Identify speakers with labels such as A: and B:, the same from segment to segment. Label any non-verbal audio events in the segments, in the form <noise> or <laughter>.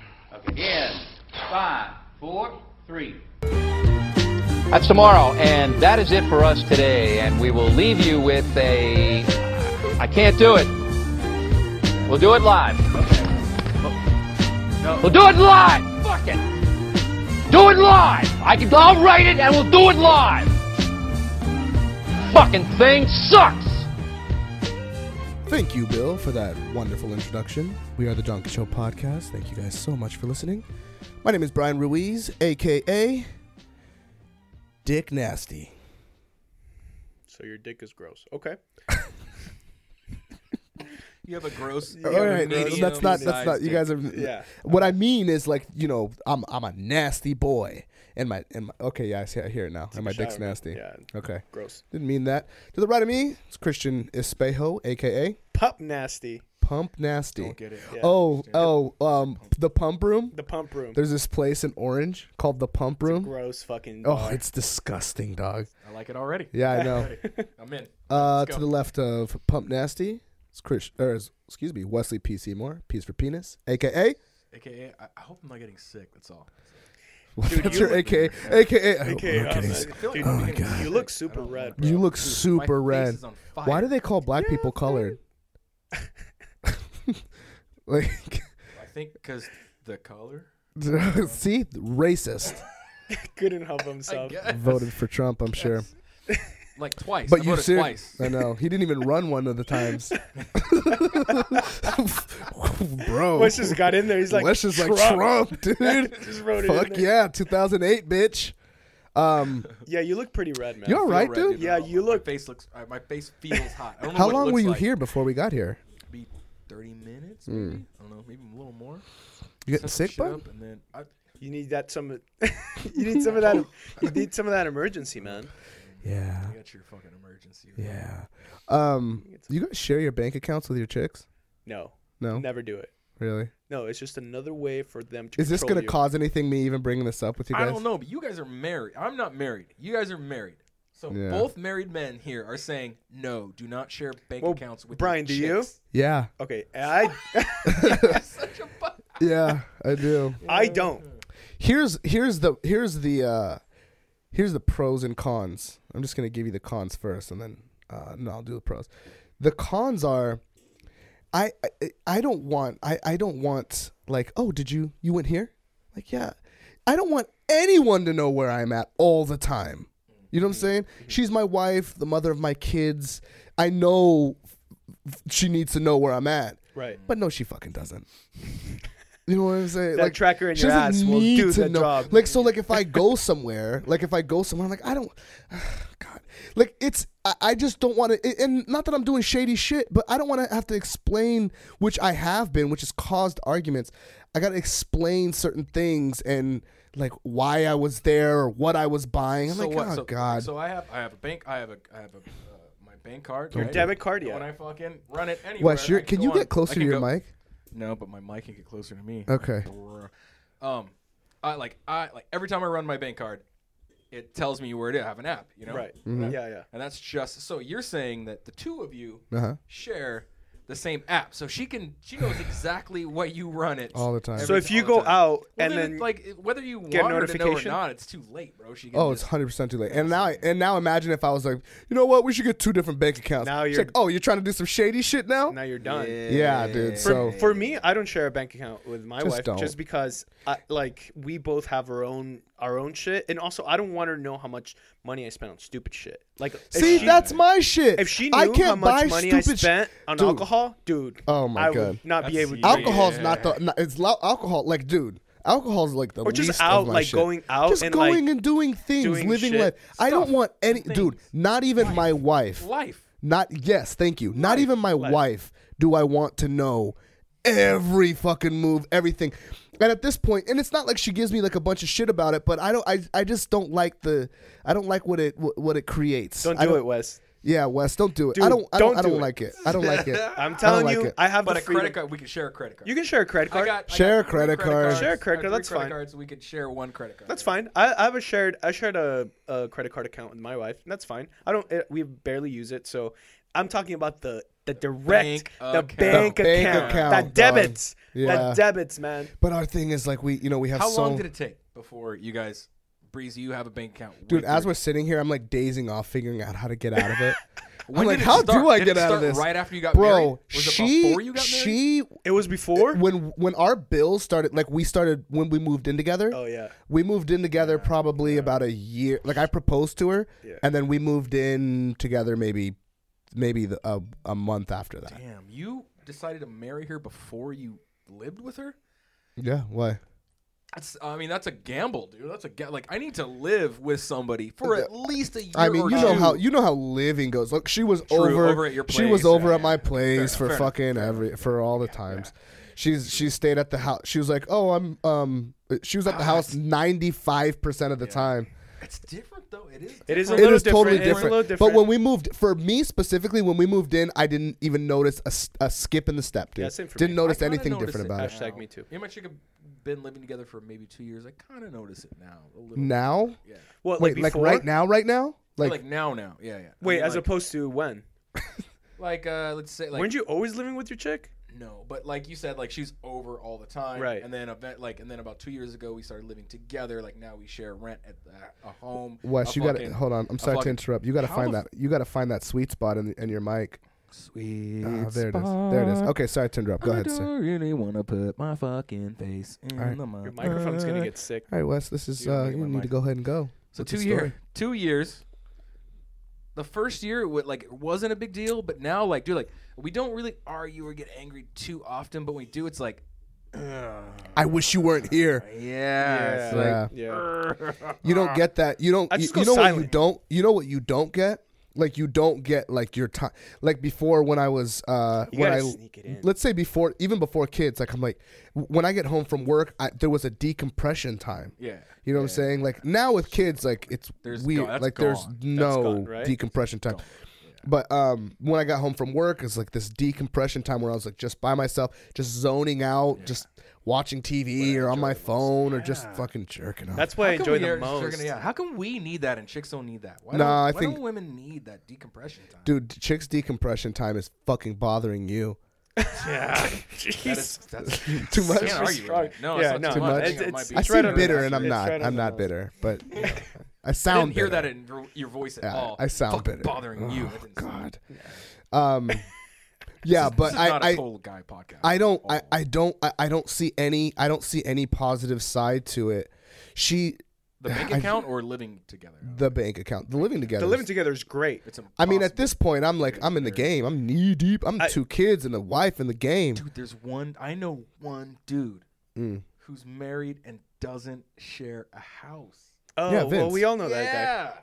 A: Okay, in five, four, three.
B: That's tomorrow, and that is it for us today. And we will leave you with a. I can't do it. We'll do it live.
A: Okay. No.
B: We'll do it live. Fuck it. Do it live. I can. I'll write it, and we'll do it live. Fucking thing sucks.
C: Thank you, Bill, for that wonderful introduction. We are the Donkey Show podcast. Thank you guys so much for listening. My name is Brian Ruiz, aka Dick Nasty.
D: So your dick is gross. Okay.
E: You have a gross.
C: All right, that's not that's not you guys are.
D: Yeah.
C: What I mean is like you know I'm I'm a nasty boy and my and my, okay yeah I, see, I hear it now and my
D: shower,
C: dick's
D: man.
C: nasty.
D: Yeah.
C: Okay.
D: Gross.
C: Didn't mean that. To the right of me, it's Christian Espejo, aka
D: Pup nasty.
C: Pump Nasty.
E: Don't get it.
D: Yeah.
C: Oh oh um the pump room.
D: The pump room.
C: There's this place in Orange called the Pump Room.
D: gross fucking.
C: Oh,
D: bar.
C: it's disgusting, dog.
E: I like it already.
C: Yeah,
E: <laughs>
C: I know.
E: I'm in.
C: Uh,
E: Let's
C: to
E: go.
C: the left of Pump Nasty, it's Chris. Or is, excuse me, Wesley P. Seymour, Peace for Penis, <laughs> aka.
E: AKA, I, I hope I'm not getting sick. That's all.
C: That's
D: you
C: your
D: look-
C: AKA. AKA. I Oh hope
D: Okay,
C: I'm not
D: um,
C: kidding.
D: uh,
E: feel like
D: dude,
E: I'm
D: you-
E: getting
D: You
E: sick.
D: look
E: I
D: super
E: don't
D: red.
E: know.
D: bro.
C: you look
E: My
C: super
E: face
C: red.
E: is on
C: Why
E: fire.
C: do they call black people colored? <laughs> like, <laughs>
E: I think because the color.
C: see, racist.
D: <laughs> couldn't help himself.
C: Voted for Trump, I'm sure.
E: <laughs> Like twice.
C: But
E: I
C: you
E: voted
C: ser-
E: twice.
C: I know he didn't even run one of the
E: <laughs>
C: times, bro.
D: Wes just got in there. He's like,
C: Wes is like Trump,
E: <laughs>
C: dude.
D: <laughs> Just wrote it in
C: Fuck
D: there.
C: yeah, 2008, bitch.
E: <laughs>
C: Um,
D: Yeah, you look pretty red, man.
C: you all
E: Feel
C: right,
E: red,
C: dude?
D: Yeah, you
E: My
D: look-
E: face looks. Uh, my face feels hot. I don't know
C: How
E: what it
C: long were
E: looks
C: you
E: like.
C: here before we got here?
E: Be 30 minutes, maybe. I don't know, maybe a little more.
C: You getting
E: Set some
C: sick,
E: shit
C: bud?
E: up And then I,
D: You need that some. <laughs> you need some of that. You need some of that emergency, man.
C: Yeah,
E: I got your fucking emergency.
C: yeah. Um, do you guys share your bank accounts with your chicks?
D: No,
C: No,
D: never do it.
C: really.
D: No, it's just another way for them to.
C: Is this
D: control
C: gonna
D: you.
C: cause anything? Me even bringing this up with you
E: I
C: guys?
E: don't know, but you guys are married. I'm not married. You guys are married. So
C: Yeah.
E: both married men here are saying no. Do not share bank
D: Well,
E: accounts with
D: Brian, do you?
E: Your chicks.
C: Yeah,
D: Okay, I <laughs>
E: you? Such a bu-
C: yeah, I do.
D: I don't.
E: <laughs>
C: here's here's the here's the uh here's the pros and cons. I'm just gonna give you the cons first, and then uh, no, I'll do the pros. The cons are, I I, I don't want I I don't want like oh did you you went here like yeah I don't want anyone to know where I'm at all the time. You know what I'm saying? She's my wife, the mother of my kids. I know f- f- she needs to know where I'm at.
D: Right.
C: But no, she fucking doesn't. You know what I'm saying?
D: That tracker in
C: she
D: your
C: doesn't
D: ass will
C: need
D: do
C: to
D: the
C: know.
D: job.
C: Like so, like if I go somewhere, like if I go somewhere, I'm like I don't, <sighs> God, like it's I, I just don't want to. And not that I'm doing shady shit, but I don't want to have to explain, which I have been, which has caused arguments. I got to explain certain things and like why I was there or what I was buying. I'm
E: so
C: like,
E: what?
C: oh
E: so,
C: God,
E: So I have I have a bank. I have a I have a uh, my bank card. Your
D: debit card, yeah.
E: When I fucking run it anywhere.
C: Wes, you're,
E: I
C: can
E: go
C: you
E: on-
C: get closer
E: I
C: to
E: can
C: your
E: go-
C: mic?
E: No, but my mic can get closer to me.
C: Okay.
E: Um, I like I like every time I run my bank card, it tells me where it is. I have an app, you know.
D: Right.
C: Mm-hmm.
E: And I-
D: Yeah, yeah.
E: And that's just so you're saying that the two of you
C: Uh-huh.
E: share the same app, so she can she knows exactly what you run it
C: All the time.
D: So
E: every-
D: if you
E: all the
D: go
E: time.
D: out
E: Well,
D: and then like,
E: like whether you
D: get a
E: want her to know or
D: notification?
E: not, it's too late, bro. She can
C: Oh, it's
E: just,
C: hundred percent too late. And now, I, and now, imagine if I was like, you know what, we should get two different bank accounts.
D: Now
C: It's
D: you're-
C: like, oh, you're trying to do some shady shit now.
D: now you're done.
C: yeah, dude.
D: For,
C: So
D: for me, I don't share a bank account with my
C: Just
D: wife
C: don't.
D: just because I, like we both have our own our own shit, and also I don't want her to know how much money I spend on stupid shit. Like if
C: see,
D: she-
C: that's my shit.
D: if she knew
C: I can't
D: how much
C: buy
D: money I
C: stupid sh-
D: spent on
C: Dude,
D: alcohol, dude,
C: Oh my
D: I would
C: God.
D: not be
E: That's
D: able. to
E: evil.
D: drink it.
C: Alcohol's not the. Not, it's lo- alcohol, like, dude. Alcohol's like the
D: Or just
C: least
D: out,
C: of my
D: like,
C: shit.
D: going out
C: just
D: and,
C: going
D: like,
C: and doing things,
D: doing
C: living
D: shit.
C: life. I don't
E: Stuff.
C: want any, dude.
E: Things.
C: Not even my wife.
E: life.
C: Not yes, thank you. Not even my wife do I want to know every fucking move, everything. And at this point, and it's not like she gives me like a bunch of shit about it, but I don't. I, I just don't like the. I don't like what it what what it creates.
D: Don't
C: I
D: do it, Wes.
C: Yeah, Wes, don't do it. I
D: Dude,
C: don't. I don't.
D: don't
C: I don't
D: do it.
C: like it. I don't
E: <laughs>
C: like it.
D: I'm telling
C: like
D: you,
C: it.
D: I have
E: But
D: the
E: a credit
D: freedom-
E: card, we can share a credit card.
D: You can share a credit
E: I
D: card.
E: got, I
C: Share
E: got
C: a credit
E: three
C: card.
E: cards.
D: Share a credit
E: I have
D: card,
E: three
D: that's
E: credit
D: fine.
E: Cards, we could share one credit card.
D: That's fine. I, I have a shared I shared a, a credit card account with my wife. And that's fine. I don't it, we barely use it, so I'm talking about the the direct,
E: Bank
D: the
E: account.
D: bank,
C: The bank
D: account,
C: account,
D: that debits,
C: dog. Yeah.
D: that debits, man.
C: But our thing is like we, you know, we have
E: How
C: so
E: long did it take before you guys, Breezy, you have a bank account?
C: dude.
E: with
C: As
E: your-
C: we're sitting here, I'm like dazing off, figuring out how to get out of it. I'm
E: When
C: like,
E: did it
C: how
E: start?
C: do I
E: Did
C: get
E: it
C: out of
E: start
C: this,
E: right after you <laughs> got married?
C: bro?
E: Was it
C: She,
E: before you got married?
C: she,
D: It was before.
C: when when our bills started, like we started when we moved in together.
D: oh yeah,
C: We moved in together probably about a year. Like I proposed to her,
D: Yeah.
C: and then we moved in together maybe, maybe the, a a month after that.
E: Damn, you decided to marry her before you lived with her.
C: Yeah, why?
E: That's, I mean, that's a gamble, dude. That's a ga- like I need to live with somebody for at least a year.
C: I mean,
E: or
C: you know
E: two.
C: how you know how living goes. Look, she was over,
E: over at your
C: She was
E: place,
C: over
E: yeah,
C: at my
E: yeah.
C: place
E: enough,
C: for
E: fair enough,
C: fucking every for all the times. She's she stayed at the house. She was like, "Oh, I'm um." She was at the house ninety five percent of the time.
E: it's different though. It is.
D: it is a
C: It
D: little
C: is
D: different.
C: totally
D: It is a
C: different.
D: little different.
C: But when we moved, for me specifically, when we moved in, I didn't even notice a s- a, skip in the step, dude.
D: Yeah, same for
C: didn't
D: me.
C: notice
E: I kinda
C: anything
E: notice
C: different
E: it
C: about it.
D: Hashtag
E: now.
D: me too.
E: Me and my chick have been living together for maybe two years. I kind of notice it now a little.
C: Now,
E: Yeah.
D: what,
C: wait,
D: like,
C: like,
D: before?
C: right now, right now,
E: Like,
C: like,
E: now, now. Yeah, yeah. I
D: Wait,
E: mean,
D: as
E: like,
D: opposed to when?
E: like uh, let's say like
D: Weren't you always living with your chick?
E: no, but like you said, like she's over all the time,
D: Right.
E: And then event like and then about two years ago we started living together. Like now we share rent at a, a home. a
C: Wes, you got
E: fucking-
C: to hold on. I'm
E: a
C: sorry to
E: fucking-
C: interrupt. You got to
E: How
C: find
E: the
C: that. You got to find that sweet spot in, the, in your mic.
E: Sweet.
C: Ah, there it is. There it is. Okay, sorry to interrupt. Go ahead, sir.
E: I really want to put my fucking face in
C: Alright.
E: the mic.
D: Your microphone's gonna get sick.
C: All right, Wes, this is
D: Dude, I'm
C: uh,
D: making
C: you
D: my
C: need to
D: mic.
C: go ahead and go.
E: So
C: with the
E: two
C: story.
E: year, two years. The first year, it wa- like, it wasn't a big deal, but now, like, dude, like, we don't really argue or get angry too often, but when we do, it's like,
C: I wish you weren't here.
E: yeah, it's like,
C: Yeah.
D: yeah.
C: You don't get that. You don't.
D: I
C: You,
D: just go
C: you know what you
D: silent.
C: don't. You know what you don't get. Like you don't get like your time. Like before when I was uh
D: You
C: when I
D: gotta sneak it in.
C: let's say before even before kids. Like I'm like w- when I get home from work, I, there was a decompression time.
E: yeah.
C: You know what I'm saying? Like now with kids, like it's
E: There's
C: weird.
E: gone- that's
C: like there's
E: gone.
C: no
D: gone, right?
C: decompression time. But um, when I got home from work, it's like this decompression time where I was like just by myself, just zoning out, just watching TV or on my phone or just fucking jerking off.
D: That's what I
E: How
D: enjoy
E: come we
D: the
E: are-
D: most.
E: yeah, how come we need that and chicks don't need that? Why
C: Nah,
E: don't,
C: I
E: why
C: think-
E: don't women need that decompression time?
C: dude. Chicks decompression time is fucking bothering you.
D: Yeah.
E: <laughs> that is,
D: Jeez.
E: that's
C: <laughs> Too much?
E: Can't argue with
D: Strong.
E: that. No,
D: Yeah,
E: it's
D: no,
E: not too
C: it's-
E: much. I think it
D: it's-
E: might be-
C: I
D: It's
C: seem
D: right on the
C: bitter, and
D: nose.
C: I'm
D: It's
C: not.
D: right on
C: I'm
D: the
C: not
D: nose.
C: bitter,
E: <laughs>
C: but I
E: I
C: sound.
E: didn't hear
C: bitter.
E: that in your- your voice at
C: Yeah,
E: all.
C: I sound
E: Fuck
C: bitter.
E: Bothering you?
C: Oh,
E: That didn't sound-
C: God. Um, yeah,
E: This
C: but
E: is
C: I,
E: not a Oh.
C: I,
E: total guy podcast.
C: I don't
E: at
C: I,
E: all.
C: I don't I, I don't see any I don't see any positive side to it. She
E: the bank
C: I-
E: account or living together.
C: the bank account, the living together.
D: The
C: is-
D: living together is great.
E: It's
C: I mean
E: impossible.
C: at this point I'm like I'm in the game. I'm knee deep. I'm
D: I-
C: two kids and a wife in the game.
E: dude there's one i know one dude
C: Mm.
E: who's married and doesn't share a house
D: Oh,
C: Yeah,
D: well,
C: Vince.
D: we all know that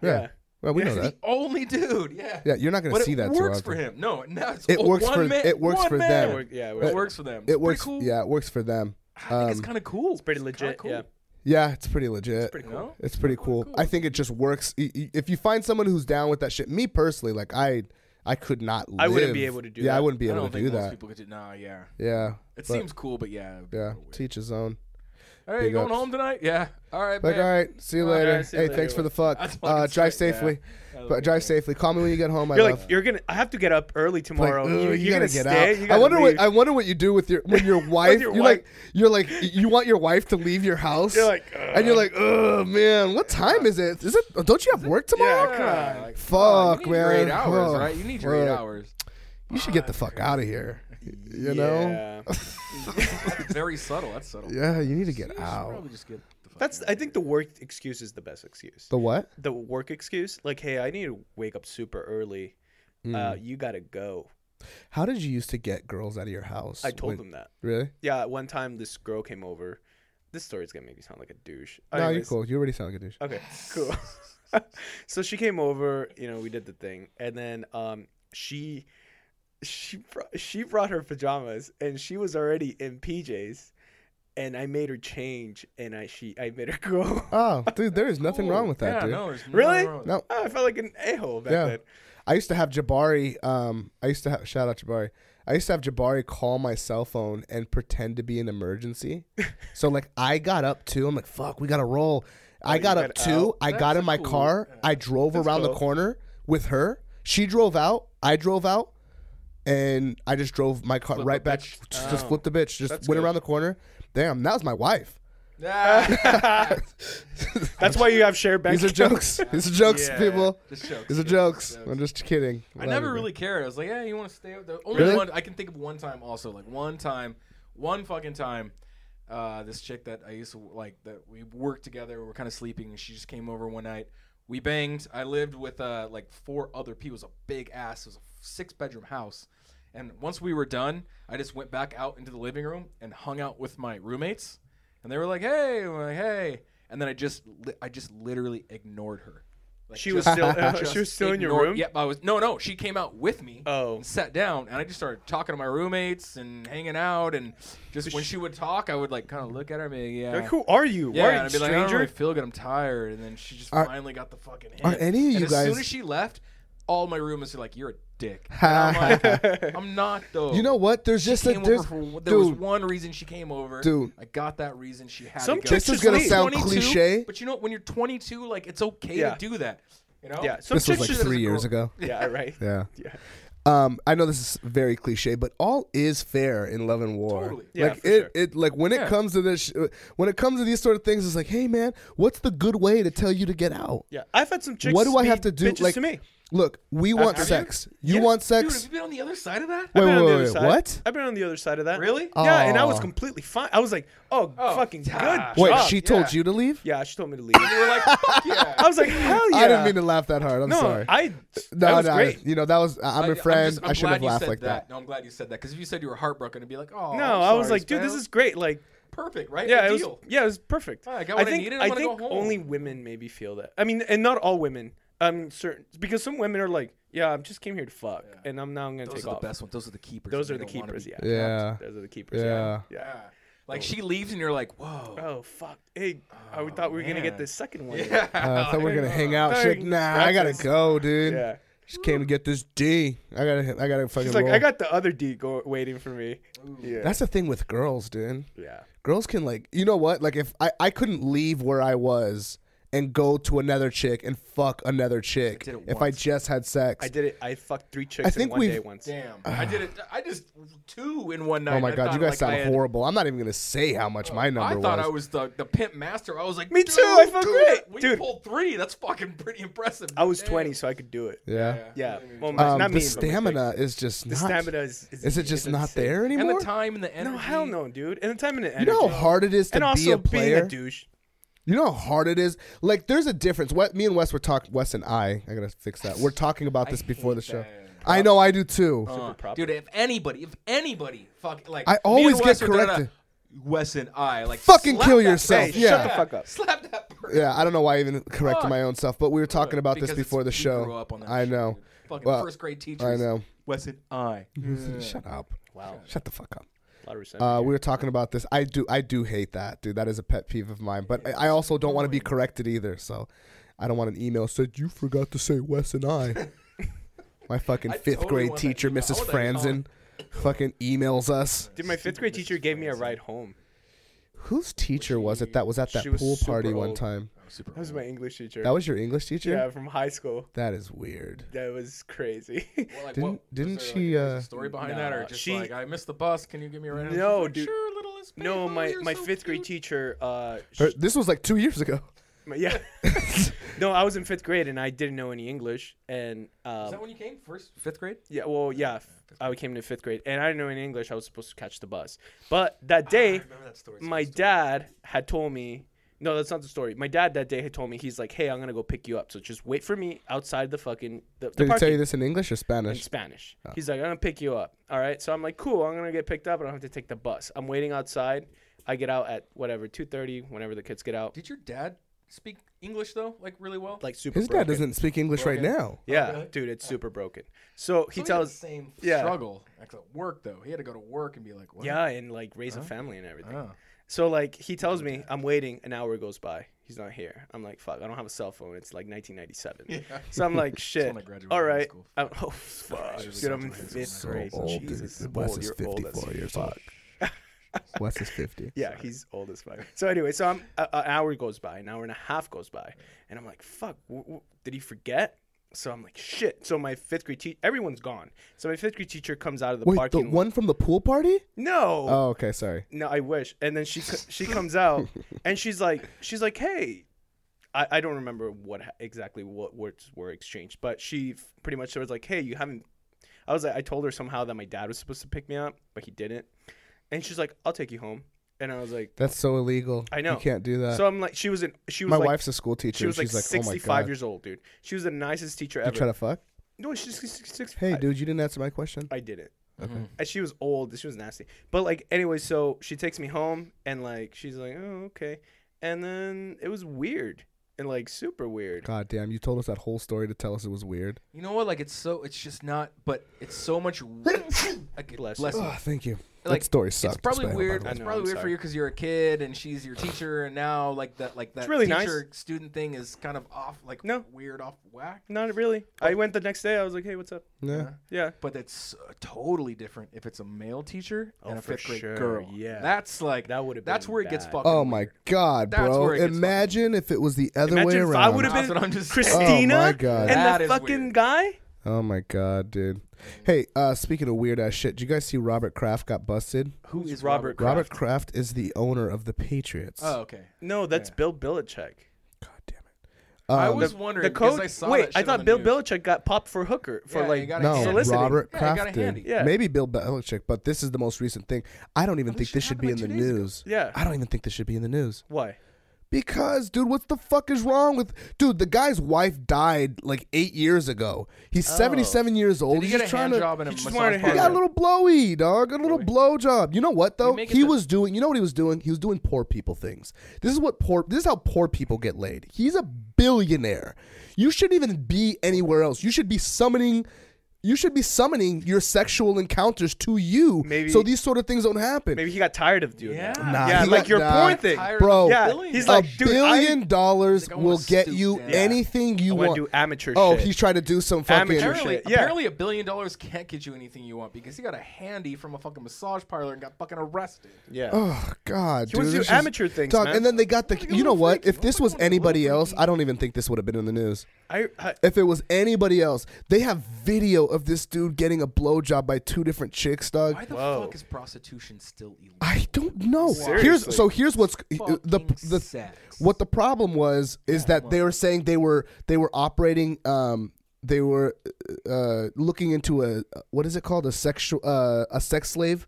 D: guy.
C: Yeah.
D: Yeah.
C: Well, we know
E: the
C: that.
E: only dude yeah
C: Yeah, you're not going
E: but
C: to see
E: it
C: that too
E: works for
C: often.
E: him no no it's
C: It
E: o-
C: works
E: one
C: for-
E: man,
C: it works
E: one
C: for
E: man.
D: It
C: them.
D: work- Yeah,
E: it
D: we're-
E: works for them It's
C: It
E: pretty
C: works
E: cool.
C: yeah, it works for them.
E: i think it's
C: Um,
E: kind of cool it's
D: pretty
E: kinda
D: legit, yeah.
C: Yeah, it's pretty legit.
D: pretty
E: you know?
D: cool.
C: uh, It's pretty cool.
E: cool.
C: I think it just works. I- I- If you find someone who's down with that shit, me personally, like I, I could not. Live.
D: I wouldn't be able to do
C: Yeah, I
D: that.
C: wouldn't be
E: i
C: able
E: don't
C: to
E: think
C: do
E: most
C: that.
E: people could do nah yeah
C: Yeah,
E: it
C: but-
E: seems cool but yeah it'd be
C: yeah.
E: weird.
C: Teach his own.
E: hey
C: big
E: you going
C: ups.
E: home tonight yeah all right
C: Like,
E: babe.
C: all right, see you
E: All right,
C: later.
D: see
C: hey,
D: you later.
C: thanks for the fuck.
E: That's fucking
C: Uh, drive
E: straight,
C: safely.
E: yeah. I
C: But
E: love
C: drive
E: it.
C: safely. Call me when you get home. I
D: You're
C: love.
D: like, you're gonna. I have to get up early
C: Like,
D: tomorrow.
C: "Ugh,
D: you're,
C: you
D: you're
C: gotta
D: gonna
C: get
D: stay.
C: out.
D: You
C: I
D: gotta
C: wonder
D: leave.
C: what I wonder what you do with your when
D: <laughs>
C: your wife.
D: your
C: you're
D: wife.
C: like you're like you want your wife to leave your house.
D: You're like,
C: <laughs> and you're like, oh man, what time is it? Is it? Don't you have work tomorrow?
D: Yeah, "Oh, come on.
E: Like,
C: Fuck,
E: you need your
C: man.
E: eight hours
C: Oh,
E: right you need your eight
C: fuck. <laughs>
E: hours
C: You should get the fuck out of here. You know?
D: Yeah.
E: That's very subtle that's subtle
C: Yeah, you need to get
E: You should
C: out.
E: probably just get the fuck
D: That's. I think the work excuse is the best excuse.
C: The what?
D: The work excuse, like, hey, I need to wake up super early.
C: Hmm.
D: Uh, you gotta go.
C: Mm. How did you used to get girls out of your house?
D: I told
C: When-
D: them that.
C: Really?
D: Yeah, one time this girl came over. This story's gonna make me sound like a douche.
C: no, you're
D: Anyways.
C: cool. You already sound like a douche.
D: Okay,
C: <laughs>
D: cool. <laughs> so she came over, you know, we did the thing, and then um, she she brought, she brought her pajamas, and she was already in PJs, and I made her change, and I she I made her <laughs> go.
C: Oh, dude, there is nothing wrong with that,
E: yeah,
C: dude.
E: No, there's nothing
C: <laughs>
D: Really?
E: wrong with
C: No.
D: I felt like an a hole back
C: Yeah.
D: then.
C: I used to have Jabari. Um, I used to have shout out Jabari. I used to have Jabari call my cell phone and pretend to be an emergency. so like I got up too. I'm like, fuck, we gotta roll. I
D: you
C: got
D: got
C: up too.
D: out.
C: I got
E: That's
C: in my
E: cool.
C: car. I drove around the
D: cool.
C: corner with her. She drove out. I drove out. and I just drove my car right
E: the
C: back.
E: bitch.
C: Just, just flipped the bitch. Just went
D: good.
C: around the corner. Damn, that was my wife. <laughs>
D: That's why you have shared bank.
C: These are jokes. These are jokes,
E: <laughs> Yeah,
C: people.
E: just jokes,
C: These are jokes. I'm just kidding.
E: I never
C: Whatever.
E: really cared. I was like, yeah, you want to stay out there? Only
C: Really?
E: one. I can think of one time also, like one time, one fucking time. Uh, this chick that I used to like that we worked together. We were kind of sleeping, and she just came over one night. We banged. I lived with uh, like four other people. It was a big ass. It was a six bedroom house. And once we were done, I just went back out into the living room and hung out with my roommates. And they were like, "Hey, I'm like, hey," and then I just, li- I just literally ignored her. Like,
D: She was
E: just- <laughs>
D: still. uh, <laughs>
E: just
D: she was still in your
E: ignored-
D: room.
E: Yep, I was. No, no, she came out with me.
D: Oh.
E: and sat down, and I just started talking to my roommates and hanging out, and just when she would talk, I would like kind of look at her and be like, yeah.
D: Like, who are you?
E: Yeah,
D: Why are
E: and
D: you
E: I'd be like, I don't
D: stranger?
E: really feel good. I'm tired. And then she just
C: Are-
E: finally got the fucking hit.
C: are any of
E: And
C: you
E: As soon
C: guys-
E: as she left, all my roommates are like, "You're a
D: <laughs>
E: dick." And I'm like, "I'm not though."
C: You know what? There's
E: She
C: just a
E: came over
C: there's,
E: for, there was
C: dude.
E: one reason she came over.
C: Dude.
E: I got that reason she had
D: Some
E: to go.
D: chicks This is
E: She's
D: gonna
E: only
C: sound
E: 22,
C: cliche.
E: but you know, what? when you're 22, like it's okay
D: Yeah.
E: to do that. You know?
D: yeah. Some
C: This was
D: chicks
C: like
D: just- <laughs>
C: three years
E: girl.
C: ago.
D: Yeah. Right.
C: Yeah.
D: Yeah.
C: Um, I know this is very cliche, but all is fair in love and war.
E: Totally.
D: Yeah,
C: like
D: for
C: it,
D: sure.
C: it, like when it
E: Yeah.
C: comes to this, sh- when it comes to these sort of things, it's like, hey man, what's the good way to tell you to get out?
D: Yeah. I've had some chicks.
C: what do I
D: be
C: have to do?
D: bitches
C: Like,
D: to me. Uh,
C: look, we want
D: have you?
C: sex. You
D: Yeah.
C: want
E: Dude,
C: sex?
E: have you been on the other side of that?
C: Wait,
D: I've been
C: wait,
D: on the
C: wait,
D: other
C: wait,
D: side.
C: what?
D: I've been on the other side of that.
E: Really?
D: Yeah, and I was
C: Aw.
D: completely fine. I was like, oh,
E: Oh,
D: fucking
E: gosh.
D: good.
C: Wait,
D: job.
C: she told you to leave?
D: Yeah, she told me to leave.
E: We're like, <laughs> fuck yeah.
C: <laughs>
D: I was like, hell yeah.
C: I didn't mean to laugh that hard. I'm
D: No,
C: sorry.
D: I. that
C: no,
D: was
C: no,
D: great.
C: you know that was. I- I'm
E: I-
C: your friend.
E: just-
C: I shouldn't
E: glad
C: have
E: you
C: laughed
E: said
C: like that.
E: No, I'm glad you said that because if you said you were heartbroken, I'd be like,
D: No,
E: oh. I'm
D: I was
E: sorry,
D: like, dude, this
E: Stan."
D: is great. Like,
E: perfect, right?
D: yeah,
E: Good
D: it was,
E: deal.
D: yeah, it was perfect.
E: I got what I
D: think
E: needed, I
D: I
E: wanna
D: think
E: go home.
D: only women maybe feel that. I mean, and not all women. I mean, certain because some women are like, yeah, I just came here to fuck, and I'm now I'm gonna
E: Those
D: take
E: are the
D: off.
E: best ones. Those are the keepers.
D: Those are
E: and
D: the
E: they don't wanna
D: keepers.
E: be-
D: Yeah.
C: Yeah.
D: Those are the keepers.
C: Yeah.
D: Yeah.
E: Yeah.
D: Yeah.
E: Like she leaves and you're like, whoa.
D: Oh fuck! Hey, I thought we were gonna
E: Oh, man.
D: get this second one.
E: Yeah.
D: Oh,
C: Uh, I thought we were gonna hang out. She's
D: Sorry,
C: like, nah, I gotta
D: practice.
C: go, dude.
D: Yeah.
C: Just came to get this D. I gotta, I gotta fucking.
D: She's like,
C: roll.
D: I got the other D go- waiting for me. Yeah.
C: That's the thing with girls, dude.
D: yeah.
C: Girls can like, you know what? Like, if I, I couldn't leave where I was and go to another chick and fuck another chick
E: did it
C: if I
E: once.
C: just had sex.
D: I did it. I fucked three chicks in
C: think
D: one
C: we've-
D: day once.
E: Damn. I did it.
C: <sighs>
E: I just two in one night.
C: oh my
E: I
C: god,
E: thought,
C: you guys
E: like,
C: sound
E: I had-
C: horrible. I'm not even gonna say how much my number
E: I thought
C: was.
E: I was the, the pimp master. I was like,
D: Me
E: dude,
D: too, I felt
E: dude,
D: great.
E: We
D: Dude.
E: pulled three. That's fucking pretty impressive.
D: I was
E: Damn.
D: 20, so I could do it.
C: yeah.
D: Yeah. Well, my-
C: Um,
D: not
C: the
D: me. but my chick.
C: stamina is just
D: The
C: not.
D: stamina is. Is,
C: is it just not
D: insane.
C: there
E: And
C: anymore?
E: the time and the energy.
D: No, hell no, dude. And the time and the
C: you
D: energy.
C: know how hard it is to
D: and
C: be
D: also
C: a player.
D: being a douche.
C: You know how hard it is. Like, there's a difference. What me and Wes were talking. Wes and I. I gotta fix that. We're talking about this before the show. I know I do too.
E: Uh,
D: proper.
E: dude, if anybody, if anybody, fuck, like
C: I
E: me
C: always
E: and
C: get
E: Wes are gonna-
C: corrected.
E: Wes and I, like
C: Fucking
E: slap
C: kill
E: that
C: yourself.
E: person.
C: Yeah. Shut
D: the fuck up.
E: Slap that person.
C: Yeah, I don't know why I even corrected
E: Fuck.
C: my own self, but we were talking about this
E: Because it's-
C: before the
E: we
C: show.
E: grew up on that
C: I
E: shit,
C: know.
E: dude. Fucking
C: Well,
E: first grade teachers.
C: I know.
E: Wes and uh, I.
C: Shut up.
D: Wow.
C: Shut the fuck up.
D: A lot of resentment.
C: Uh, we were talking about this. I do. I do hate that, dude. That is a pet peeve of mine. But I I also don't want to be corrected either. So I don't want an email said you forgot to say Wes and
D: <laughs>
C: I. my fucking
E: I
C: fifth
E: totally
C: grade
E: want that
C: teacher,
E: email. I
C: Mrs.
E: want that
C: Franzen, fucking emails us.
D: Dude, my fifth grade teacher gave me a ride home.
C: Whose teacher was it that was at that
D: She was
C: pool
D: super
C: party one
D: old.
C: time?
E: Super
D: That was my English teacher.
C: That was your English teacher.
D: yeah, from high school.
C: That is weird.
D: That was crazy.
E: Well, like,
C: Didn't-
E: what- was
C: didn't
E: there,
C: she,
E: like, a
C: uh,
E: story behind that, or
D: Nah,
E: just
D: she-
E: like I missed the bus? Can you give me a ride?
D: No,
E: Like,
D: dude.
E: Sure, little Miss
D: <laughs> no,
E: Piggy,
D: my
E: you're
D: my
E: so
D: fifth grade
E: cute.
D: teacher. Uh, sh-
C: Her- Er, this was like two years ago.
D: my- yeah. <laughs> no, I was in fifth grade and I didn't know any English. And um,
E: Is that when you came? First, fifth grade?
D: Yeah, well, yeah. f- I came to fifth grade, and I didn't know any English. I was supposed to catch the bus, but that day,
E: Ah, remember that story. It's a
D: my dad had told me, "No, that's not the story." My dad that day had told me, "He's like, hey, I'm gonna go pick you up, so just wait for me outside the fucking the, the
C: Did he tell
D: parking
C: you Oh. this in English or
D: in
C: Spanish?
D: Spanish." He's like, "I'm gonna pick you up." All right, so I'm like, "Cool, I'm gonna get picked up. I don't have to take the bus. I'm waiting outside. I get out at whatever 2:30, whenever the kids get out.
E: Did your dad speak English though, like really well?
D: Like super.
C: His dad
D: broken.
C: doesn't speak English right now.
D: Yeah,
E: really?
D: dude, it's super broken. So he
E: So had the
D: tells.
E: same
D: yeah.
E: struggle like, at work though. He had to go to work and be like, what?
D: Yeah, and like raise a family and everything.
E: Oh.
D: So like he tells me I'm waiting. An hour goes by. He's not here. I'm like fuck. I don't have a cell phone. It's like 1997. So I'm
E: <laughs>
D: like shit.
E: when I graduated
D: All
E: high
D: right.
E: school.
D: I'm, oh fuck. Dude, I'm in fifth grade. Jesus,
C: Wes
D: old.
C: is
D: You're old as
C: 54 years old. Wes is 50.
D: <laughs> yeah, he's old as fuck. So anyway, so I'm a, an hour goes by, an hour and a half goes by, and I'm like, fuck, w- w- did he forget? So I'm like, shit. So my fifth grade teacher, everyone's gone. So my fifth grade teacher comes out of the
C: Wait, the
D: parking
C: one from the pool party?
D: No.
C: Oh, okay, sorry.
D: No, I wish. And then she co-
C: <laughs>
D: she comes out and she's like she's like, "Hey, I, I don't remember what ha- exactly what words were exchanged, but she f- pretty much was like, "Hey, you haven't." I was like, I told her somehow that my dad was supposed to pick me up, but he didn't. And she's like, "I'll take you home." And I was like,
C: That's so illegal.
D: I know.
C: You can't do that.
D: "So I'm like, she was in she was
C: Uh, My
D: like,
C: wife's a school teacher.
D: she was like
C: She's like,
D: 65
C: oh my god.
D: years old, dude. She was the nicest teacher
C: you
D: ever.
C: try to fuck?
D: no, she's 65.
C: Hey, dude, you didn't answer my question.
D: I did it.
E: Mm-hmm.
D: Okay. And she was old. She was nasty. But like, anyway, so she takes me home, and like, she's like, "Oh, okay." And then it was weird, and like super weird.
C: God damn, you told us that whole story to tell us it was weird.
E: You know what? Like it's so it's just not, but it's so much.
C: <laughs>
E: like,
D: Bless
E: bless
D: you.
E: you.
C: Oh, thank you.
E: Like,
C: that story
E: It's
C: sucked.
E: probably
C: Spanner, by
E: weird.
C: the way.
E: It's
D: know,
E: probably
D: I'm
E: weird for
D: sorry.
E: you because you're a kid and she's your teacher, and now like that like that
D: really nice.
E: teacher student thing is kind of off like
D: No.
E: weird off whack.
D: Not really. I went the next day. I was like, "Hey, what's up?"
C: Yeah.
D: Yeah.
E: But it's uh, totally different if it's a male teacher and a
D: Oh, for
E: fifth grade
D: sure,
E: girl.
D: yeah.
E: that's like
D: That would've
E: That's
D: been
E: where it gets
D: bad.
E: fucking.
C: Oh my
E: weird.
C: god,
E: That's
C: bro.
E: where it gets fucking-
C: Imagine if it was the other way
D: Imagine if I
C: around.
D: would have
E: That's what I'm
D: been
E: just saying.
D: Christina
C: Oh my God.
E: That
D: and the
E: is
D: fucking
E: weird.
D: guy.
C: Oh my god, dude. Hey, uh speaking of weird ass shit, did you guys see Robert Kraft got busted?
E: Who
D: Who's
E: is
D: Robert
E: Robert?
C: Robert Kraft is the owner of the Patriots.
E: Oh okay.
D: No, that's Bill Belichick.
C: God damn it. Um,
E: I was
D: The
E: wondering because
D: coach.
E: I saw
D: wait,
E: that
D: I
E: shit
D: thought
E: on the
D: Bill
E: news.
D: Belichick got popped for hooker for
E: Yeah, he
D: like
E: got a
C: no,
E: hand.
D: soliciting.
C: Robert
E: Yeah, he got
C: Kraft
E: a
C: did.
E: handy.
D: Yeah.
C: Maybe Bill Belichick, but this is the most recent thing. I don't even
E: Well,
C: think
E: this
C: this
E: shit
C: should be in
E: happened
C: the
E: like two days ago.
C: news.
D: Yeah.
C: I don't even think this should be in the news.
D: Why?
C: Because, dude, what the fuck is wrong with dude? The guy's wife died like eight years ago. He's seventy-seven years old.
E: Oh. Did he
C: He's
E: get a
C: trying
E: hand
C: to.
E: job and a
D: He just
E: massage
D: wanted a
E: parlor?
C: He got a little blowy, dog. A little blow job. You know what though?
E: make it
C: He
E: the-
C: was doing. You know what he was doing? He was doing poor people things. This is what poor. This is how poor people get laid. He's a billionaire. You shouldn't even be anywhere else. You should be summoning. You should be summoning your sexual encounters to you,
D: Maybe-
C: so these sort of things don't happen.
D: Maybe he got tired of doing
E: Yeah.
D: that.
E: Nah,
D: yeah,
C: he
D: like
C: got-
D: your
C: nah.
D: porn thing.
E: Tired
C: Bro,
E: of
D: Yeah,
E: billion.
D: he's
C: a
D: like, dude,
C: billion dollars
E: Like, I wanna
C: will get
E: stoop
C: you
E: down.
C: anything you
D: I want
C: want.
D: to do amateur
C: oh,
D: shit.
C: he's trying to do some fucking.
D: Amateur
E: Apparently,
D: shit, yeah.
E: apparently, a billion dollars can't get you anything you want because he got a handy from a fucking massage parlor and got fucking arrested.
D: yeah.
C: Oh God,
D: He
C: dude,
D: wants to
C: this
D: do
C: is-
D: amateur things,
C: dog,
D: man.
C: And then they got the.
E: Like a
C: You know
E: little
C: what?
E: freaky.
C: If this was
E: Motherfucker wants a little
C: anybody else,
E: freaky.
C: I don't even think this would have been in the news.
D: I, I
C: If it was anybody else, they have video of this dude getting a blowjob by two different chicks, dog.
E: Why the
D: Whoa.
E: fuck is prostitution still illegal?
C: I don't know.
D: Seriously.
C: Here's so here's what's the
E: Fucking
C: the
E: sex.
C: what the problem was is that they were saying they were they were operating um they were uh looking into a what is it called a sexual uh a sex slave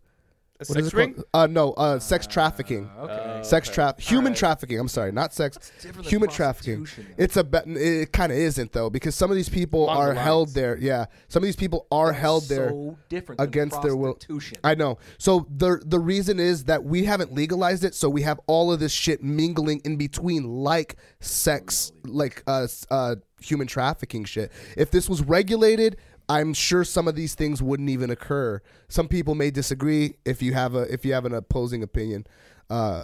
D: a
C: What is it
D: sex ring?
C: called? uh no uh sex trafficking
E: Ah, Oh, okay.
C: sex traf human trafficking i'm sorry not sex
E: different than
C: human trafficking
E: prostitution, though.
C: it's a bet it kind of isn't though because some of these people
E: Along the
C: are held
E: lines.
C: there yeah some of these people are held there
E: so different than
C: against their will
E: prostitution.
C: i know so the the reason is that we haven't legalized it so we have all of this shit mingling in between like sex like uh s- uh human trafficking shit if this was regulated I'm sure some of these things wouldn't even occur. Some people may disagree if you have a if you have an opposing opinion. Uh,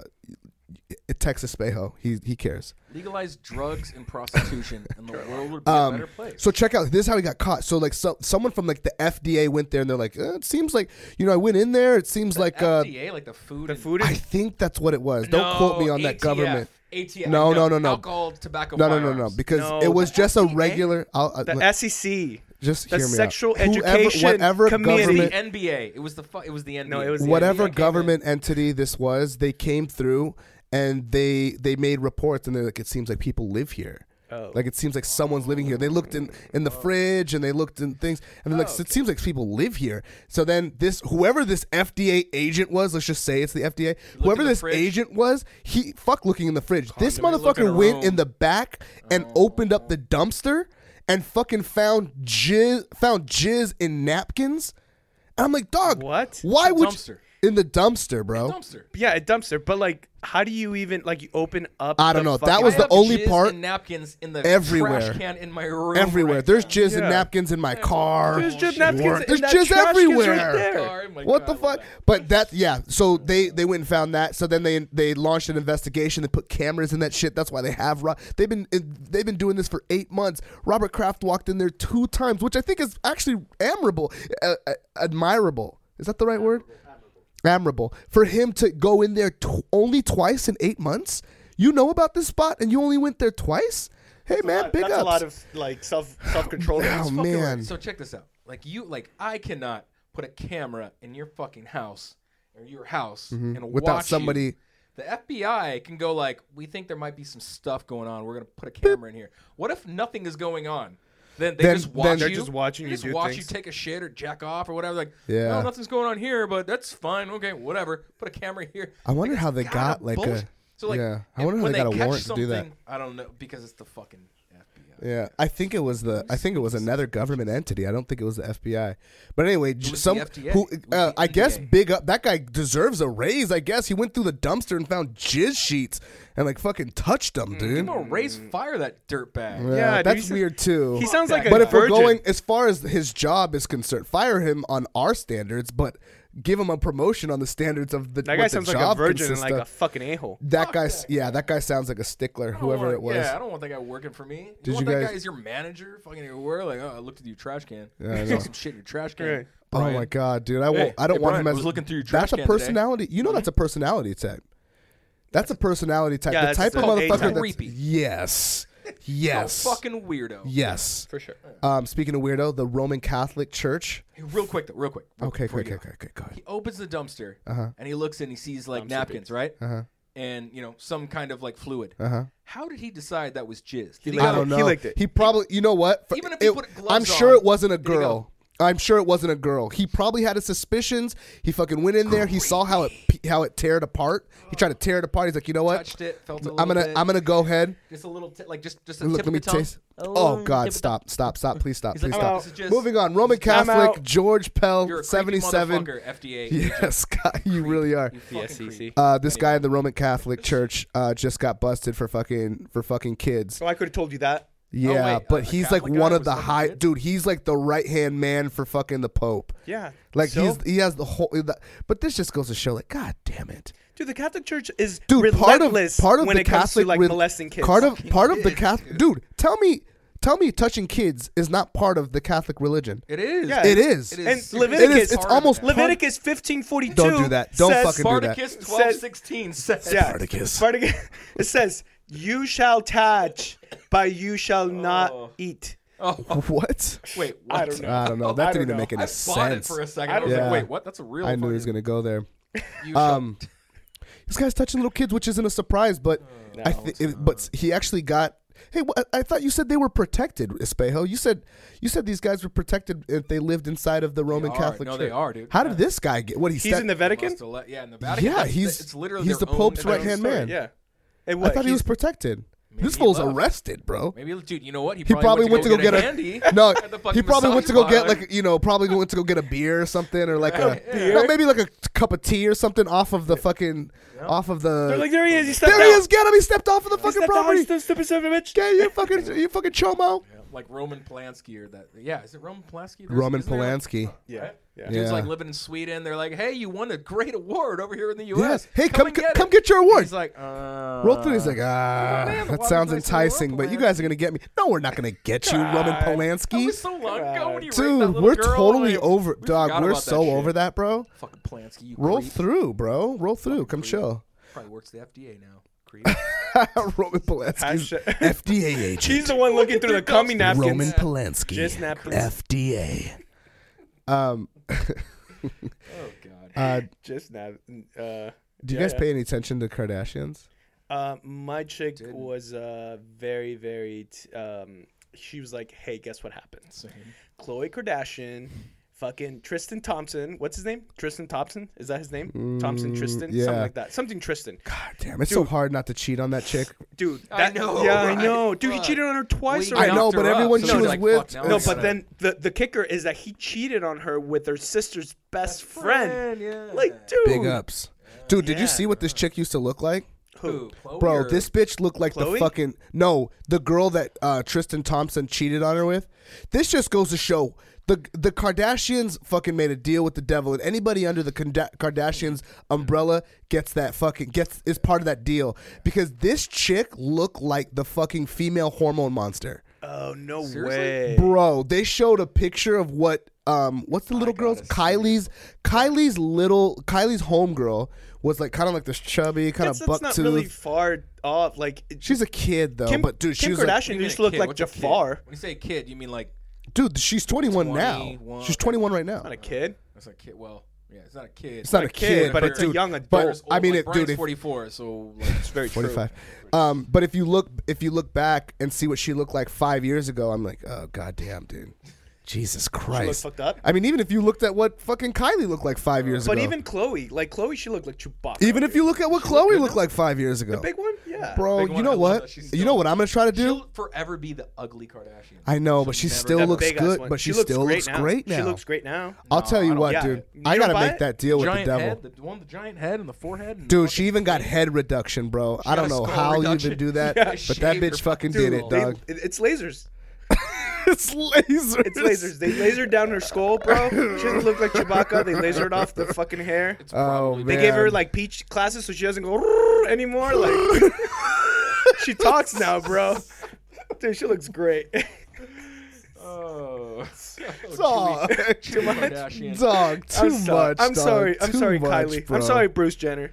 C: Texas Spejo, he he cares.
E: Legalize drugs and prostitution,
D: <laughs>
E: and the world would be a better place.
C: Um, So check out this is how he got caught. So like so, someone from like the FDA went there and they're like, eh, it seems like you know I went in there. It seems like uh,
E: FDA, like the food.
D: The
E: and-
D: food <laughs>
C: I
D: is
C: think that's what it was. Don't quote
E: No,
C: me on that
E: ATF,
C: government.
E: ATF.
C: No, no, no, no.
E: Alcohol, tobacco,
C: No, no, no, no,
E: firearms.
C: because
D: No,
C: it was
D: the
C: just a
D: FDA?
C: regular. I'll, I-
D: the E
C: look,
D: SEC.
C: just
D: the
C: hear me
D: sexual
C: out. Whoever-
D: education
C: whatever
D: committee.
E: It was
C: government,
E: the NBA. It was the fu- it was the NBA.
D: No, it was the
C: whatever
E: NBA.
C: government entity this was, they came through and they they made reports and they're like, it seems like people live here.
D: Oh.
C: Like it seems like someone's living here. They looked in in
E: Oh.
C: the fridge and they looked in things and they're like it seems like people live here. So then this whoever this FDA agent was, let's just say it's the FDA. Whoever
E: in the
C: this
E: fridge.
C: agent was, he fuck looking in the fridge. this
E: he looked in
C: motherfucker
E: a
C: went in
E: room.
C: the back and
E: Oh.
C: opened up the dumpster and fucking found jizz found jizz in napkins. And I'm like, dog,
D: What?
C: Why
E: The
C: would
E: dumpster.
C: You, in the dumpster, bro?
E: dumpster.
D: Yeah, a dumpster. But like, how do you even like you open up?
C: I don't
D: the
C: know. That
D: fucking-
C: was
E: I
C: the
E: have
C: only
E: jizz
C: part-
E: and napkins in the
C: Everywhere.
E: trash can in my room.
C: Everywhere.
E: right
C: There's
E: now.
C: jizz and
D: Yeah.
C: napkins in my car.
D: There's just napkins.
C: There's
D: in that
C: jizz
D: trash cans
C: everywhere.
D: Right there.
E: Sorry,
D: <laughs>
E: my
C: what
E: God,
C: the fuck?
E: I love
C: But that, yeah. So they they went and found that. So then they they launched an investigation. They put cameras in that shit. That's why they have. Ro- they've been they've been doing this for eight months. Robert Kraft walked in there two times, which I think is actually admirable. Uh, uh, admirable. Is that the right word? Admirable for him to go in there tw- only twice in eight months. You know about this spot, and you only went there twice. Hey
D: That's a
C: man,
D: lot-
C: big
D: that's
C: ups.
D: a lot of like self self control.
C: Oh
E: Fucking right.
C: man,
E: So check this out. Like you, like I cannot put a camera in your fucking house or your house and
C: Mm-hmm. without
E: watch
C: somebody.
E: You. The FBI can go like, we think there might be some stuff going on. We're gonna put a camera in here. What if nothing is going on? Then they
C: Then-
E: just
C: then
E: watch
C: they're
E: you.
D: just watching
E: they
D: you
E: just
D: do
E: watch
D: things.
E: you take a shit or jack off or whatever. Like,
C: Yeah.
E: no, nothing's going on here, but that's fine. Okay, whatever. Put a camera here.
C: I wonder
E: Like,
C: how
E: it's
C: they
E: gotta
C: got, like, a-
E: bullshit. So like,
C: yeah. I
E: if-
C: wonder how
E: when
C: they got a
E: catch
C: warrant to do that.
E: something- I don't know because it's the fucking FBI.
C: Yeah, I think it was the I think it was another government entity. I don't think it was the FBI. But anyway, j-
E: was
C: some
E: the FDA.
C: who
E: It was
C: uh,
E: the
C: I guess
E: NDA.
C: big up that guy deserves a raise. I guess he went through the dumpster and found jizz sheets and like fucking touched them, dude.
E: I'm gonna raise fire that dirtbag.
C: Yeah,
D: Yeah, dude,
C: that's
D: he's a-
C: weird too.
D: He sounds like a
C: but if we're
D: virgin.
C: going as far as his job is concerned, fire him on our standards, but give him a promotion on the standards of the
D: that
C: what
D: guy
C: the
D: sounds like a
C: job
D: virgin and
C: consists
D: like
C: of.
D: a fucking a hole.
C: that guy, s- yeah, that guy sounds like a stickler,
E: I don't
C: whoever
E: want-
C: it was.
E: Oh, Yeah, I don't want that guy working for me.
C: Did
E: you want
C: you
E: that
C: guys-
E: guy as your manager? Fucking everywhere. Like, oh, I looked at your trash can.
C: Yeah, I
E: I
C: know.
E: some shit in your trash can.
D: Right.
C: Oh
E: Brian.
C: my god, dude! I won't.
E: Hey,
C: I don't
E: hey,
C: want
E: Brian,
C: him as.
E: was looking through your trash
C: that's
E: can
C: a
E: today.
C: personality. You know, that's a personality type. That's a personality type.
D: Yeah,
C: the
D: that's
C: type of
D: a-
C: motherfucker
D: a type.
C: that's
E: Creepy.
C: yes,
E: Oh,
C: yes,
E: fucking weirdo.
C: yes.
D: For sure.
C: Um, speaking of weirdo, the Roman Catholic Church.
E: Hey, Real quick though, real quick. real
C: Okay,
E: before
C: okay,
E: you
C: okay,
E: go.
C: okay, okay. Go ahead.
E: He opens the dumpster and he looks and he sees like napkins, right?
C: Uh-huh.
E: And you know some kind of like fluid.
C: Uh-huh.
E: How did he decide that was jizz? Did he,
C: I
E: go,
C: don't know.
D: He licked it.
C: He probably. You know what? For-
E: Even if he
C: it-
E: put gloves
C: I'm sure
E: on,
C: it wasn't a
E: did he go-
C: girl. I'm sure it wasn't a girl. He probably had his suspicions. He fucking went in there. He saw how it pe- how it teared apart. He tried to tear it apart. He's like, you know what?
E: touched it, felt a little
C: I'm gonna
E: bit,
C: I'm gonna go ahead.
E: just a little t- like just just a
C: Look, let
E: tip of
C: me
E: the tongue.
C: taste. Oh God! Stop! Stop! Stop! Please stop!
E: He's
C: Please
E: like,
C: stop!
E: "Oh, this is
C: Moving on. Roman
D: I'm
C: Catholic
D: out.
C: George
E: You're a
C: Pell,
E: seventy-seven.
C: seventy-seven. <laughs>
E: FDA.
C: Yes, God, you really are.
E: You
D: The
E: fucking
D: SEC.
E: creep.
C: Uh, this guy in the Roman
E: <laughs>
C: Catholic Church uh, just got busted for fucking for fucking kids.
D: So I could have told you that.
C: Yeah,
E: Oh, wait,
C: but
E: a
C: he's like
E: Catholic guy
C: one of
E: was
C: the
E: fucking
C: high
E: kids?
C: dude. He's like the right hand man for fucking the Pope.
D: Yeah.
C: Like
D: so,
C: he's he has the whole. The, but this just goes to show, like, God damn it.
D: dude, the Catholic Church is
C: dude. Part of
D: relentless
C: part of
D: when
C: the
D: it comes
C: Catholic
D: to like
C: re-
D: molesting kids.
C: Part of part of the Catholic dude. Tell me, tell me, touching kids is not part of the Catholic religion.
E: It is.
D: Yeah.
C: It is.
E: It is.
D: And
E: It's
D: Leviticus,
C: It is. It's
E: part of
C: almost
E: that.
C: part-
D: Leviticus 1542
C: Don't do that. Don't
D: says-
C: fucking do that.
E: Spartacus twelve sixteen says.
D: Yeah.
C: Spartacus.
D: Spartacus. <laughs> It says, "You shall touch, but you shall not eat."
C: What?
E: Wait, what?
D: Oh. I don't know.
C: <laughs> I don't know. That
D: I
C: didn't even
D: don't
C: make
D: know.
E: I
C: any
E: bought it
C: sense.
E: for a second.
D: I
E: I was
C: don't
E: like,
C: know.
E: wait, what? That's a real.
C: I knew he was gonna
E: fucking-
C: go <laughs> there.
E: you shall-
C: Um, this guy's touching little kids, which isn't a surprise, but
D: Mm,
C: I th- it, but he actually got. Hey, wha- I thought you said they were protected, Espejo. You said you said these guys were protected if they lived inside of the Roman
E: are.
C: Catholic
E: No,
C: Church.
E: they are, dude.
C: How
E: Yeah.
C: did this guy get? What he
D: He's in the Vatican.
E: Must have let- yeah, in the Vatican.
C: Yeah,
E: that's the-
C: he's-
E: it's literally
C: he's
E: their
C: the Pope's
E: own thing.
C: right-hand man.
D: Yeah. And
C: I
D: what?
C: thought he
D: he's-
C: was protected. This
E: he
C: fool's
E: left.
C: arrested, bro. <laughs>
E: Maybe, dude, you know what? He
C: He probably, went to go get, a,
E: handy.
C: <laughs> no.
E: at
C: He
E: the fucking
C: probably went
E: massage
C: to go get
E: parlor.
C: like you know probably went to go get a beer or something or
E: <laughs>
C: like a,
E: Yeah.
C: no maybe like a cup of tea or something off of the fucking off of the
D: They're <laughs> like, there he is. He stepped
C: there he
D: out.
C: is get him he stepped off of the fucking
D: stepped out,
C: property
D: he's the stupid son of a bitch.
C: get
E: <laughs>
C: you fucking you fucking chomo
E: Yeah, like Roman Polanski or that. Yeah, is it Roman Polanski? There's-
C: Roman
E: isn't there, like,
C: Polanski
D: Yeah. Yeah.
E: Dude's
C: Yeah.
E: like living in Sweden. They're like, "Hey, you won a great award over here in the U.S.
C: yes hey come
E: and get
C: come
E: it."
C: get your award
E: He's like, uh,
C: roll through he's like ah
E: man, the
C: that
E: water's
C: sounds
E: nice and warm,
C: enticing but you guys are gonna get me no we're not gonna get you Roman
E: That
C: Polanski
E: was so long ago when you raped that
C: dude
E: little
C: we're
E: girl,
C: totally
E: like,
C: over
E: we
C: dog
E: forgot
C: we're
E: about that
C: so
E: shit.
C: over that bro
E: Fucking Polanski, you
C: roll
E: creep.
C: through bro roll through come chill. <laughs>
E: Probably works at the FDA now. Creep.
C: Roman Polanski's
D: Hashtag- <laughs>
C: FDA agent.
D: He's the one looking through the cummy napkins.
C: Roman Polanski.
D: Just napkins.
C: FDA. Um,
E: oh God.
C: uh,
D: Just nap. Uh,
C: do you
D: yeah,
C: guys pay any attention to Kardashians?
D: Uh, my chick was uh, very, very. T- um, she was like, "Hey, guess what happens? Khloe Kardashian, fucking Tristan Thompson. What's his name? Tristan Thompson? Is that his name? Thompson Tristan?
C: Mm, yeah.
D: Something like that. Something Tristan.
C: God damn, it's so hard not to cheat on that chick.
D: Dude,
E: I
D: that,
E: know,
D: Yeah,
E: right?
D: I know. Dude,
E: Fuck.
D: he cheated on her twice
E: We
D: already.
C: I know,
E: knocked
C: but
E: her up,
C: everyone
E: so
C: she
E: he's
C: was
E: like,
C: with-
E: fuck, now
C: No,
E: I
D: No,
E: gotta-
D: but then the, the kicker is that he cheated on her with her sister's best friend.
E: friend, yeah.
D: Like, dude.
C: Big ups. Dude, did you
D: Yeah.
C: see what this chick used to look like?
E: Who? Chloe
C: Bro,
E: or-
C: this bitch looked like the
D: Chloe?
C: fucking no, the girl that uh, Tristan Thompson cheated on her with. This just goes to show the the Kardashians fucking made a deal with the devil, and anybody under the Konda- Kardashians umbrella gets that fucking gets is part of that deal because this chick looked like the fucking female hormone monster.
D: Oh, no way.
E: Seriously?
C: Bro, they showed a picture of what um what's the little girl's Kylie's Kylie's little Kylie's homegirl was like kind of like this chubby, kind
D: That's,
C: of
D: that's
C: buck
D: not
C: tooth.
D: really far off. Like it-
C: she's a kid though,
D: Kim,
C: but dude, she
D: Kim
C: was like,
E: What do
D: Kardashian
E: you mean
D: used
E: a
D: to look
E: kid?
D: like
E: What's a kid?
D: Jafar.
E: When you say kid, you mean like
C: dude, she's 21 now.
E: 21.
C: She's 21 right now.
D: Not a kid.
E: it's a kid. Well, yeah, it's not a kid. oh,
C: It's not
D: a
C: a
D: kid,
C: kid,
D: but it's a
C: dude,
D: young
C: but
D: adult.
C: I mean,
E: like,
C: it,
E: Brian's
C: dude, if,
E: 44, so
C: <laughs>
E: like,
D: It's very true.
C: 45. Um, but if you look, if you look back and see what she looked like five years ago, I'm like, oh goddamn, dude, Jesus Christ.
D: fucked up?
C: I mean, even if you looked at what fucking Kylie looked like five years
D: But
C: ago,
D: even Chloe, like Chloe, she looked like Chewbacca.
C: even if you look at what Chloe
D: good
C: looked like five years ago,
D: big one, yeah,
C: bro,
E: Big
C: you
E: one, I
C: know
E: love
C: what?
E: that she's
C: You
E: still-
C: know what I'm gonna try to do?
E: she'll forever be the ugly Kardashian.
C: I know, but she
E: never-
C: still
E: That
C: looks
D: big-ass
C: good.
D: one.
C: But she,
D: looks
C: still looks great now.
D: She looks great now.
C: I'll tell you
E: don't-
C: what,
D: yeah.
C: dude.
D: You
C: I
D: don't
C: gotta
D: buy
C: make
D: it?
C: that deal with the
E: giant
C: devil.
E: head, the one with the giant head and the forehead. And the
C: Dude,
E: fucking
C: she even got
E: face.
C: head reduction, bro. I
E: got
C: don't
E: a
C: know
E: skull
C: how you
E: reduction.
C: even do
D: <laughs>
C: that,
E: Yeah,
C: but that
E: shave her
C: bitch fucking
E: fucking
C: did it,
D: They-
C: dog. <laughs>
D: it- it's lasers.
C: it's lasers.
D: It's lasers. They lasered down her skull, bro. She doesn't look like Chewbacca. They lasered off the fucking hair.
E: It's
C: Oh
E: probably-
C: man.
D: They gave her like peach classes so she doesn't go <laughs> "Rrrr" anymore. Like <laughs> she talks now, bro. Dude, she looks great. <laughs>
E: Oh,
C: <laughs>
E: <laughs> so
C: dog,
E: Chewy Kardashian.
C: <laughs> dog too
D: I'm so-
C: much.
D: I'm
C: dog.
D: sorry. I'm
C: Too
D: sorry,
C: much,
D: Kylie.
C: bro.
D: I'm sorry, Bruce Jenner.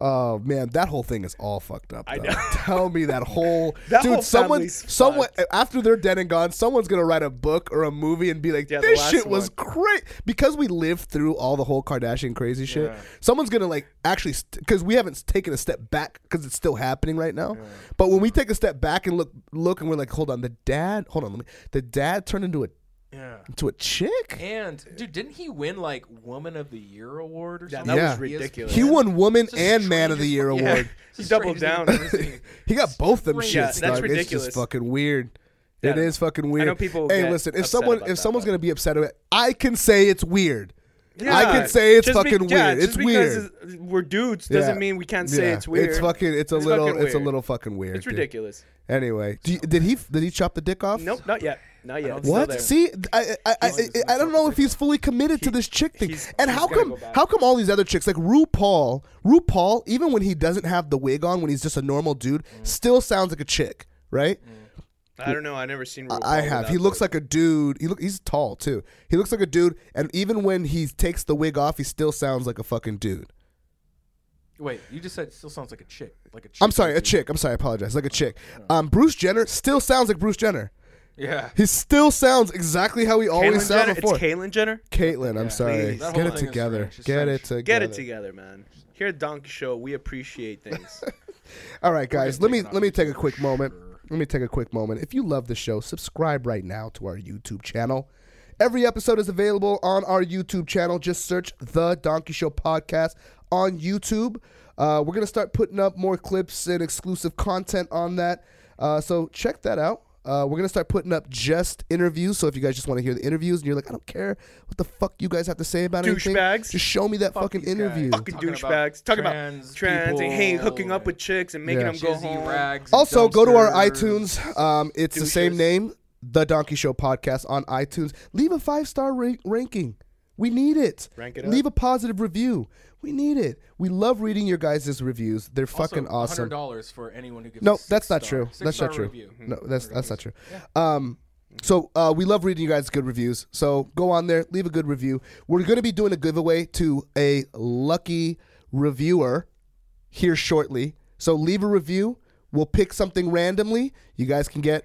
C: Oh man, that whole thing is all fucked up.
D: I
C: though.
D: know.
C: <laughs> Tell me that whole
D: <laughs> That
C: dude.
D: whole
C: someone,
D: family's
C: someone
D: fucked.
C: after they're dead and gone, someone's gonna write a book or a movie and be like,
D: Yeah, the
C: "This
D: last
C: shit was
D: one.
C: great." Because we lived through all the whole Kardashian crazy shit.
E: Yeah.
C: Someone's gonna like actually because we haven't taken a step back because it's still happening right now. But when we take a step back and look, look, and we're like, "Hold on, the dad. Hold on, let me. The dad turned into a
E: Yeah.
C: into a chick.
E: And dude, didn't he win like Woman of the Year award or
D: Yeah,
E: something?
C: that was
D: ridiculous.
C: He won Woman
E: It's the
C: and Man of the
E: strangest <laughs>
C: Year
D: <laughs>
E: fucking-
C: award.
E: It's
D: He
E: the
D: doubled down.
E: strangest <laughs> thing I've ever seen.
C: <laughs> He got both them
E: Strange.
C: shits.
E: Yeah,
C: dog.
D: that's
C: It's
D: ridiculous.
C: just fucking weird. It
D: Yeah.
C: is fucking weird.
D: know people
C: Hey,
D: get
C: listen. If
D: upset
C: someone,
D: about
C: if
D: that,
C: someone's
D: but-
C: gonna be upset about, it, I can say it's weird. I
D: Yeah.
C: can say it's
D: Just be-
C: fucking
D: yeah,
C: weird.
D: just
C: It's
D: because
C: weird.
D: it's- We're dudes doesn't
C: Yeah.
D: mean we can't say
C: Yeah.
D: it's weird.
C: It's fucking. It's a
D: It's
C: little.
D: fucking
C: It's a
D: weird.
C: little fucking weird.
D: It's
C: dude.
D: ridiculous.
C: Anyway, do you, did he? Did he chop the dick off?
D: Nope, not yet. Not yet.
E: don't
D: It's still
C: What?
D: there.
C: See, I I, I, I I don't know if he's fully committed to this chick thing.
D: he's-
C: And
D: he's
C: how
D: gotta
C: come
D: go back.
C: how come all these other chicks like RuPaul, RuPaul, even when he doesn't have the wig on, when he's just a normal dude,
D: Mm.
C: still sounds like a chick, right?
D: I don't know. I've never seen.
C: I I have. He looks like a dude. He look. He's tall too. He looks like a dude, and even when he takes the wig off, he still sounds like a fucking dude.
E: Wait, you just said it still sounds like a chick, like a. Chick
C: I'm sorry, a
E: dude.
C: chick. I'm sorry. I apologize. Like a chick. Um, Bruce Jenner still sounds like Bruce Jenner.
E: Yeah.
C: He still sounds exactly how he always
D: Caitlyn
C: sounds
D: Jenner.
C: before.
D: It's Caitlyn Jenner.
C: Caitlyn, I'm sorry.
D: Please. That
C: Get
E: whole
C: it
E: thing is
C: together.
E: strange. It's
C: Get it
E: strange.
C: together.
D: Get it together, man. Here at Donkey Show, we appreciate
C: <laughs>
D: things.
C: All right, guys. Let me
E: taking off
C: let me
E: these
C: take a quick moment. Let me take a quick moment. If you love the show, subscribe right now to our YouTube channel. Every episode is available on our YouTube channel. Just search the Donkey Show podcast on YouTube. Uh, we're gonna start putting up more clips and exclusive content on that. Uh, so check that out. Uh, we're gonna start putting up just interviews. So if you guys just want to hear the interviews and you're like, I don't care what the fuck you guys have to say about anything,
D: Douchebags.
C: just show me that fucking
E: these guys.
C: interview.
E: Fuck
D: Fucking
E: Talking about
D: douchebags. Talking about trans,
E: trans
D: and hey,
E: people
D: hooking up
E: and
D: with chicks and making
C: Yeah.
D: them go
E: Jizzy
D: home.
E: rags.
C: Also, go to our
E: dumpsters.
C: iTunes. Um, it's the same
D: Douches.
C: name, The Donkey Show Podcast on iTunes. Leave a five star ra- ranking. We need it.
D: Rank it
C: Leave a positive review. We need it. We love reading your guys' reviews. They're fucking
E: Hundred
C: awesome.
E: dollars for anyone who gives.
C: No,
E: us
C: that's
E: six
C: not
E: star-
C: true.
E: six
C: That's not
E: star
C: true.
E: review.
C: No, that's that's not true. Um, so uh, we love reading you guys' good reviews. So go on there, leave a good review. We're going to be doing a giveaway to a lucky reviewer here shortly. So leave a review. We'll pick something randomly. You guys can get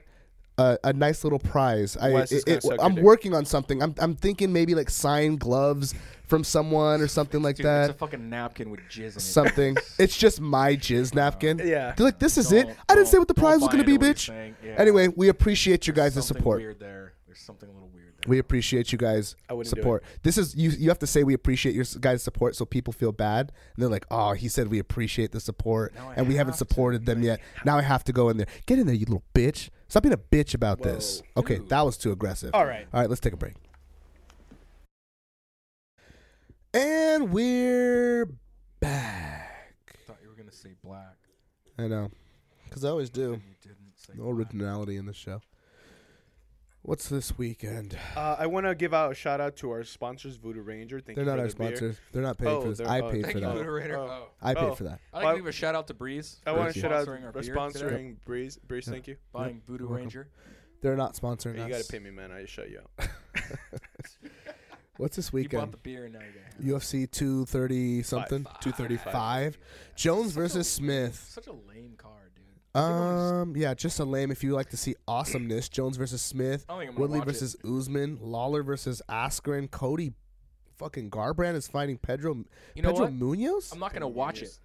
C: a, a nice little prize. I,
D: Wes is gonna suck your
C: I'm
D: dick.
C: working on something. I'm, I'm thinking maybe like signed gloves from someone or something like
E: Dude,
C: that
E: it's a fucking napkin with jizz in it. <laughs>
C: something. it's just my jizz napkin.
D: Yeah.
C: They're like, this is it.
E: Don't-
C: I didn't say what the
E: don't-
C: prize
E: don't
C: was going
E: buy
C: to
E: into
C: be,
E: what
C: bitch.
E: he's saying. Yeah.
C: Anyway, we appreciate you guys'
E: Something
C: support.
E: Weird there. There's something a little weird there.
C: We appreciate you guys'
D: I wouldn't do it.
C: support. This is you. You have to say we appreciate your s- guys' support, so people feel bad, and they're like, "Oh, he said we appreciate the support,
E: Now I
C: and we haven't
E: have to.
C: supported them yet. Now I have to go in there. Get in there, you little bitch. Stop being a bitch about this. Okay, that was too aggressive.
D: All right.
C: all right. Let's take a break. And we're back.
E: I thought you were gonna say black.
C: I know. Because I always do.
E: You didn't say.
C: No originality in the show. What's this weekend?
D: Uh, I want to give out a shout out to our sponsors, Voodoo Ranger. Thank
C: They're
D: you
C: not
D: for
C: our
D: the beer.
C: sponsors. They're not paying
D: Oh,
C: for this.
D: they're-
C: I
D: oh,
C: paid
D: thank
C: for
E: Thank
D: you.
E: you,
D: Oh,
C: that.
E: moderator.
D: oh.
E: Oh.
C: I
D: Oh.
C: paid for that.
E: I'd like
D: Well-
E: to give a shout out to Breeze.
D: I
E: for
D: want to shout out
E: sponsoring our
D: for
E: beer today.
D: sponsoring Breeze. Breeze, thank you.
E: buying Voodoo
C: welcome.
E: Ranger.
C: They're not sponsoring
D: You
C: us.
D: gotta pay me, man. I just shut you out.
C: What's this
E: You bought
C: weekend?
E: the beer and now you got
C: UFC 230 something. 235. Jones versus Smith.
E: such a lame card, dude.
C: Um, yeah, just a lame. If you like to see
E: <clears throat>
C: awesomeness, Jones versus Smith,
E: I don't think I'm gonna
C: Woodley
E: watch it.
C: versus Usman, Lawler versus Askren, Cody, fucking Garbrandt is fighting Pedro.
E: You know
C: Pedro
E: what?
C: Munoz.
E: I'm not gonna watch it.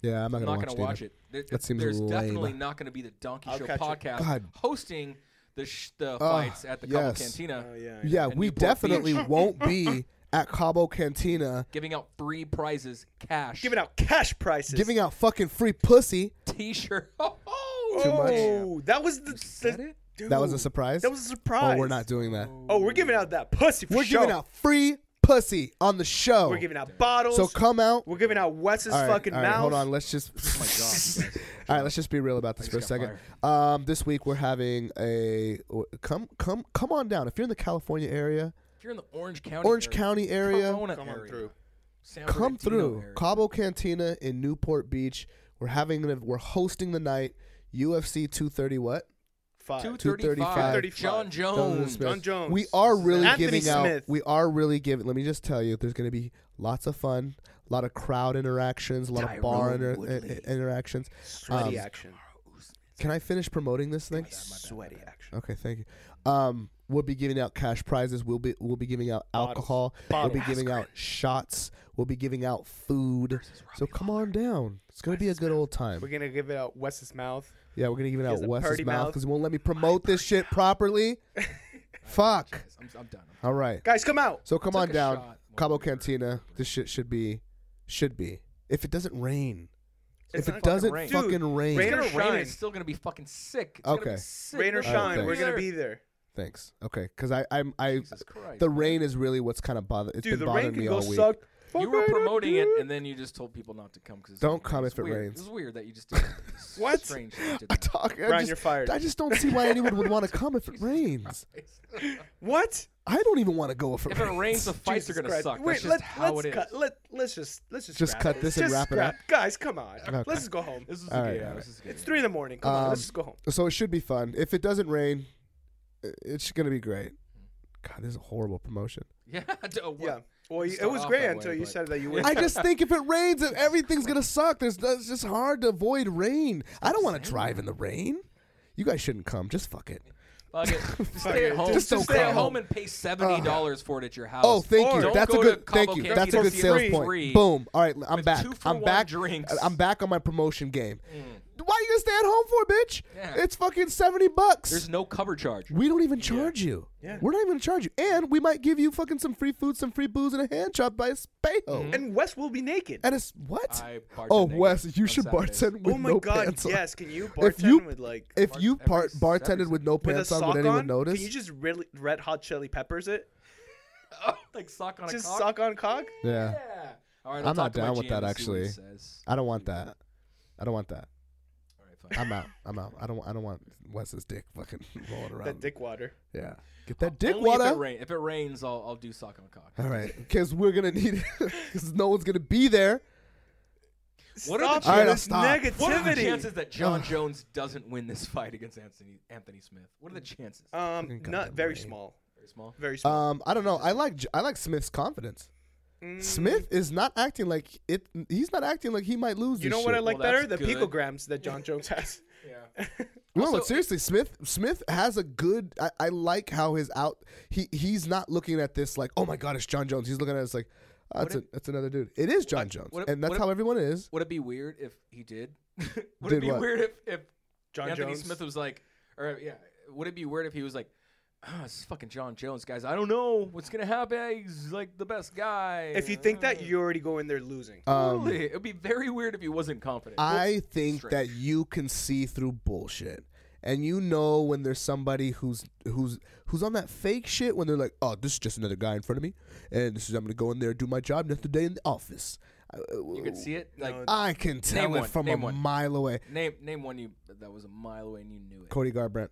C: yeah, I'm not gonna
E: I'm not
C: watch
E: gonna
C: it.
E: watch
C: either.
E: it. There-
C: That seems
E: There's
C: lame.
E: definitely not gonna be the Donkey
D: I'll
E: Show
D: catch it.
E: podcast
C: God. Ah,
E: hosting the sh- the fights at the Cabo
C: yes.
E: Cantina,
D: Oh yeah.
C: Yeah,
E: And
C: we
E: Newport
C: definitely
D: <laughs>
C: won't be at Cabo Cantina
E: giving out free prizes, cash,
D: Giving out cash prices.
C: giving out fucking free pussy.
E: T-shirt. <laughs> Oh,
C: Too much.
D: Oh, that was the.
E: said
D: the-
E: it?
D: Dude,
C: That was a surprise.
D: That was a surprise.
C: Oh, we're not doing that.
D: Oh, we're giving out that pussy for
C: We're
D: sure.
C: giving out free pussy on the show.
D: We're giving out bottles.
C: so come out.
D: we're giving out Wes's
C: All right,
D: fucking
C: all right,
D: mouth.
C: Hold
D: Oh
C: on, let's
D: <laughs>
C: just. <laughs> all right, let's just be real about this for a
E: just got
C: second. Um, this week we're having a come come come on down. If you're in the California area,
E: If you're in the Orange County,
C: Orange
E: area,
C: County area,
E: Pomona
D: Come on
E: area,
D: through.
E: San
C: come
E: Bernardino
C: through
E: area.
C: Cabo Cantina in Newport Beach. We're having an, we're hosting the night UFC 230 what?
D: Five.
E: 235.
C: 235.
E: John
C: Jonathan
E: Jones.
C: Smith.
D: John Jones.
C: We are really
D: Anthony
C: giving out.
D: Smith.
C: We are really giving. Let me just tell you, there's going to be lots of fun, a lot of crowd interactions, a lot of bar
E: Tyrone
C: inter-
E: Woodley.
C: i- interactions.
D: Sweaty
C: Um,
D: action.
C: Can I finish promoting this thing?
D: Sweaty action.
C: Okay, thank you. Um, we'll be giving out cash prizes. We'll be we'll be giving out alcohol.
D: Bottles.
C: We'll be giving out shots. We'll be giving out food. So come on down. It's gonna be a good old time.
D: We're gonna give it out Wes's mouth.
C: Yeah, we're gonna give it
D: has
C: out
D: a
C: Wes's
D: purty
C: mouth
D: mouth.
C: because he won't let me promote this shit
D: <laughs>
C: properly. Fuck.
E: I'm, I'm done.
C: All right.
D: Guys, come out.
C: So come
E: Took
C: on
E: a
C: down,
E: shot.
C: Cabo Cantina. This shit should be, should be. If it doesn't rain,
D: It's
C: if
D: not
C: it doesn't
E: rain.
C: fucking
D: Dude,
C: rain,
D: rain
E: It's
D: or
E: gonna rain.
D: shine.
E: It's still gonna be fucking sick. It's
C: Okay.
E: Gonna be sick.
D: Rain or
E: We're
D: shine,
E: gonna
D: we're
E: be
D: gonna
E: there.
D: be there.
C: thanks. Okay, because I, I'm, I,
E: Jesus Christ.
C: the rain is really what's kind of bothering. It's
D: Dude,
C: been
D: the rain
C: bothering
D: can
C: me
D: go
C: all week.
D: suck.
E: You were promoting it, and then you just told people not to come because
C: Don't come if it
E: weird.
C: rains.
E: It's weird that you just did. that.
D: <laughs>
E: It's
D: What?
E: Strange. that you did
C: <laughs> I
E: that.
C: talk. I
D: Brian,
C: just,
D: you're fired.
C: I just don't see why anyone would want to come
E: <laughs>
C: if it rains. <laughs>
D: What?
C: I don't even want to go if it
E: If
C: rains.
E: it rains, the fights are
D: Jesus
E: gonna
D: Christ.
E: suck.
D: Wait,
E: That's just
D: let,
E: how
D: let's
E: it is.
D: cut. Let, let's just let's just
C: Just
D: wrap
C: cut
D: it.
C: this and
D: Just
C: wrap it
D: scrap-
C: up?
D: Guys, come on.
C: Okay.
D: Let's just go home.
E: This is
C: All
E: a
C: right,
E: good.
C: all
E: hour. This is a good
D: It's
E: hour.
D: three in the morning. Come on,
C: Um,
D: let's just go home.
C: so it should be fun. If it doesn't rain, i- it's gonna be great. God, this is a horrible promotion.
E: Yeah. <laughs> d- oh,
D: Yeah.
E: what?
D: Well, you, it
E: start
D: was
E: off
D: great
E: that way,
D: until you
E: but-
D: said
E: <laughs>
D: that you were.
C: I just think if it rains, that everything's gonna suck. There's it's just hard to avoid rain. I don't want to drive in the rain. You guys shouldn't come. Just fuck it. <laughs>
E: Fuck it. Just
D: it.
E: stay at home.
C: Just
E: Just,
C: don't
E: stay at
C: come.
E: home and pay seventy dollars for it at your house.
C: Oh, thank
D: Or-
C: you.
D: Don't
C: That's a
E: go
C: good.
E: to Cabo
C: Thank you.
E: Cantina
C: That's a good
E: for
C: sales
E: free.
C: point.
E: Free.
C: Boom. All right, I'm
E: With
C: back.
E: two for
C: I'm
E: one
C: back.
E: drinks.
C: I'm back on my promotion game.
D: Mm.
C: Why you gonna stay at home for, bitch?
E: Yeah.
C: It's fucking seventy bucks.
E: There's no cover
C: <laughs>
E: charge. <laughs>
C: we don't even charge you.
D: Yeah.
C: We're not even gonna charge you, and we might give you fucking some free food, some free booze, and a hand job by a spejo. And,
D: and Wes will be naked.
C: and it's what?
E: I bartend
C: oh,
E: naked
C: Wes, you
E: on
C: should
E: Saturdays.
C: bartend with
D: oh my
C: no
D: god,
C: pants on.
D: yes. Can you bartend
C: If you-
D: with like
C: If you
E: every
C: part
E: s-
C: bartended
E: every
C: with no
D: with a
C: pants on,
D: sock
C: would
D: on?
C: anyone
D: Can
C: notice?
D: you just really red hot chili peppers it?
E: like sock on
D: Just
E: a cock.
D: sock on cock?
C: yeah.
E: Yeah. All right. I'll
C: I'm not
E: talk to my
C: down with
E: GM
C: that,
E: and see what he
C: actually.
E: says.
C: I don't want that. I don't want that.
E: All right, fine.
C: I'm out. I'm out. I don't. I don't want Wes's dick fucking <laughs> rolling around.
D: That dick water.
C: Yeah. Get that <laughs> dick
E: Only If it,
C: water.
E: rain, if it rains, I'll, I'll do sock on
C: <laughs>
E: a cock.
C: All right, because we're gonna need. <laughs> Because no one's gonna be there.
E: What are the
D: Stop
E: chances-
D: with
C: I'll
D: this
C: stop.
D: negativity.
E: What are the chances that John Jones doesn't win this fight against Anthony Anthony Smith? What are the
C: Mm.
E: chances?
C: Uh,
D: Um,
C: God,
D: not
C: that
D: very
C: rain.
D: small.
E: Very small.
D: Very small.
C: Um, I don't know. I like J- I like Smith's confidence.
D: Mm,
C: Smith is not acting like it. He's not acting like he might lose.
D: You
C: this
D: know what
C: shit.
D: I like
E: Well,
D: better? The
E: that's good.
D: picograms that John Jones has.
E: <laughs> Yeah.
C: No, but
E: Also-
C: seriously, Smith Smith has a good. I, I like how his out. He he's not looking at this like, oh my god, it's John Jones. He's looking at it as like, oh, that's a, that's another dude. It is John Jones,
E: what if-
C: and that's
E: what if-
C: how everyone is.
E: Would it be weird if he did? <laughs> would
C: Did
E: it be
C: what?
E: weird if, if
D: <laughs> John
E: Anthony
D: Jones.
E: Smith was like, or yeah, would it be weird if he was like, oh, this is fucking John Jones, guys. I don't know what's gonna happen. He's like the best guy.
D: If you think that, you already go in there losing.
C: Um,
E: Totally. it'd be very weird if he wasn't confident.
C: I think that you can see through bullshit. And you know when there's somebody who's who's who's on that fake shit when they're like, "Oh, this is just another guy in front of me, and this is I'm gonna go in there do my job another day in the office." I- uh,
E: you could see it. Like
C: I can tell
E: Name
C: it
E: one,
C: from a
E: name one.
C: mile away.
E: name name one you that was a mile away and you knew it.
C: Cody Garbrandt.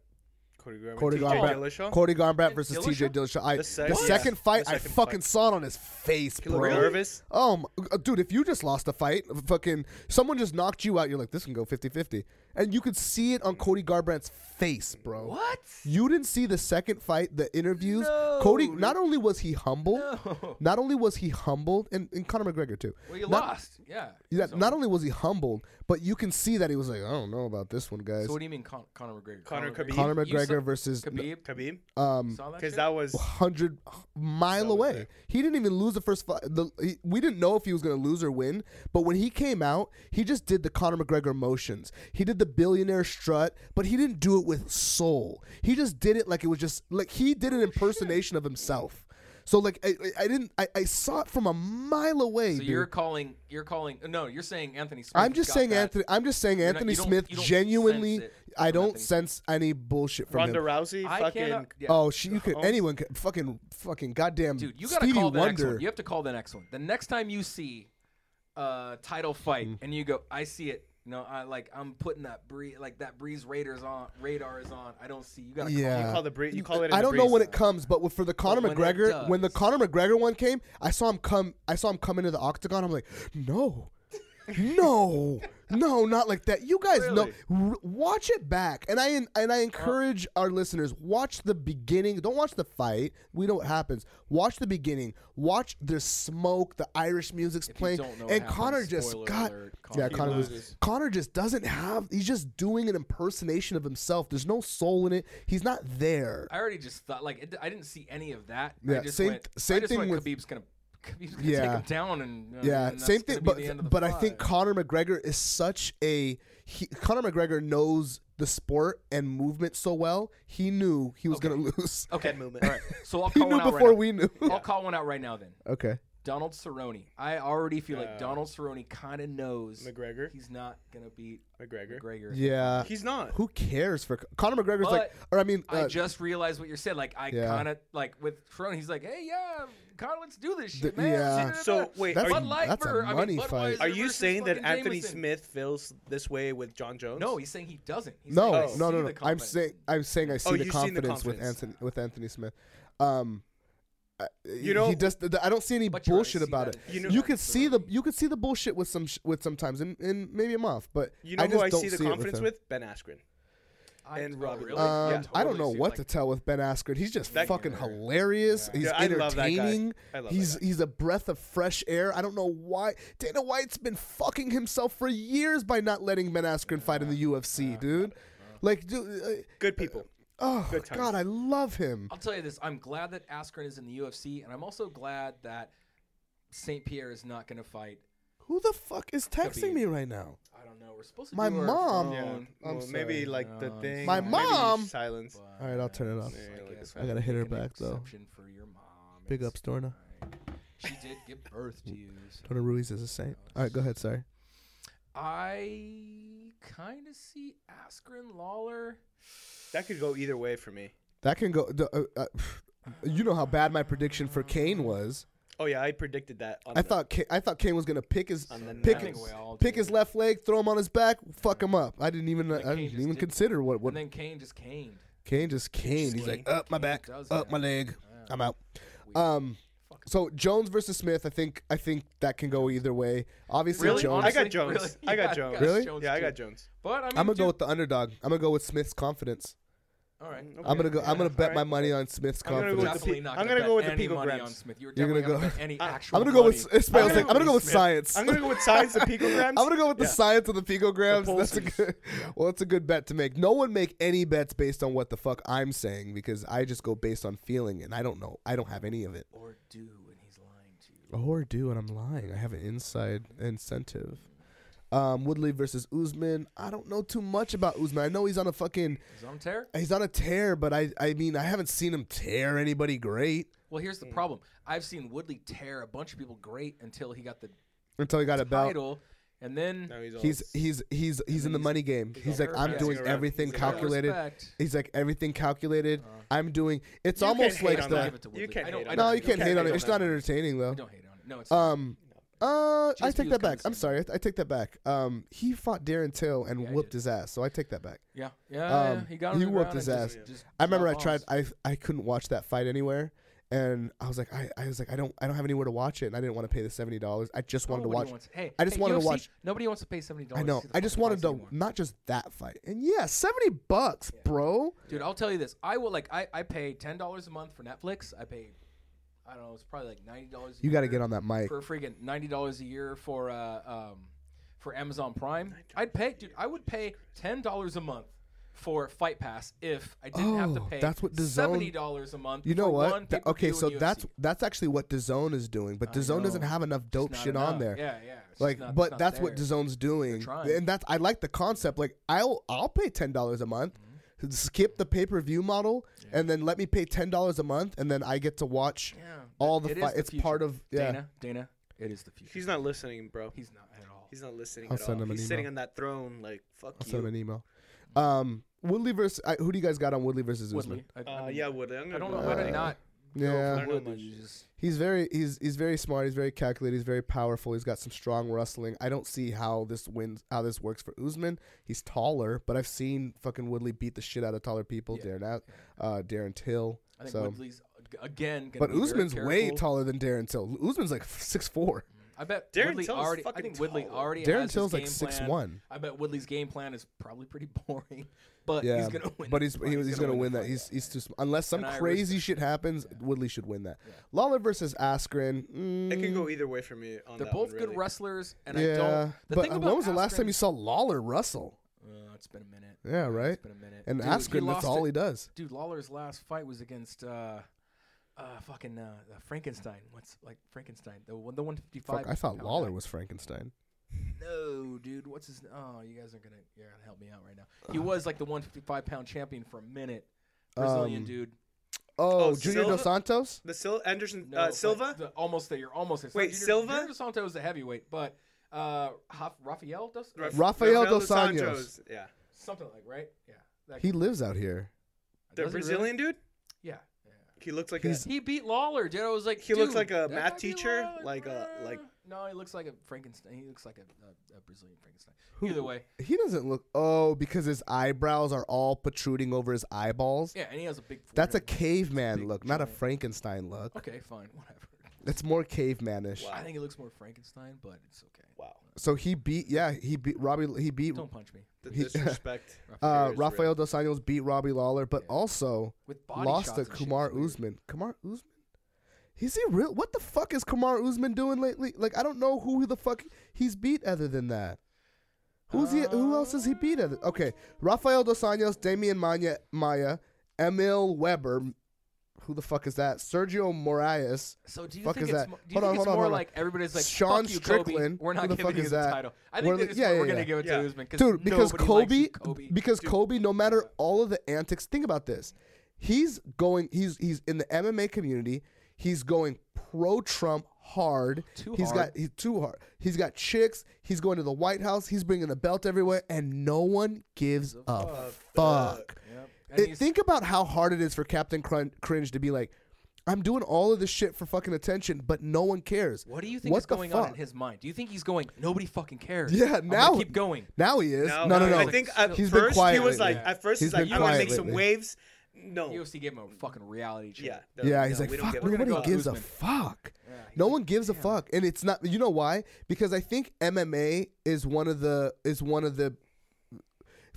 D: Cody Garbrandt.
C: Cody
D: TJ
C: Garbrandt,
D: Dillashaw?
C: Cody Garbrandt versus
E: Dillashaw?
C: TJ Dillashaw. I, the,
D: The second- What?
C: second fight,
D: The second
C: I fucking
D: fight.
C: saw it on his face,
D: He looked
C: bro.
D: nervous.
C: Oh, my- uh, dude, if you just lost a fight, uh, fucking someone just knocked you out, you're like, this can go 50 50. And you could see it on Cody Garbrandt's face, bro.
E: What?
C: You didn't see the second fight, the interviews. Cody, not only was he humble,
E: No.
C: not only was he humbled, and, and Conor McGregor too.
E: Well, you
C: Not-
E: lost. Yeah.
C: yeah,
E: So-
C: not only was he humbled, but you can see that he was like, I don't know about this one, guys.
E: So what do you mean, Con- Conor McGregor?
D: Conor
E: McGregor?
D: Khabib.
C: Conor
E: You saw-
C: McGregor versus
E: Khabib.
D: Khabib,
E: You
C: um
E: saw that
D: because
E: shit?
D: that was
C: hundred mile
D: That was
C: away.
D: it.
C: He didn't even lose the first fight. The, he, we didn't know if he was going to lose or win, but when he came out, he just did the Conor McGregor motions. He did the billionaire strut, but he didn't do it with soul. He just did it like it was just like he did an impersonation of himself. So like I, I I didn't I, I saw it from a mile away.
E: So
C: dude.
E: you're calling. You're calling. No, you're saying Anthony Smith.
C: I'm just
E: got
C: saying
E: that.
C: Anthony. I'm just saying
E: not-
C: Anthony
E: you don't-
C: Smith.
E: you don't
C: Genuinely,
E: sense it
C: I
E: from
C: don't
E: Anthony Smith.
C: sense any bullshit from
D: Ronda
C: him.
D: Rousey.
E: I
D: fucking
E: cannot. Yeah.
C: Oh, she, you could anyone could fucking fucking goddamn
E: dude, you gotta
C: Stevie
E: call the next
C: Wonder.
E: one. You have to call the next one. The next time you see a title fight
C: Mm.
E: and you go, I see it. No, I like I'm putting that breeze like that breeze radar's on radar is on. I don't see you gotta
C: yeah,
D: call the bree- you call it in
C: I
D: the
C: don't know
D: breeze.
C: when it comes, but with- for the Conor
E: when it
C: McGregor, when the
E: does.
C: Conor McGregor one came, I saw him come. I saw him come into the octagon. I'm like, no, no, no, not like that. You guys know. R- watch it back, and I en- and I
D: Uh-huh.
C: encourage our listeners watch the beginning. Don't watch the fight. We know what happens. Watch the beginning. Watch there's smoke. The Irish music's
E: you
C: playing,
E: don't know what
C: and
E: happens,
C: Conor just
E: spoiler
C: got
E: alert,
C: yeah.
E: Conor
C: Conor loses. Connor just doesn't have. He's just doing an impersonation of himself. There's no soul in it. He's not there.
E: I already just thought like it, I didn't see any of that.
C: Yeah,
E: I just
C: same-
E: went,
C: same
E: I just
C: thing
E: went,
C: with-
E: Khabib's gonna Khabib's gonna
C: Yeah.
E: take him down and uh,
C: yeah,
E: and that's
C: same
E: gonna
C: thing.
E: be
C: But
E: the end of the
C: but I think
E: fight.
C: Conor McGregor is such a he, Conor McGregor knows the sport and movement so well. He knew he was gonna
E: <laughs>
C: lose. <laughs>
E: okay
D: head movement. All right.
E: So I'll
C: He
E: call
C: knew
E: one out
C: before
E: right
C: we knew.
E: now. I'll call one out right now then.
C: Okay.
E: Donald Cerrone. I already feel like Donald Cerrone kind of knows
D: <laughs> McGregor?
E: He's not gonna beat
D: McGregor.
E: McGregor.
C: Yeah.
D: He's not.
C: Who cares for Conor McGregor's like?
E: But
C: Or I mean,
E: I
C: uh,
E: just realized what you said. Like I
C: Yeah.
E: kind of like with Corona, he's like, "Hey, yeah, Connor, let's do this shit,
C: Th-
E: man."
C: yeah.
E: Da, da, da,
D: So,
E: da.
D: wait,
C: That's
E: Bud
C: a-
E: Light
C: that's a
E: ver- I mean,
C: money
E: Budweiser
C: fight.
D: Are you
E: versus
D: saying that
E: fucking
D: Anthony
E: Jameson.
D: Smith feels this way with John Jones?
E: No, he's saying he doesn't. He's
C: no,
E: saying,
D: Oh.
E: "I
C: no,
E: see
C: no,
E: the
C: no. I'm
E: confidence."
C: saying I'm saying I see the
D: you've seen Oh, the
C: confidence with
D: confidence.
C: Anthony with Anthony Smith. Um, I-
D: You know-
C: he just I don't see any
E: But you're right,
C: bullshit
E: see
C: about
E: that
C: it.
E: in
D: You
C: You,
D: know-
C: could see the you could see the bullshit with some sh- with sometimes and, and maybe I'm off, but
D: You know
C: I just
D: who I
C: don't
D: see the
C: it
D: confidence
C: him.
D: with? Ben Askren.
E: I-
D: and
E: oh,
D: Robin.
E: really?
D: Uh,
C: Um,
E: Yeah,
C: I don't
E: totally
C: know
E: see,
C: what
E: like-
C: to tell with Ben Askren. He's just
D: That-
C: fucking hilarious. He's
D: Yeah, I love that guy.
C: entertaining.
D: I love that
C: he's
D: guy.
C: he's a breath of fresh air. I don't know why Dana White's been fucking himself for years by not letting Ben Askren fight in the UFC, dude. Like, dude, uh,
D: Good people.
C: oh
D: Good times.
C: God, I love him.
E: I'll tell you this: I'm glad that Askren is in the UFC, and I'm also glad that Saint Pierre is not going to fight.
C: Who the fuck is texting
E: Khabib.
C: me right now?
E: I don't know. We're supposed to.
C: My
E: do our
C: mom.
D: Yeah.
E: phone,
C: I'm
D: well, maybe
C: sorry.
D: like the
E: Um,
D: thing.
C: My
D: maybe
C: mom-
D: Silence.
E: but
C: All right, I'll turn it off.
E: I
D: Yeah, like
E: guess
D: this
E: we'll
D: one. I
C: gotta hit her
E: make an
C: back, though.
E: exception for your mom.
C: Big
E: It's
C: ups, Dorna.
E: She did give birth to you. so-
C: Dorna Ruiz is a saint. All right, go ahead. Sorry.
E: I kind of see Askren Lawler.
D: That could go either way for me.
C: That can go. d- Uh, <sighs> uh, you know how bad my prediction for Kane was.
D: Oh yeah, I predicted that. On
C: I
D: the-
C: thought Kane, I thought Kane was gonna pick his
D: On the
C: pick
D: nose.
C: his,
E: I think we all
C: pick
E: did.
C: his left leg, throw him on his back, fuck him up. I didn't even
E: Like
C: I
E: Kane
C: didn't
E: just
C: even
E: did.
C: consider what what
E: And then Kane just caned.
C: Kane just Kane. He's
D: Kane.
C: like up my back,
E: does
C: up
E: that.
C: my leg. I'm out. Um, so Jones versus Smith. I think I think that can go either way. Obviously
D: Really?
C: Jones.
D: I got Jones.
E: Really?
D: I got
E: <laughs> Yeah,
D: Jones.
C: Really?
D: Yeah, I
E: too.
D: got Jones.
E: But I mean,
C: I'm gonna
E: dude,
C: go with the underdog. I'm gonna go with Smith's confidence.
E: All right.
D: Okay.
C: I'm gonna go. I'm gonna
D: Yeah.
C: bet
D: All
C: my
D: right.
C: money on Smith's
D: I'm gonna
C: confidence.
D: go with the
E: Definitely
D: pe-
E: not
D: I'm
E: gonna
D: gonna go
E: bet
D: with the
E: any money
D: picograms.
E: on Smith. You're
C: You're gonna
E: definitely gonna
C: go-
E: bet any
D: I'm
E: actual.
C: <laughs> I'm gonna go
E: money.
C: with <laughs> Ismail's like, I'm gonna go with
E: Smith.
C: science.
D: I'm gonna go with
C: <laughs>
D: science and picograms.
C: I'm gonna go with the
D: Yeah.
C: science of the picograms.
D: The
C: that's a
D: pulses.
C: good, well, that's a good bet to make. No one make any bets based on what the fuck I'm saying because I just go based on feeling, and I don't know. I don't have any of it.
E: Or do, and he's lying to you.
C: Or do, and I'm lying. I have an inside incentive. Um, Woodley versus Usman. I don't know too much about Usman. I know he's on a fucking,
E: He's on tear.
C: he's on a tear, but I, I mean, I haven't seen him tear anybody great
E: Well, here's the
D: Mm.
E: problem. I've seen Woodley tear a bunch of people great until he got the
C: until he got a belt.
E: title, and then
D: No, he's, all-
C: He's he's he's he's in the money game. He's like
E: all
C: I'm
E: around.
C: doing
D: He's
C: everything
D: all
C: calculated.
E: respect.
C: He's like everything calculated. I'm doing. It's
D: You can't
C: almost
D: hate
C: like
D: on
E: I don't give
C: the.
E: it to
D: You
E: Woodley.
D: can't
E: I don't-
D: hate
E: I
D: on
E: don't
C: No,
D: that.
C: you can't hate on it. It's
D: that.
C: not entertaining
E: I
C: though.
E: don't hate on it. No, it's. not.
C: Um, Uh, I
E: GSP
C: take
E: was
C: that back.
E: kinda
C: I'm sorry. I, I take that back. Um, he fought Darren Till and
E: Yeah, he
C: whooped
E: did.
C: his ass, so I take that back.
E: Yeah, yeah, yeah.
C: Um,
E: He got him.
C: he
E: to the
C: whooped
E: ground
C: his
E: and
C: ass.
E: Just, just
C: I remember I
E: dropped
C: tried.
E: bombs.
C: I I couldn't watch that fight anywhere, and I was like, I, I was like, I don't I don't have anywhere to watch it, and I didn't want to pay the seventy dollars. I just wanted to
E: Oh, Nobody
C: watch.
E: wants- hey,
C: I just
E: hey,
C: wanted to
E: UFC
C: watch.
E: Nobody wants to pay seventy
C: I
E: dollars.
C: know. I just wanted to not just that fight, and yeah, seventy bucks, bro.
E: Dude, I'll tell you this. I will like. I I pay ten dollars a month for Netflix. I pay. I don't know. It's probably like ninety dollars.
C: You got to get on that mic.
E: for freaking ninety dollars a year for uh, um, for Amazon Prime. I'd pay, dude. I would pay ten dollars a month for Fight Pass if I didn't have to
C: Oh,
E: pay
C: that's what DAZN
E: seventy dollars a month.
C: You know
E: for
C: what?
E: one
C: Th-
E: pay-per-view
C: okay,
E: in
C: so
E: UFC.
C: that's that's actually what DAZN is doing, but DAZN doesn't
E: know.
C: have enough dope
E: It's not
C: shit on
E: enough.
C: there.
E: Yeah, yeah. It's just
C: like,
E: not- it's
C: but
E: not
C: that's what
E: there.
C: DAZN's doing,
E: trying.
C: and that's I like the concept. Like, I'll I'll pay ten dollars a month,
E: Mm-hmm.
C: skip the pay per view model, and then let me pay ten dollars a month, and then I get to watch
E: Yeah,
C: all the
E: it is
C: fight. It's
E: future.
C: part of yeah.
E: Dana. Dana, it is the future.
D: He's not listening, bro.
E: He's not at all.
D: He's not listening
C: I'll
D: at
C: send
D: all.
C: him an
D: He's sitting
C: email.
D: on that throne like fuck
C: I'll
D: you.
C: send him an email. Um, Woodley versus I, who do you guys got on Woodley versus Usman?
E: Mm-hmm. Woodley. I, I
D: Uh,
E: mean,
D: yeah, Woodley. I'm gonna
E: I don't
D: go
E: know
D: with
E: how
D: that.
E: to not.
C: Yeah.
E: Go
C: I
E: for
D: don't know
E: Woodley.
D: much.
E: You just-
C: He's very he's he's very smart. He's very calculated. He's very powerful. He's got some strong wrestling. I don't see how this wins how this works for Usman. He's taller, but I've seen fucking Woodley beat the shit out of taller people. Darren Darren At- uh, Darren Till.
E: I think
C: so,
E: Woodley's again. Gonna
C: but
E: be very
C: Usman's way
E: careful.
C: taller than Darren Till. Usman's like <laughs> six four.
E: I bet
D: Darren
E: Woodley
D: Till's
E: already. I
D: fucking
E: think Woodley
D: tall.
E: already.
C: Darren
E: has his
C: Till's like
E: game
C: 6'1".
E: plan. I bet Woodley's game plan is probably pretty <laughs> boring, but
C: Yeah,
E: he's gonna win.
C: but
E: the
C: he's
E: fight.
C: he, he's, gonna, win
E: the
C: that.
E: fight.
C: He's he's too small. Unless some
E: And I
C: crazy shit happens, Woodley should win that. Lawler versus Askren. Mm,
D: It can go either way for me. On
E: They're
D: that
E: both
D: one,
E: good
D: really.
E: wrestlers, and I
C: yeah,
E: don't. The
C: but
E: thing
C: uh,
E: about
C: when was the last
E: Askren-
C: time you saw Lawler wrestle?
E: Uh, it's been a minute.
C: Yeah, right.
E: It's been a minute.
C: And
E: Dude, he
C: Askren, that's
E: lost
C: all
E: it-
C: he does.
E: Dude, Lawler's last fight was against uh, uh, fucking uh, uh, Frankenstein. What's like Frankenstein? The one, the one fifty five.
C: Fuck, I thought Lawler was Frankenstein.
E: No, dude. What's his? Oh, you guys aren't gonna. You're gonna help me out right now. He was like the one fifty five pound champion for a minute. Brazilian
C: Um,
E: dude.
C: Oh,
D: Oh,
C: Junior
D: Silva?
C: Dos Santos.
D: The Sil- Anderson
E: No,
D: uh,
E: but
D: Silva.
E: the- almost there. You're almost there.
D: Wait,
E: Junior-
D: Silva?
E: Junior Dos Santos is a heavyweight, but uh, Haf- Rafael does
D: Raf-
C: Rafael
D: Rafael
C: Dos
D: Anjos. Yeah,
E: something like right. Yeah, that,
C: He lives out here.
D: the
E: does he really?
D: Brazilian dude.
E: Yeah, yeah.
D: He looks like
C: He's-
D: he's.
E: He beat Lawler, dude. I was like,
D: He looks
E: dude,
D: like a
E: that
D: math
E: might be
D: teacher,
E: Lawler,
D: like a-
E: bruh.
D: like-
E: No, he looks like a Frankenstein. He looks like a, a, a Brazilian Frankenstein. Either way,
C: He doesn't look. Oh, because his eyebrows are all protruding over his eyeballs.
E: yeah, and he has a big.
C: That's a
E: forehead.
C: caveman
E: Big
C: look, not a
E: giant.
C: Frankenstein
E: <laughs>
C: look.
E: Okay, fine, whatever.
C: It's more cavemanish.
D: Wow.
E: I think he looks more Frankenstein, but it's okay.
D: Wow,
C: So he beat. Yeah, he beat Robbie. He beat.
E: Don't punch me
D: the
C: He-
D: disrespect.
C: Uh,
D: is real.
C: Rafael Dos Anjos beat Robbie Lawler, but also
E: with body
C: lost
E: shots
C: to
E: and shit,
C: Kumar
E: it's weird.
C: Usman. Kumar Usman? Is he real? What the fuck is Kumar Usman doing lately? Like, I don't know who the fuck he's beat other than that. Who's he? Who else has he beat? Other? Okay, Rafael Dos Anjos, Damian Maya, Maya, Emil Weber. Who the fuck is that? Sergio Moraes.
E: So do you
C: Fuck
E: think
C: is
E: it's
C: that?
E: mo- do you
C: Hold
E: think
C: on,
E: it's
C: hold on,
E: more
C: hold on.
E: like everybody's like
C: Sean
E: fuck you,
C: Strickland.
E: Kobe. We're
C: Who
E: not
C: the
E: giving
C: fuck
E: you
C: is
E: the
C: that?
E: title. I
C: We're
E: think
C: li-
E: they just
C: yeah,
E: we're
C: yeah,
E: gonna
C: yeah.
E: give it
D: Yeah.
E: to Usman
C: dude because
E: nobody
C: kobe,
E: likes Kobe.
C: because kobe no matter all of the antics think about this he's going he's he's in the mma community he's going pro trump hard
E: Too
C: He's
E: hard.
C: got he's too hard he's got chicks he's going to the white house he's bringing the belt everywhere and no one gives a fuck
E: And
C: it,
E: he's-
C: think about how hard it is for captain Crun- cringe to be like i'm doing all of this shit for fucking attention but no one cares
E: What do you think is
C: the
E: going on in
C: fuck?
E: his mind? Do you think he's going? Nobody fucking cares.
C: Yeah,
E: I'm gonna
C: now-
E: keep going.
C: now he is
D: No,
C: no no no
D: I think at
C: He's been
D: first
C: quiet
D: he was
C: lately.
D: like, at first
C: He's
D: he's, like,
C: been
D: I'm gonna
C: quiet
D: make some
C: lately.
D: waves. No,
E: UFC gave him a fucking reality check.
D: yeah, no,
C: Yeah,
D: no,
C: he's like,
D: we don't
C: fuck,
D: give a
E: we're
C: nobody
E: fuck."
C: gives a
E: Usman.
C: fuck.
E: he's
C: no one gives a fuck, and it's not. You know why? Because I think MMA is one of the is one of the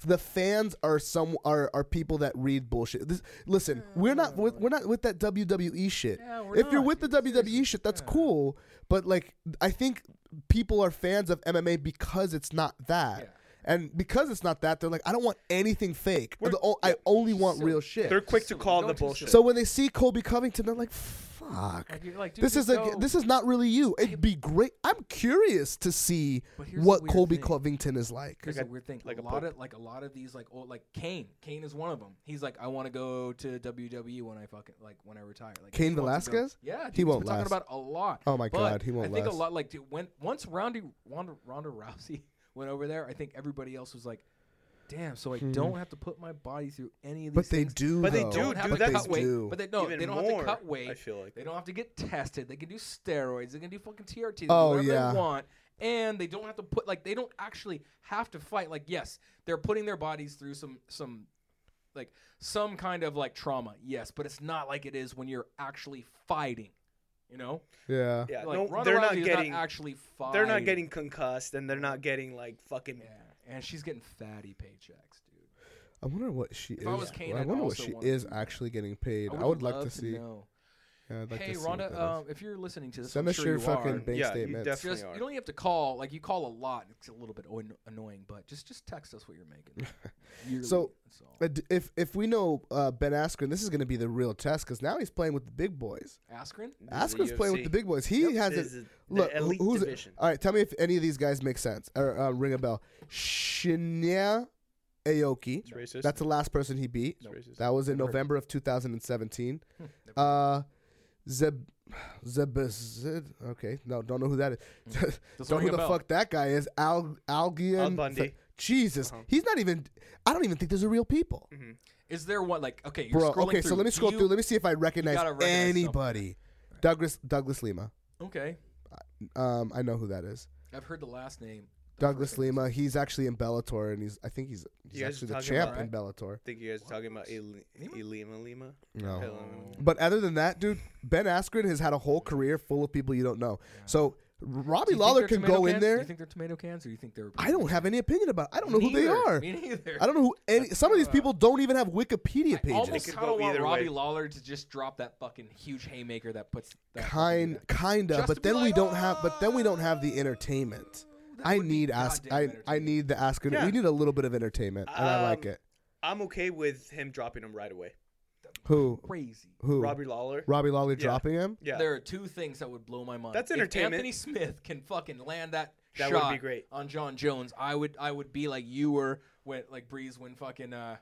C: the fans are some are are people that read bullshit. This, listen, we're not with, we're not with that WWE shit.
E: Yeah, we're
C: if you're
E: not,
C: with the WWE shit, that's cool. But like, I think people are fans of MMA because it's not that.
E: Yeah.
C: And because it's not that, they're like, I don't want anything fake.
D: We're-
C: The o- I only want real shit.
D: They're quick to
E: Silly.
D: call the
E: Don't do
D: bullshit.
C: So when they see Colby Covington, they're like, "Fuck,
E: Like, you're like, dude,
C: this
E: just
C: is a,
E: go."
C: this is not really you." It'd be great. I'm curious to see
E: But here's the
C: what
E: weird
C: Colby
E: thing.
C: Covington is like.
E: Here's
D: Like
E: a
D: a-
E: weird thing.
D: like
E: a
D: a
E: lot
D: poke.
E: of like a lot of these like old like Kane. Kane is one of them. He's like, I want to go to WWE when I fucking like when I retire. Like
C: Kane
E: he wants to go-
C: Velasquez?
E: Yeah, dude,
C: He
E: he's
C: won't
E: been
C: last.
E: Talking about a lot.
C: Oh my
E: But
C: God, he won't
E: I think
C: last.
E: a lot like <laughs> dude, when once Roundy Ronda, Ronda Rousey went over there, I think everybody else was like, damn, so I don't have to put my body through any of these
C: Hmm. But they
E: things.
C: do.
D: But they
C: though.
E: They don't
D: Dude,
E: have
D: dude,
E: to
D: that's-
E: cut weight,
C: do.
E: but they no,
D: Even
E: they don't
D: more,
E: have to cut weight.
D: I feel like.
E: they don't have to get tested. They can do steroids. They can do fucking TRT. They can
C: Oh,
E: do whatever
C: yeah.
E: they want, and they don't have to put like they don't actually have to fight. Like yes, they're putting their bodies through some some like some kind of like trauma. Yes, but it's not like it is when you're actually fighting. You know,
C: Yeah.
D: Yeah,
E: like
D: Uh, no,
E: Ronda
D: they're not
E: Rousey is
D: getting.
E: actually fighting.
D: they're not getting concussed, and they're not getting like fucking.
E: Yeah, and she's getting fatty paychecks, dude.
C: I wonder what she is.
E: I was Kane,
C: I
E: I'd
C: wonder what
E: also
C: she
E: wanna
C: is
E: do that.
C: actually getting paid. I would, like
E: love
C: to see.
E: know.
C: Yeah, I'd like
E: hey,
C: to see what
E: Rhonda,
C: that
E: um,
C: is.
E: if you're listening to this,
C: send
E: I'm
C: us
E: sure
C: your
E: you
C: fucking
E: are.
C: bank
D: Yeah, you
C: statements.
D: definitely-
E: Just
D: are.
E: you don't have to call. Like you call a lot. It's a little bit oin- annoying, but just just text us what
C: <laughs>
E: you're making. Yearly,
C: So,
E: that's all.
C: Uh, d- if if we know uh, Ben Askren, this is going to be the real test because now he's playing with the big boys.
E: Askren,
D: This is
C: Askren's playing with
D: UFC.
C: the big boys. He
D: Yep,
C: has
D: this
C: a
D: is the
C: look. who-
D: elite
C: who's
D: division.
C: all right? Tell me if any of these guys make sense or uh, ring a bell. Shinya Aoki.
D: It's racist.
C: That's the last person he beat.
D: racist.
C: That was in November of 2017.
E: <laughs>
C: Uh, Zeb, Zeb, Zed- okay, no, don't know who that <laughs> is. don't know
E: Mm. ring
C: who
E: a
C: the
E: bell.
C: fuck that guy is. Al, Algian.
D: Al Bundy.
C: Jesus,
E: Uh-huh.
C: he's not even. I don't even think those are real people,
E: is there one like okay? Mm-hmm. You're
C: bro.
E: scrolling
C: Okay,
E: through.
C: so let me
E: Do
C: scroll
E: you-
C: through. Let me see if I recognize,
E: gotta recognize something.
C: anybody. Douglas Douglas Lima.
E: Okay,
C: Um, I know who that is.
E: I've heard the last name.
C: Douglas Lima. He's actually in Bellator, and he's I think he's he's
D: guys
C: actually
D: are
C: the
D: talking
C: champ
D: about-
C: in Bellator.
D: I think you guys are talking about Ili- Ilima Lima.
C: No.
D: Ilima Lima.
C: But other than that, dude, Ben Askren has had a whole career full of people you don't know. So Robbie
E: Do you think
C: Lawler
E: they're
C: can
E: tomato
C: go in
E: cans? Do
C: there.
E: you think they're tomato cans, or you think they're?
C: I don't have any opinion about. I don't know
E: Me
C: who they
E: neither.
C: are.
E: Me neither.
C: I don't know who any. Some of these people don't even have Wikipedia pages.
E: Almost
D: could
E: kind of
D: go
E: want
D: either
E: Robbie
D: way.
E: Lawler to just drop that fucking huge haymaker that puts that
C: kind, kinda,
E: Just to
C: but
E: be
C: then we
E: like, "Ah."
C: don't have. But then we don't have the entertainment. I
E: would be
C: need ask.
E: goddamn
C: I I
E: entertainment.
C: need the Askren.
D: Yeah.
C: We need a little bit of entertainment, and I like
D: Um,
C: it.
D: I'm okay with him dropping him right away.
C: Who
E: crazy.
C: who?
D: Robbie Lawler.
C: Robbie Lawler dropping him.
D: yeah.
E: There are two things that would blow my mind.
D: That's
E: If
D: entertainment.
E: Anthony Smith can fucking land that,
D: That would
E: shot
D: be great.
E: on John Jones. I would I would be like you were when like Breeze when fucking uh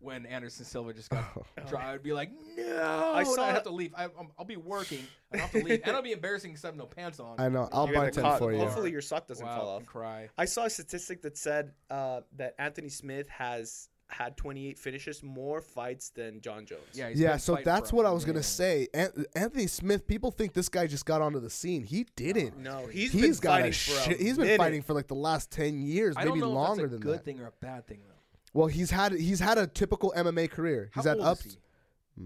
E: when Anderson Silva
D: <laughs>
E: just got dry. I would be like no. I
D: Oh, saw-
E: I have to leave. I, I'm, I'll be working. I have to leave, and I'll be embarrassing because I have no pants on.
C: <laughs> I know. I'll
D: You're gonna
C: bartend
D: cough.
C: for you.
D: Hopefully your sock doesn't
E: Wow,
D: fall
E: and
D: off.
E: cry.
D: I saw a statistic that said uh, that Anthony Smith has had 28 finishes, more fights than John Jones.
E: Yeah. he's
C: Yeah,
E: been
C: so
E: fighting
C: that's
E: for a
C: what I was
E: minute.
C: gonna say. An- Anthony Smith. People think this guy just got onto the scene. He didn't.
D: No, he's
C: he's
D: been
C: got
D: fighting
C: a
D: for a
C: shit. He's been
D: minute.
C: fighting for like the last ten years,
E: I
C: maybe
E: don't know
C: longer
E: if that's a
C: than
E: good
C: that.
E: thing or a bad thing though.
C: Well, he's had he's had a typical MMA career. He's
E: How
C: had
E: old
C: ups. Hmm,
E: is he?
D: I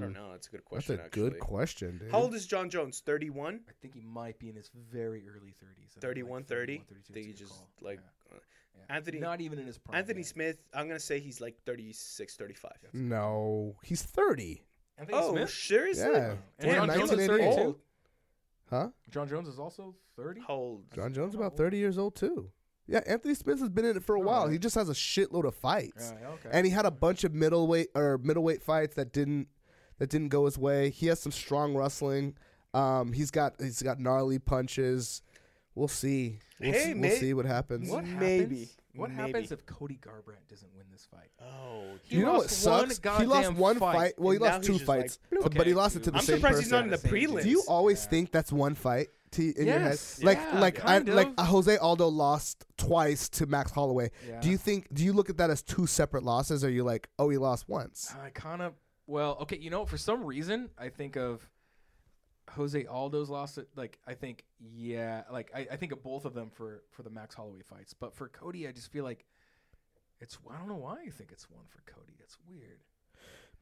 D: don't know. That's a good
C: That's
D: question.
C: a
D: actually.
C: good question, dude.
D: How old is John Jones? 31?
E: I think he might be in his very early 30s. I think,
D: 31,
E: like
D: 30?
E: 32,
D: I think he
E: it's a
D: just
E: call.
D: like uh,
E: Yeah.
D: Anthony
E: Not even in his prime.
D: Anthony
E: yet.
D: Smith, I'm going to say he's like 36, 35.
E: Mm.
C: no, he's thirty.
E: Anthony
D: Oh,
E: Smith.
D: seriously?
C: Yeah.
E: Damn,
C: Damn,
E: John Jones is
C: 1988.
E: 32.
C: Huh?
E: John Jones is also 30.
D: How old?
C: John Jones about thirty years old too. Yeah, Anthony Smith has been in it for a while. He just has a shitload of fights,
E: Yeah, okay.
C: and he had a bunch of middleweight or middleweight fights that didn't that didn't go his way. He has some strong wrestling. Um, he's got he's got gnarly punches. We'll see. We'll,
D: Hey,
C: see, we'll
D: mate.
C: see what happens.
E: What
D: Maybe.
E: happens? What
D: Maybe.
E: happens if Cody Garbrandt doesn't win this fight?
D: Oh,
E: He
C: you know what
E: lost one
C: sucks? he lost
E: goddamn
C: one
E: fight,
C: fight. Well, he
D: and now
C: lost
D: he's
C: two
D: just like,
C: fights, but he
E: Okay,
C: lost it to
E: dude.
C: the
D: I'm
C: same
D: surprised he's not
C: person.
D: in the
E: Same dude.
D: prelims.
C: Do you always think that's one fight to, in your
E: Yes.
C: head? Like,
E: Yeah,
C: like
E: kind
C: I, like
E: of.
C: uh, Jose Aldo lost twice to Max Holloway.
E: Yeah.
C: Do you think? Do you look at that as two separate losses, or are you like, oh, he lost once?
E: I kind of. Well, okay. You know, for some reason, I think of Jose Aldo's loss. At, like, I think, yeah, like I, I think of both of them for for the Max Holloway fights. But for Cody, I just feel like it's. I don't know why I think it's one for Cody. That's weird.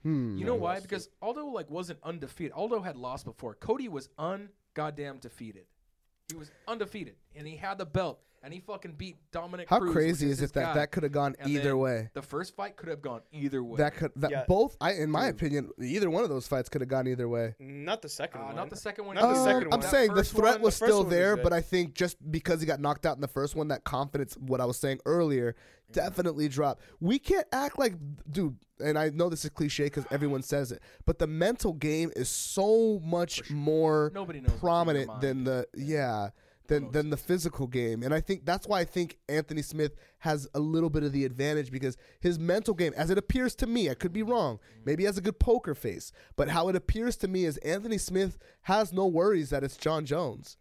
C: Hmm.
E: You know why? Because Aldo like wasn't undefeated. Aldo had lost before. Cody was un goddamn defeated. He was undefeated, and he had the belt, and he fucking beat Dominic.
C: How
E: Cruz,
C: crazy
E: which
C: is
E: his
C: it that
E: guy.
C: that could have gone
E: And
C: either
E: then
C: way?
E: The first fight could have gone either way.
C: That could that
D: Yeah.
C: both. I, in my opinion, either one of those fights could have gone either way.
D: Not the second
E: Uh,
D: one.
E: not the second one.
D: Not the
E: either.
C: Um,
D: second
C: I'm
D: one. That
C: saying the
E: first
C: threat
E: one-
C: was
D: the first
C: still
D: one was
C: there,
D: good.
C: but I think just because he got knocked out in the first one, that confidence, what I was saying earlier, definitely dropped. We can't act like, dude, and I know this is cliche because everyone says it, but the mental game is so much more
E: Nobody knows what's in your
C: prominent
E: mind.
C: than the yeah. Than, than the physical game. And I think that's why I think Anthony Smith has a little bit of the advantage because his mental game, as it appears to me, I could be wrong,
E: Mm.
C: maybe he has a good poker face, but how it appears to me is Anthony Smith has no worries that it's John Jones.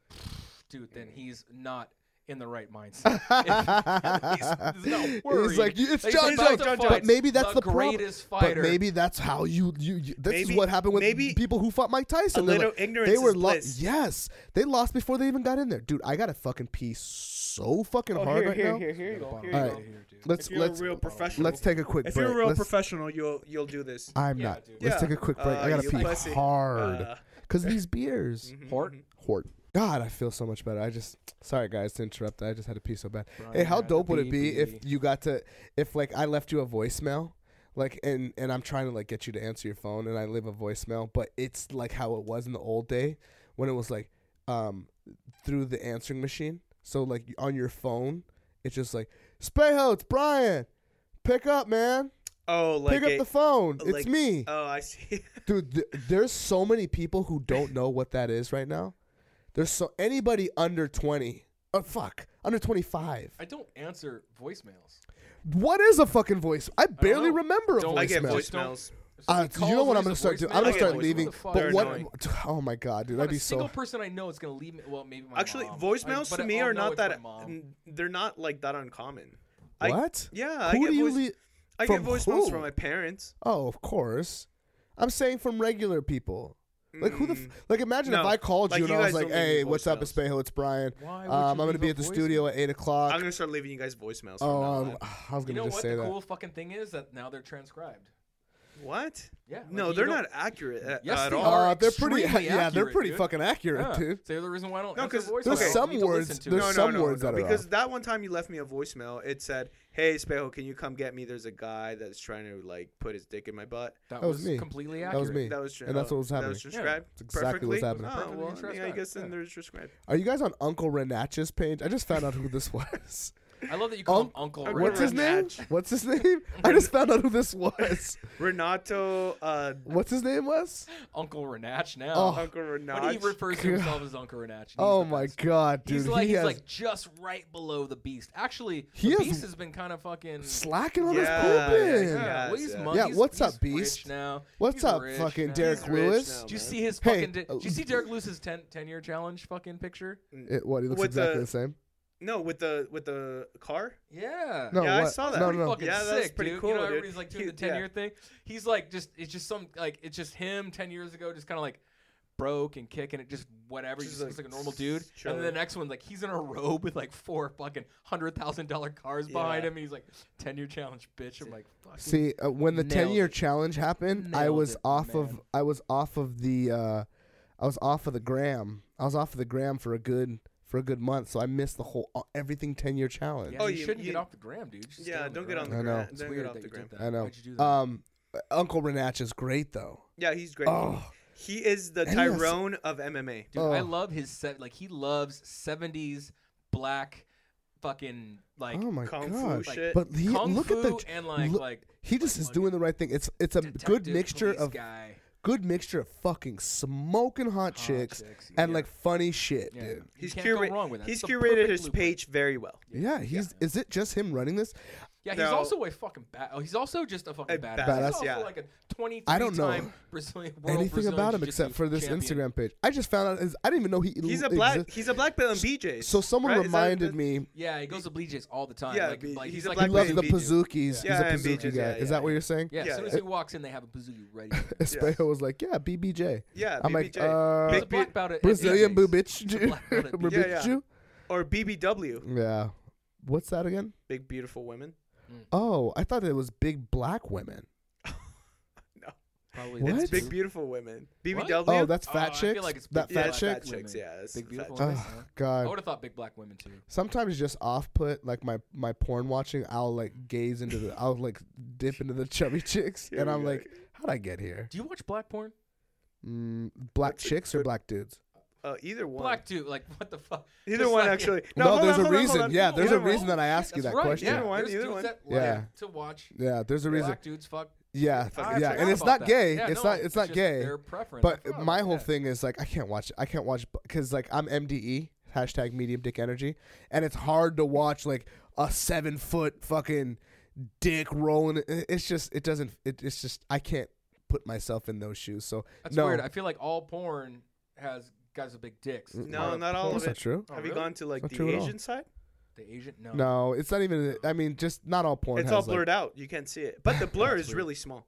E: dude, then he's not. in the right
C: <laughs>
E: mindset. <laughs> he's, he's not worried.
C: He's like, it's
E: Like,
C: John
E: he's
C: Jones.
E: about to
C: But
E: fight
C: maybe that's the, problem.
E: greatest fighter.
C: But maybe that's how you you. you this
D: Maybe-
C: is what happened with
D: maybe
C: people who fought Mike Tyson.
D: a
C: They're
D: little
C: like-
D: ignorance
C: They were
D: is bliss.
C: Yes, they lost before they even got in there, dude. I got to fucking pee so fucking
D: Oh,
C: hard
D: here,
C: right
D: here,
C: now.
D: here, here you go. Here you
C: All
D: go.
C: right, let's
D: If you're
C: let's
D: a real professional,
C: let's take a quick
D: If
C: break.
D: you're a real
C: Let's-
D: professional, you'll you'll do this.
C: I'm
E: Yeah,
C: not.
E: dude.
C: Let's
D: Yeah.
C: take a quick break. I
D: Uh,
C: gotta
D: you
C: pee
D: pussy.
C: hard
D: Uh. Mm-hmm,
C: because these
D: <laughs>
C: beers.
E: Hort?
C: Hort. God, I feel so much better. I just sorry guys to interrupt. I just had to pee so bad. hey, how
E: had to
C: dope would it
E: pee,
C: be if
E: pee.
C: you got to if like I left you a voicemail, like and and I'm trying to like get you to answer your phone and I leave a voicemail, but it's like how it was in the old day when it was like um through the answering machine. So like on your phone, it's just like Spejo, it's Brian. Pick up, man.
D: Oh, like
C: Pick up
D: a-
C: the phone.
D: like-
C: it's me.
D: Oh, I see. <laughs>
C: Dude, th- there's so many people who don't know what that is right now. There's so anybody under 20. Oh fuck, under 25.
E: I don't answer voicemails.
C: What is a fucking voice? I barely
E: know.
C: remember a
E: Don't-
C: voicemail.
D: I get
E: Voicemails.
D: voicemails.
E: If
C: Uh,
E: somebody
C: you know
E: calls
C: what
E: me
C: I'm gonna
E: as a
C: start doing?
E: voicemail,
C: I'm gonna
E: I
C: start
E: get
C: leaving.
E: voicemails. What the
C: But
E: fuck?
C: what?
D: annoying.
C: Oh my god, dude,
E: Not
C: that'd
E: a
C: be
E: single
C: so.
E: person I know is gonna leave me. Well, maybe my
D: Actually,
E: mom.
D: voicemails
E: Like,
D: to
E: but
D: me
E: I'll
D: are
E: know
D: not
E: it's my
D: that.
E: mom.
D: n- They're not like that uncommon. I-
C: What?
D: yeah, I
C: Who
D: get
C: do you
D: voice-
C: lea-
D: I
C: From
D: get voicemails
C: who?
D: from my parents.
C: Oh, of course. I'm saying from regular people. Like who the f- like? Imagine if
D: Mm. No,
C: I called
D: like
C: you and
D: you
C: I was
D: guys
C: like,
D: don't leave me
C: "Hey, what's up,
D: voicemails.
C: Espejo? It's Brian.
E: Why would
C: um, I'm
E: you
C: gonna
E: leave
C: be
E: a
C: at the studio at eight o'clock.
D: I'm gonna start leaving you guys voicemails. From
C: oh,
D: now
C: um,
D: on.
C: <sighs> I was gonna
E: You know
C: just
E: what?
C: say
E: The
C: that.
E: cool fucking thing is that now
C: <laughs>
E: they're transcribed.
D: what?
E: Yeah, like,
D: no,
E: you
D: they're
E: don't-
D: not accurate at,
E: Yes,
D: at
E: they
D: all.
E: are
C: Uh, they're pretty. <laughs>
E: extremely
C: Yeah, they're
E: accurate,
C: pretty
E: dude.
C: fucking accurate,
E: Yeah.
C: dude.
E: Ah, So the reason why I don't
D: No,
E: answer
D: 'cause
E: voicemails.
C: there's
E: I need
C: some
E: to listen
C: words-
E: to
C: there's
E: it.
D: no,
C: some
D: no, no,
C: words
D: no,
C: that are
D: because
C: off.
D: that one time you left me a voicemail. It said, "Hey, Spejo, can you come get me? There's a guy that's trying to like put his dick in my butt."
E: That
C: was
E: was
C: me.
E: completely
C: That
E: accurate.
C: was me.
D: That was tra-
C: And that's
D: oh,
C: what was
D: That
C: happening.
D: was transcribed.
C: That's exactly what's
D: perfectly?
C: happening.
D: Oh,
E: Perfectly
D: well, yeah, I
E: transcribed,
D: guess then
E: yeah.
D: they're transcribed.
C: Are you guys on Uncle Renatch's page? I just found out who this <laughs> was.
E: I love that you call
C: Um,
E: him Uncle.
D: okay.
E: Ray.
C: What's his name?
D: Renatch.
C: What's his name? I just found out who this
E: <laughs>
C: was.
D: Renato, uh,
C: What's his name was?
E: Uncle Renach now.
C: Oh,
D: Uncle Renato.
E: but he refers to himself as Uncle Renach. and he's
C: Oh
E: the
C: my
E: best.
C: god, dude.
E: He's like
C: he
E: he's
C: has
E: like just right below the beast. Actually,
C: He
E: the
C: has-
E: beast has been kind of fucking.
C: slacking on
D: Yeah,
C: his pooping.
D: yeah, yeah.
E: well, he's
D: yeah.
E: mon-
C: Yeah,
E: he's-
C: what's
E: he's
C: up, Beast?
E: rich Now
C: What's
E: He's
C: up,
E: rich
C: fucking
E: now.
C: Derek
D: He's rich
C: Lewis?
D: now.
E: Do you
D: man.
E: see his
C: Hey,
E: fucking? Hey,
C: uh,
E: did you see Derek Lewis's 10, 10 year challenge fucking picture?
C: It- what? He looks
D: With
C: exactly the,
D: the-
C: same.
D: No, with the with the car.
E: Yeah.
C: No,
D: yeah, I
C: what?
D: saw that.
C: No,
E: pretty
C: no, no.
E: fucking
D: Yeah,
E: sick,
D: that was pretty
E: dude.
D: cool.
E: you know,
D: dude.
E: everybody's like doing
D: He-
E: the
D: <laughs>
E: ten
D: yeah.
E: year thing. He's like just it's just some like it's just him ten years ago, just kind of like broke and kicking it, just whatever. He
D: Just
E: just looks
D: like
E: like a normal dude. And then
D: chilling.
E: the next one, like he's in a robe with like four fucking hundred thousand dollar cars behind
D: Yeah.
E: him, and he's like ten year challenge, bitch. I'm like, fuck.
C: See, uh, when the
E: Nailed
C: ten year
E: it.
C: challenge happened, I
E: Nailed
C: was
E: it,
C: off of
E: man.
C: I was off of the uh, I was off of the gram. I was off of the gram for a good for a good month, so I missed the whole uh, everything ten year challenge.
E: Yeah,
D: Oh,
E: you,
D: you-
E: shouldn't
D: you-
E: get off the gram, dude. You should stay
D: Yeah, don't get on
E: gram.
D: the
C: I
D: gram.
C: know.
E: It's
D: Don't
E: weird
D: get off
E: that
D: the
E: you
D: gram.
E: did that.
C: I know.
E: Why'd you do that?
C: Um, Uncle Renach is great though.
D: Yeah, he's great.
C: Oh,
D: He is the
C: Yes.
D: Tyrone of MMA.
E: Dude, I
C: Oh.
E: love his set. Like he loves '70s black, fucking like
C: oh my
D: Kung Fu
C: god!
D: shit.
C: But he,
E: kung
C: look
E: fu
C: at the
E: and like
C: look-
E: like
C: he just
E: like
C: is doing the right thing. It's it's a good
E: detective
C: mixture
E: police
C: of
E: guy.
C: good mixture of fucking smoking hot, chicks
E: chicks,
C: and
E: yeah.
C: like funny shit,
E: Yeah.
C: dude.
E: You
D: He's
E: can't go
D: curated.
E: wrong with that.
D: He's
E: It's the
D: curated
E: perfect
D: his
E: blueprint.
D: page very well.
C: Yeah, he's is it just him running this?
E: Yeah, he's
D: Now-
E: also a fucking bad. Oh, he's also just a fucking
D: A
E: badass.
D: badass,
E: He's also
D: yeah.
E: like a 23
C: I don't know
E: time Brazilian world
C: anything
E: Brazilian
C: about him
E: Jiu-Jitsu
C: except for this
E: champion.
C: Instagram page. I just found out. His, I didn't even know he.
D: He's a
C: exi-
D: black. he's a black belt in BJ's.
C: So someone
D: right? Is that-
C: reminded
D: that-
C: me.
E: Yeah, he goes to Blue Jays all the time.
D: Yeah,
E: like,
D: be-
E: like,
D: he's
E: he's
D: a
E: like
C: He
D: black
E: a
C: loves
D: in
C: the
E: Brazilian-
D: BJ's.
C: Pazookies.
D: Yeah,
C: he's a
D: in
C: Pazuki
D: BJ's,
C: guy.
D: yeah,
C: Is
D: yeah,
C: that what you're saying? <laughs>
E: Yeah,
D: Yeah,
E: as soon as
D: yeah.
E: he walks in, they have a Brazilian ready.
C: Espejo was like, "Yeah, BBJ."
D: Yeah,
C: I'm like,
D: BBJ.
C: uh,
E: He's a
D: Big
E: black
D: beard.
E: belt at- at
C: Brazilian boo
E: BJ's.
C: bitch, Jew. <laughs>
E: black belt at
C: Boo
D: Yeah,
C: bitch
D: yeah.
C: Jew?
D: or BBW,
C: Yeah. What's that again?
D: Big Beautiful Women.
C: Oh, I thought it was big black women.
D: No,
E: Probably
C: What?
E: that's
D: it's Big
E: true.
D: Beautiful Women.
E: What?
D: BBW.
C: Oh, that's fat
E: Oh, I feel
C: chicks.
E: like it's
C: that fat
E: big
D: yeah,
E: black
C: chick.
D: Fat chicks.
E: women.
D: Yeah, it's
E: Big
D: fat
E: beautiful
D: chicks.
E: women.
C: Oh
E: huh? I
C: God.
E: would have thought big black women too.
C: Sometimes just off put like my my porn watching. I'll like gaze into the. I'll like dip into the chubby <laughs> chicks,
D: Here
C: and
D: we
C: I'm
D: go.
C: like, how'd I get here?
E: Do you watch black porn?
C: Mm, black
D: That's a
C: chicks or
D: good-
C: black dudes?
D: Uh, either one.
E: Black dude, like what the fuck?
D: Either
E: Just
D: one
E: like-
C: <laughs>
D: actually.
C: No,
D: hold
C: there's
D: on,
C: a
D: hold on, hold
C: reason.
D: on.
C: yeah, there's
D: Either
C: a
D: one.
C: reason that I ask you
E: That's
C: that
E: right,
C: question.
E: Yeah,
D: Either one,
E: There's
D: either
E: dudes
D: one.
E: that
C: Yeah.
E: like to watch
C: Yeah, there's a reason.
E: black dudes fuck.
C: Yeah,
D: fucking
C: yeah,
D: chicks.
C: and
D: I
C: it's
E: forgot
C: not
E: about
C: gay.
E: that. Yeah,
C: it's
E: no,
C: not. It's not
E: just
C: gay.
E: Their preference. I
C: But
E: forgot
C: my
E: about
C: whole
E: that.
C: thing is like, I can't watch. I can't watch because like I'm MDE hashtag medium dick energy, and it's hard to watch like a seven foot fucking dick rolling. It- It's just it doesn't. It, it's just I can't put myself in those shoes. So
E: That's
C: no,
E: weird. I feel like all porn has guys with big dicks. It's
D: No,
E: part of
D: not all
E: porn.
D: of
C: that's
D: it.
C: not true.
E: Oh,
D: Have you
E: really?
D: gone to like
C: Not
D: the
C: true at all.
D: Asian side?
E: The Asian? No.
C: No, it's not even. I mean, just not all porn.
D: It's
C: has,
D: all
C: like,
D: blurred out. You can't see it,
E: <laughs>
D: but the blur is really small.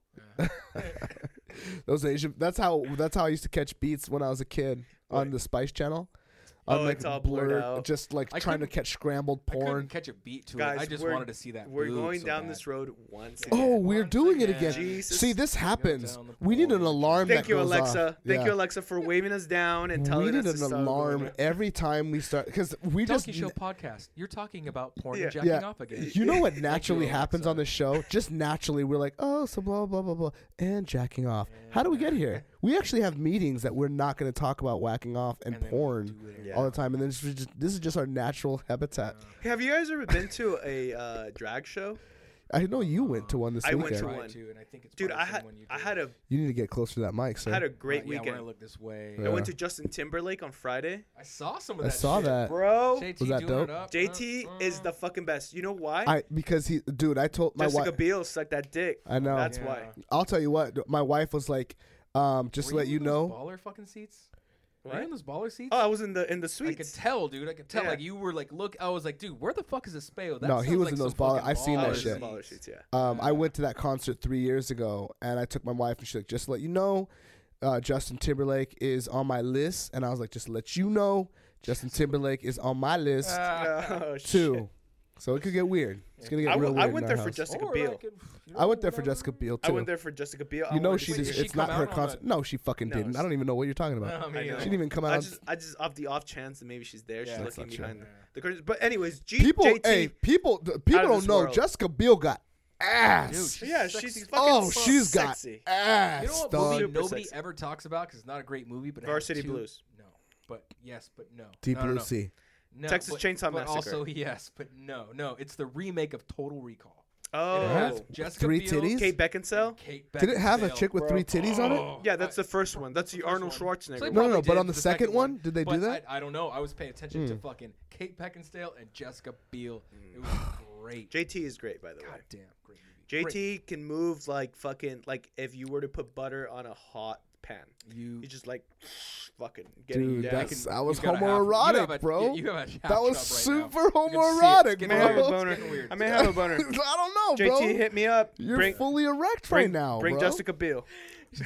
C: Those Asian. That's how. That's how I used to catch beats when I was a kid on
D: Right.
C: the Spice Channel.
D: Oh, it's all blurred out.
C: Just like
E: I
C: trying to
E: couldn't-
C: catch scrambled
E: I couldn't
C: porn.
E: catch a beat to
D: Guys,
E: it. I just
D: we're-
E: wanted to see that.
D: We're
E: boob
D: going
E: so
D: down
E: bad.
D: this road once again.
C: Oh, we're
E: Once
C: doing it
E: again.
C: again.
D: Jesus.
C: See, this happens.
E: down the
C: We need an
E: pole.
C: alarm.
D: Thank
C: that
D: you,
C: goes
D: Alexa.
C: off.
D: Thank
C: Yeah.
D: you, Alexa, for waving us down and telling
C: we need
D: us to
C: an
D: stop
C: alarm
D: going.
C: every time we start because we
E: Donkey
C: just
E: Show podcast. You're talking about porn
D: Yeah.
E: and jacking
C: yeah.
E: off again.
C: You know
D: <laughs>
C: what
E: Thank
C: naturally
D: oh,
E: you,
C: happens on
E: Alexa.
C: this show? Just naturally, we're like, oh, so blah blah blah blah, and jacking off. How do we get here? We actually have meetings that we're not going to talk about whacking off and,
E: And then we do
C: porn
E: it
D: anyway.
C: all the time, and then it's just, this is just our natural habitat.
D: Have you guys ever been to a uh, drag show?
C: I know you went to one this
D: I
C: weekend.
D: went to
E: Try
D: one.
E: to, and I think it's
D: Dude,
E: probably
D: I had
E: someone you
D: I
E: did.
D: had a
C: You need to get close to that mic, sir.
D: I had a
E: Uh,
D: great
E: yeah, we're gonna
D: weekend.
E: look this way.
D: I went to Justin Timberlake on Friday.
E: I saw some of
C: I
E: that.
C: saw
E: shit.
C: that.
D: Bro,
E: JT
C: Was that
E: doing
C: dope?
E: it up,
D: JT
E: uh,
D: is
E: uh.
D: the fucking best. You know why?
C: I because he, dude, I told my
D: Jessica
C: wife.
D: Biel sucked that dick.
C: I know.
D: That's
E: Yeah.
D: why.
C: I'll tell you what, my wife was like, um, just to
E: Were
C: let you
E: in those
C: know,
E: baller fucking seats. Were
D: What?
E: you in those baller seats?
D: Oh, I was in the in the
E: I could
D: suites.
E: tell, dude. I could tell.
D: Yeah.
E: Like you were like, look. I was like, dude, where the fuck is Espeo? That
C: No, he
E: sounds
C: was
E: like
C: in those
E: some
C: baller-
E: fucking
C: I've seen
E: baller
C: that
D: oh,
C: shit.
E: seats.
D: Smaller sheets,
E: <laughs>
D: yeah.
C: Um, I went to that concert three years ago, and I took my wife, and she's like, "Just to let you know, uh, Justin Timberlake is on my list." And I was like, "Just to let you know, Justin Timberlake is on my list
D: Oh, shit.
C: too." So it could get weird. It's gonna get
D: I,
C: real
D: w-
C: weird.
D: I
C: in
D: went
C: our
D: there for
C: house.
D: Jessica
E: Or,
D: Biel.
E: like, if- you
C: I went there for
E: remember?
C: Jessica Biel too.
D: I went there for Jessica Biel. I
C: You know
D: wanted to
C: she
D: see
E: did
C: just,
E: she
D: her.
C: it's not
E: come
C: her
E: out on
C: concert.
E: that?
C: No, she fucking
D: No,
C: didn't.
D: it's-
C: I don't even know what you're talking about.
E: I mean,
D: I know.
E: yeah.
C: She didn't even come out.
D: I
C: on-
D: just, I just off the off chance that maybe she's there. She's
E: Yeah, that's
D: looking
C: not true.
D: behind the, the curtains. But anyways, G-
C: people,
D: JT.
C: hey, people, th- people
D: of
C: don't
D: this
C: know
D: world.
C: Jessica Biel got ass.
E: Dude, she's
D: yeah,
E: sexy
D: she's
E: as
D: fucking
E: fuck.
C: oh,
D: so
C: she's got
D: sexy.
C: ass.
E: You know what
C: dog.
E: movie
D: Super
E: nobody
D: sexy.
E: ever talks about because it's not a great movie, but it had
D: Varsity
E: two-
D: Blues.
E: No, but yes, but no.
C: Deep
E: no, no,
C: Blue
E: no.
C: Sea.
E: No,
D: Texas
E: but-
D: Chainsaw
E: but
D: Massacre.
E: Also <laughs> yes, but no, no. It's the remake of Total Recall.
D: Oh,
E: It has Jessica
C: Three
E: Biel,
C: titties?
D: Kate Beckinsale.
E: Kate
C: Did it have a
E: Beckinsale.
C: chick with three titties on it?
E: Oh,
D: Yeah, that's
E: I-
D: the first one. That's the Arnold
E: So they
C: No, no,
D: Schwarzenegger.
E: probably
C: no, but
E: did
C: on the second one, did they do
E: But
C: that? Hmm.
E: I, I don't know. I was paying attention to fucking Kate Beckinsale and Jessica Biel.
C: <sighs>
E: It was great.
D: JT is great, by the way.
E: God damn, great movie.
D: JT can move like fucking like if you were to put butter on a hot pan.
E: You,
D: You just like fucking getting
C: Dude,
D: down.
C: that's I was
E: you've got a half- you
C: homoerotic,
E: have a-
C: bro.
E: you have a half
C: that was
E: chub right now.
C: super
E: You can see it. It's
C: homoerotic,
E: getting
D: I may have
C: <laughs>
D: a
C: bro.
D: boner.
E: getting weird.
D: I may have
C: <laughs>
D: a boner.
C: I don't know,
D: JT,
C: bro.
D: hit me up.
C: You're
D: bring
C: fully erect
D: bring,
C: right now,
D: Bring
C: bro. <laughs>
D: Jessica Biel.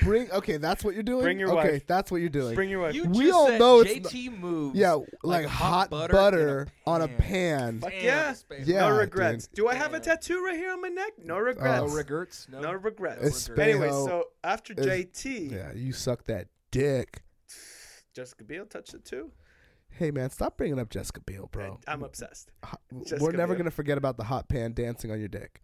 C: Bring okay, that's what you're doing.
D: Bring your
C: okay,
D: wife.
C: that's what you're doing.
D: Bring your wife.
E: You
C: We
E: just
C: all
E: said
C: know it's
E: JT moves.
C: yeah, like, hot, butter, on a pan.
E: Fuck
D: yeah.
C: Yeah,
D: no
C: dude. Uh,
D: regrets. Do I have a tattoo right here on my neck? No
E: No
D: regrets.
E: regrets. No,
D: no regrets.
C: It's
E: But
D: Anyway,
C: Spejo-
D: so after
C: is-
D: JT,
C: yeah, you suck that dick.
D: Jessica Biel touched it too.
C: Hey man, stop bringing up Jessica Biel, bro. <laughs>
D: I'm obsessed. <laughs>
C: Hot- We're
D: Jessica
C: never
D: Biel.
C: gonna forget about the hot pan dancing on your dick.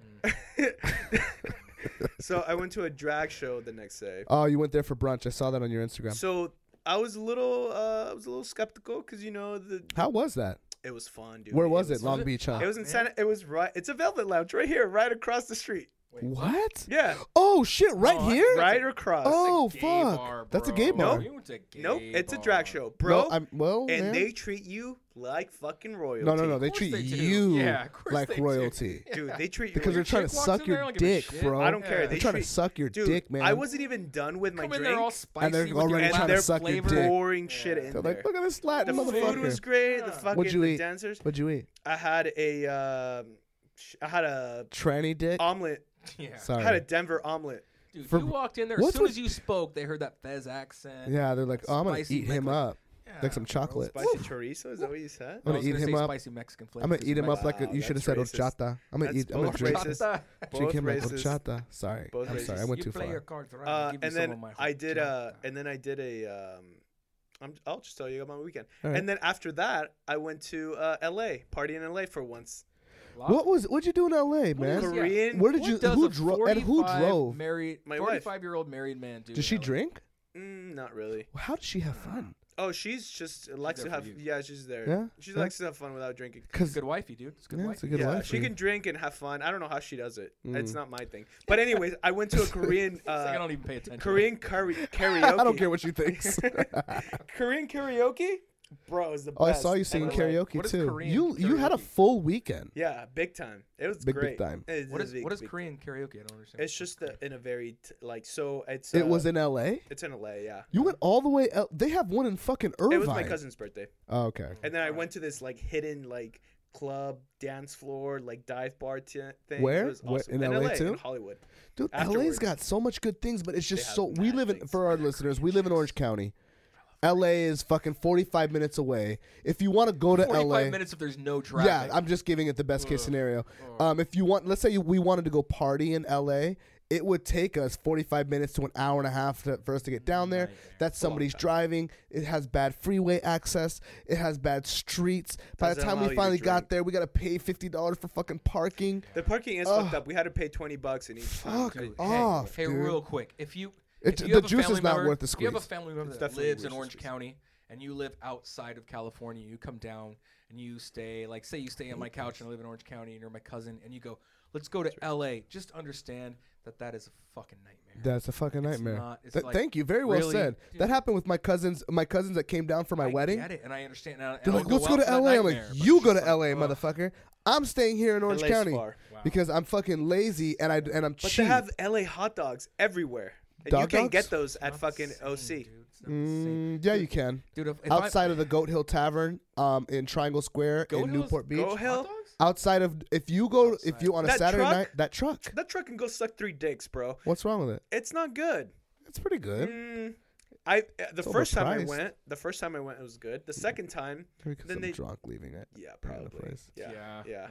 D: so I went to a drag show the next day.
C: Oh, you went there for brunch. I saw that on your Instagram.
D: So I was a little, uh, I was a little skeptical because you know the
C: How was that?
D: it was fun, dude.
C: Where was it?
E: was
C: Long
E: it-
C: Beach, huh?
D: It was in Santa. It was right. It's a Velvet Lounge right here, right across the street.
C: what? <laughs>
D: Yeah,
C: Oh shit! Right
E: Oh, I-
C: here.
D: right across.
C: Oh
E: Gay
C: fuck!
E: bar,
C: That's a
E: bro.
C: gay bar.
E: We went to gay
D: Nope, it's a
E: bar.
D: drag show, bro.
C: No, I'm, well,
D: and
C: man.
D: they treat you like fucking royalty.
C: no, no, no. They
E: course
C: treat
E: they do.
C: you
E: Yeah, of course they
C: like
E: do.
C: royalty
D: dude, they treat you
C: because they're
D: like-
C: trying to
E: chick walks
C: suck
E: in there, I
C: your
E: don't give a
C: dick,
E: shit.
C: bro.
D: I don't care. They
E: Yeah.
C: They're trying to
D: treat-
C: suck your
D: dude,
C: dick, man.
D: I wasn't even done with my
E: Come in
D: drink,
E: there all spicy
C: And they're
E: with
C: already
E: your
D: and
C: trying
E: lobster
C: to
D: they're
C: suck your
E: flavor.
C: dick.
D: pouring shit in
C: They're
D: there.
C: like, look at this Latin
D: the food
C: motherfucker.
D: was great. The fucking
C: What'd you
D: the
C: eat?
D: dancers.
C: What'd you eat?
D: I had a, um, sh- I had a
C: Tranny dick.
D: omelet.
E: <laughs> Yeah.
D: I had a
C: Sorry.
D: Denver omelet.
E: Dude,
C: For-
E: you walked in there as
C: what's
E: soon
C: with-
E: as you spoke. They heard that Fez accent.
C: Yeah, they're like, oh, I'm gonna
E: Spicy
C: eat him
E: liquid.
C: up like some
E: Yeah,
C: chocolate.
D: Spicy chorizo? Is that what you said?
E: No,
C: I'm
E: I
C: gonna
E: was
C: eat
E: gonna
C: him
E: say
C: up.
E: spicy Mexican flavor.
C: I'm gonna
E: 'cause
C: eat him up like
E: <laughs> Mexican-
C: a,
D: Wow,
C: you should have
D: that's
C: said
D: racist.
C: horchata. I'm gonna
D: That's
C: eat. I'm gonna
D: both
C: drink,
D: racist.
C: drink
E: <laughs>
D: Both
C: him like
D: racist.
C: horchata. Sorry,
D: Both
C: I'm sorry. I
D: racist.
C: went
E: you
C: too
E: play
C: far.
E: your cards right. I'll
D: Uh,
E: give you
D: and
E: some
D: then
E: of my
D: I
E: hot
D: did
E: chocolate.
D: uh and then I did a um I'm, I'll just tell you about my weekend.
C: All right.
D: And then after that, I went to uh, L.A. party in L.A. for once.
E: Lock-
C: What was? What'd you do in L.A.,
E: is
C: man?
E: your-
D: Korean.
C: Where did
E: what
C: you?
E: does
C: Who
E: a
C: drove? And who
E: 45
C: drove?
E: Married,
D: My wife.
E: forty-five-year-old married man. Dude,
C: Did she
E: in LA.
C: drink?
D: Mm, not really.
C: How did she have <laughs> fun?
D: Oh, she's just likes
E: there
D: to
E: for
D: have.
E: you.
D: Yeah, she's there.
C: Yeah,
D: She
C: yeah.
D: likes to have fun without drinking.
E: It's
C: Because <laughs>
E: good wifey, dude. It's good
C: yeah, it's
E: wifey.
C: a good
D: yeah,
C: life. Mm.
D: she can drink and have fun. I don't know how she does it. It's not my thing. But anyways, I
C: <laughs>
D: went to a Korean
E: It's like I
D: uh,
E: don't even pay attention.
D: Korean curry, karaoke.
C: I don't care what she
E: <laughs>
C: thinks.
D: Korean karaoke, bro, is the best.
C: oh, I saw you singing
D: And I like-
C: karaoke
E: What is
C: too.
E: Korean
C: you you had a
E: karaoke?
C: full weekend.
D: Yeah, big time. It was
C: Big, big
D: great.
C: time.
D: It
E: What is
D: big,
E: what is
D: big-
E: Korean karaoke? I don't understand.
D: It's just the, in a very t- like so. It's
C: It
D: uh,
C: was in L.A.
D: It's in LA, yeah.
C: You went all the way. L- they have one in fucking Irvine.
D: It was my cousin's birthday,
C: Oh, okay.
D: and then I went to this like hidden like club, dance floor, like dive bar t- thing.
C: Where?
D: It was
C: Where-
D: awesome.
C: in LA too?
D: In Hollywood.
C: Dude, LA's
D: Afterwards.
C: got so much good things, but it's just
D: have
C: so we
D: mad
C: live in
D: things.
C: for our listeners, we live in Orange
E: <laughs>
C: County. LA is fucking 45 minutes away. If you want to go to
E: 45
C: LA,
E: minutes if there's no
C: yeah,
E: traffic.
C: I'm just giving it the best case
E: Ugh.
C: scenario.
E: uh.
C: Um, if you want, let's say you, we wanted to go party in LA, it would take us 45 minutes to an hour and a half to, for us to get down there. That's somebody's driving. It has bad freeway access. It has bad streets. By the
D: Doesn't
C: time
D: allow
C: we
D: you to
C: finally got
D: drink.
C: there, we got to pay $50 for fucking parking.
D: The parking is
C: Ugh.
D: fucked up. We had to pay twenty bucks in each.
C: Fuck
D: time.
E: Hey,
C: off,
E: hey,
C: dude.
E: real quick, if you,
C: It-
E: if you
C: the
E: have a
C: juice
E: family
C: is not
E: member-
C: worth the
E: If you have a
C: squeeze.
E: family member
D: It's
E: that
D: definitely
E: lives in
D: worth
E: Orange
D: the squeeze.
E: County and you live outside of California, you come down and you stay, like, say you stay on my couch and I live in Orange County and you're my cousin and you go, let's go to L.A. Just understand that that is a fucking nightmare.
C: That's a fucking nightmare.
E: not- it's
C: Th-
E: like,
C: thank you. Very well
E: really-
C: said. That happened with my cousins. My cousins that came down for my
E: I
C: wedding.
E: get it, and I understand. now.
C: They're like, let's go to LA. I'm like, you go to LA, motherfucker. I'm staying here in Orange
D: LA 's
C: County
D: far.
C: because I'm fucking lazy and I and I'm
D: But
C: cheap.
D: they have LA hot dogs everywhere. And you
C: Dog
D: can get
C: dogs?
D: those at fucking OC.
C: Mm, yeah, you can.
E: Dude, if- if I-
C: outside of the Goat Hill Tavern, um, in Triangle Square
E: Goat
C: in
E: Hill's-
C: Newport Beach.
D: Go Hill.
C: Outside of if you go if you on a
D: That
C: Saturday
D: truck?
C: night that truck.
D: That truck can go suck three dicks, bro.
C: What's wrong with it?
D: It's not good.
C: It's pretty good.
D: Mm, I uh, the first time I
C: overpriced.
D: went, the first time I went, it was good. The second time,
C: Because
D: then
C: I'm
D: they-
C: drunk leaving it.
D: yeah,
C: Probably the
D: probably.
C: place.
D: Yeah, yeah.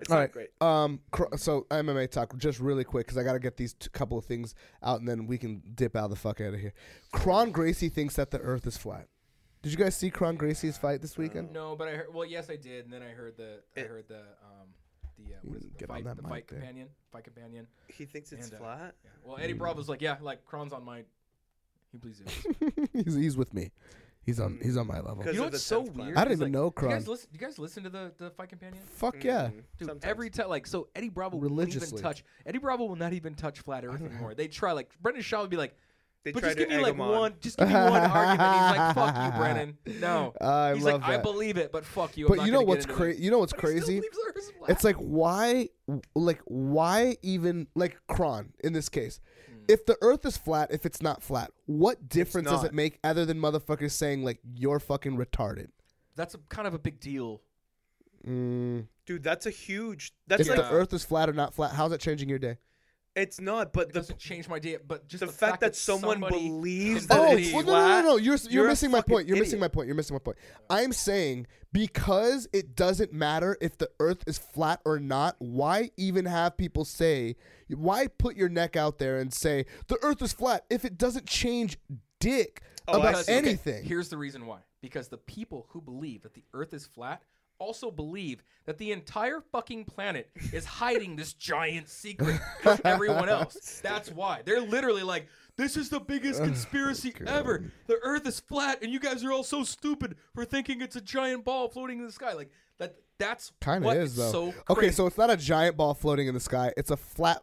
D: It's
C: All
D: not
C: right.
D: great.
C: Um. Cr- so MMA talk, just really quick, because I gotta get these t- couple of things out, and then we can dip out the fuck out of here. Cron Gracie thinks that the Earth is flat. Did you guys see Cron Gracie's fight this weekend?
E: No, but I heard. Well, yes, I did, and then I heard the. I
D: It-
E: heard the. Um, the uh, what is it? The
C: Get on
E: fight,
C: that
E: the
C: mic
E: fight
C: there.
E: companion. Fight companion.
D: He thinks it's
E: And, uh,
D: flat.
E: Yeah. Well, Eddie Bravo's like, yeah, like Kron's on my. He
D: <laughs>
E: believes it.
C: <laughs> he's, he's with me. He's on. He's on my level.
E: you
D: Because
E: know
D: of the
E: what's so
D: tenth
E: weird?
D: planet.
C: I didn't
E: is,
C: even
E: like,
C: know
E: do You guys
C: Kron.
E: listen, do you guys listen to the the fight companion?
C: Fuck yeah.
D: Mm,
E: Dude,
D: sometimes.
E: every time, like, so Eddie Bravo won't
C: Religiously.
E: even touch. Eddie Bravo will not even touch flat Earth anymore. They try, like, Brendan Shaw would be like,
D: They
E: but
D: try
E: just
D: to
E: give me
D: egg
E: like
D: him on.
E: one, just give
C: <laughs>
E: me one argument. He's like, fuck you, Brennan. No,
C: I
E: he's
C: love
E: like, I
C: that.
E: believe it, but fuck you. I'm
C: But
E: not
C: you know
E: gonna get
C: what's
E: into
C: crazy?
E: it."
C: You know what's
E: But he still
C: crazy?
E: believes the Earth is flat.
C: It's like why, like why even like Kron in this case?
D: Hmm.
C: If the Earth is flat, if it's not flat, what difference does
D: not.
C: it make other than motherfuckers saying like you're fucking retarded?
E: that's a, kind of a big deal.
C: Mm.
D: Dude, that's a huge. That's
C: If
D: like
C: the Earth is flat or not flat, how's that changing your day?
D: it's not. But
E: It
D: the
E: doesn't change my day, but just
D: the fact that someone
E: somebody
D: believes
E: can
D: that
C: Oh
D: it's
C: well,
E: believe-
C: no, no, no,
D: flat,
C: no! You're s- you're,
D: you're a
C: missing my
D: fucking
C: point. You're
D: idiot.
C: missing my point. You're missing my point. I'm saying because it doesn't matter if the Earth is flat or not. Why even have people say? Why put your neck out there and say the Earth is flat if it doesn't change dick
D: Oh, I
C: about
D: see. Okay,
C: anything?
E: Here's the reason why: because the people who believe that the Earth is flat also believe that the entire fucking planet is hiding this giant secret
C: <laughs>
E: from everyone else. That's why they're literally like, "This is the biggest
C: Oh,
E: conspiracy ever. The Earth is flat, and you guys are all so stupid for thinking it's a giant ball floating in the sky." Like that. That's
C: Kind of
E: what
C: is though.
E: So
C: okay,
E: crazy.
C: so it's not a giant ball floating in the sky. It's a flat.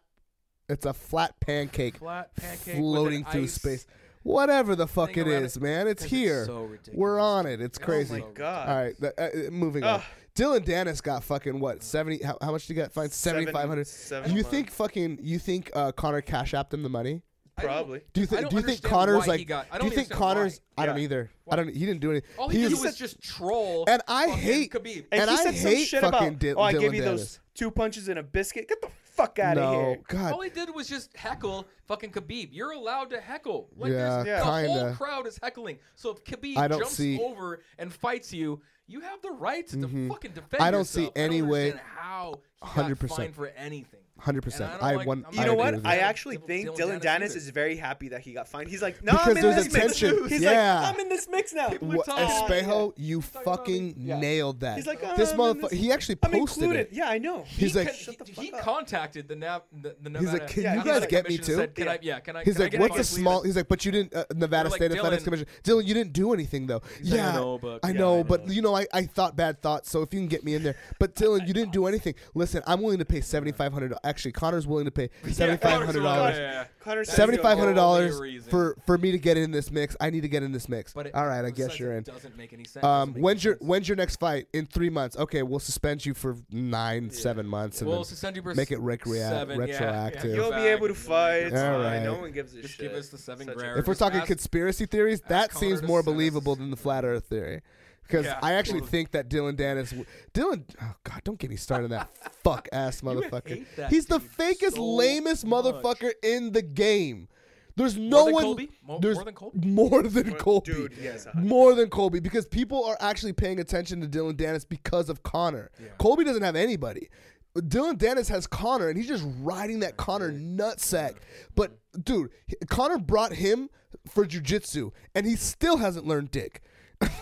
C: It's a flat pancake.
E: Flat pancake with an
C: floating through
E: ice
C: space. Whatever the fuck
E: thing
C: it
E: around
C: is,
E: it.
C: man. It's
E: 'Cause it's
C: here.
E: so ridiculous.
C: We're on it. It's crazy.
D: Oh my god!
C: All right, th- uh, uh, moving on.
D: Ugh.
C: Dylan Dennis got fucking what seventy? How, how much did he get fined?
D: Seven-
C: Seventy five hundred.
D: seven
C: You
D: months.
C: think fucking? You think uh, Connor cash apped him the money?
E: I don't-
D: Probably.
C: Do you
E: I
C: think?
E: don't
C: Do you think
E: understand why
C: Connor's
E: he
C: like?
E: got- I
C: do you
E: don't
C: think
E: understand
C: Connor's?
E: why.
C: I don't
D: Yeah.
C: either. I don't. He didn't do anything.
E: All he, did
C: was-
E: was just troll.
C: And I
E: fucking
C: hate-
E: Khabib.
C: And
D: he
C: I
D: said some
C: hate
D: shit about,
C: fucking Dil-
D: oh, I
C: Dylan
D: gave you
C: Dennis."
D: those two punches and a biscuit. Get the fuck out of
C: no,
D: here.
C: God.
E: All he did was just heckle fucking Khabib. You're allowed to heckle. Like
C: Yeah,
E: there's
C: Yeah.
E: the whole
C: kinda.
E: crowd is heckling. So if Khabib
C: I don't
E: jumps
C: see- Mm-hmm.
E: over and fights you, you have the right to fucking defend
C: I don't see
E: yourself.
C: any
E: I don't
C: way-
E: understand how he 100%. got
C: 100%.
E: fined for anything.
C: Hundred
E: And
C: percent.
E: don't
C: I
E: like-
C: one.
E: I'm
D: You
E: not
D: know
E: a
D: what?
E: big
C: agree
D: I
E: fan of
D: actually
E: Dylan
D: think
E: Dennis
D: Dylan Dennis
E: either.
D: is very happy that he got fined. He's like, no,
C: Because
D: I'm in
C: there's
D: this
C: a
D: mix.
C: tension.
D: <laughs> He's
C: Yeah.
D: like, I'm in this mix now.
E: People
C: What,
E: We're talking-
C: Espejo, you
E: oh,
C: fucking
D: Yeah.
C: nailed that.
D: He's like, "Oh,
C: this
D: I'm in
C: motherfucker.
D: this-
C: He actually
D: I'm
C: posted
D: included.
C: it.
D: Yeah, I know.
C: He's
E: he
C: like,
E: con-
D: the
E: he,
D: fuck up.
E: contacted the nav the,
C: he's
E: the Nevada.
C: like, can
D: Yeah,
C: you
D: he's
C: guys
D: like,
C: get me
E: commission
C: too?
E: Said, can I, yeah, can I?
C: He's
E: can I
C: like,
E: get
C: what's
E: fined
C: a
E: for even-"
C: small? He's like, but you didn't uh, Nevada
E: They're like,
C: State Athletics
E: "Dylan."
C: Commission. Dylan, you didn't do anything though.
E: like,
C: yeah,
E: "I know, but-
C: I
E: Yeah,
C: know,
E: I
C: but you know, I, I thought bad thoughts. So if you can get me in there,
E: <laughs>
C: but Dylan, you didn't do anything. Listen, I'm willing to pay seventy five hundred. Actually, Connor's willing to
E: <laughs>
C: pay seventy five hundred
E: Yeah,
C: dollars.
E: yeah, yeah.
D: Connor's
C: Seventy five hundred
E: That's the only
C: dollars
E: reason.
C: for for me to get in this mix. I need to get in this mix.
E: But it,
C: All right, I
E: besides,
C: guess you're
E: it
C: in.
E: Doesn't make any sense.
C: Um,
E: Doesn't make
C: when's
E: any
C: your
E: sense.
C: when's your next fight? In three months. Okay, we'll suspend you for nine, seven months, and
E: We'll
C: then
E: suspend you for
C: make it
E: seven, yeah,
C: recrea-
E: yeah.
C: retroactive.
E: You'll
D: You'll be able to fight. It's
C: All
D: fine.
C: right.
D: No one gives a
E: Just
D: shit.
E: give us the seven
D: Such a-
E: grand.
C: if we're
E: Just
C: talking
E: ask-
C: conspiracy theories,
E: ask
C: that
E: Connor
C: seems
E: to
C: more
E: send us-
C: believable than the flat Earth theory. because
E: Yeah,
C: I actually
E: totally.
C: think that Dylan Dennis, w- Dylan, oh god, don't get me started on that
E: <laughs>
C: fuck ass motherfucker.
E: hate that
C: He's the
E: dude
C: fakest,
E: so
C: lamest
E: much.
C: motherfucker in the game. There's no
E: than
C: one.
E: Colby? Mo-
C: there's
E: more than
C: <laughs>
E: Colby?
C: More than
D: More-
C: Colby.
D: dude, yes, a hundred.
C: more than Colby because people are actually paying attention to Dylan Dennis because of Connor. Colby doesn't have anybody. Dylan Dennis has Connor, and he's just riding that Connor nutsack. But dude, he- Connor brought him for jujitsu, and he still hasn't learned dick. <laughs>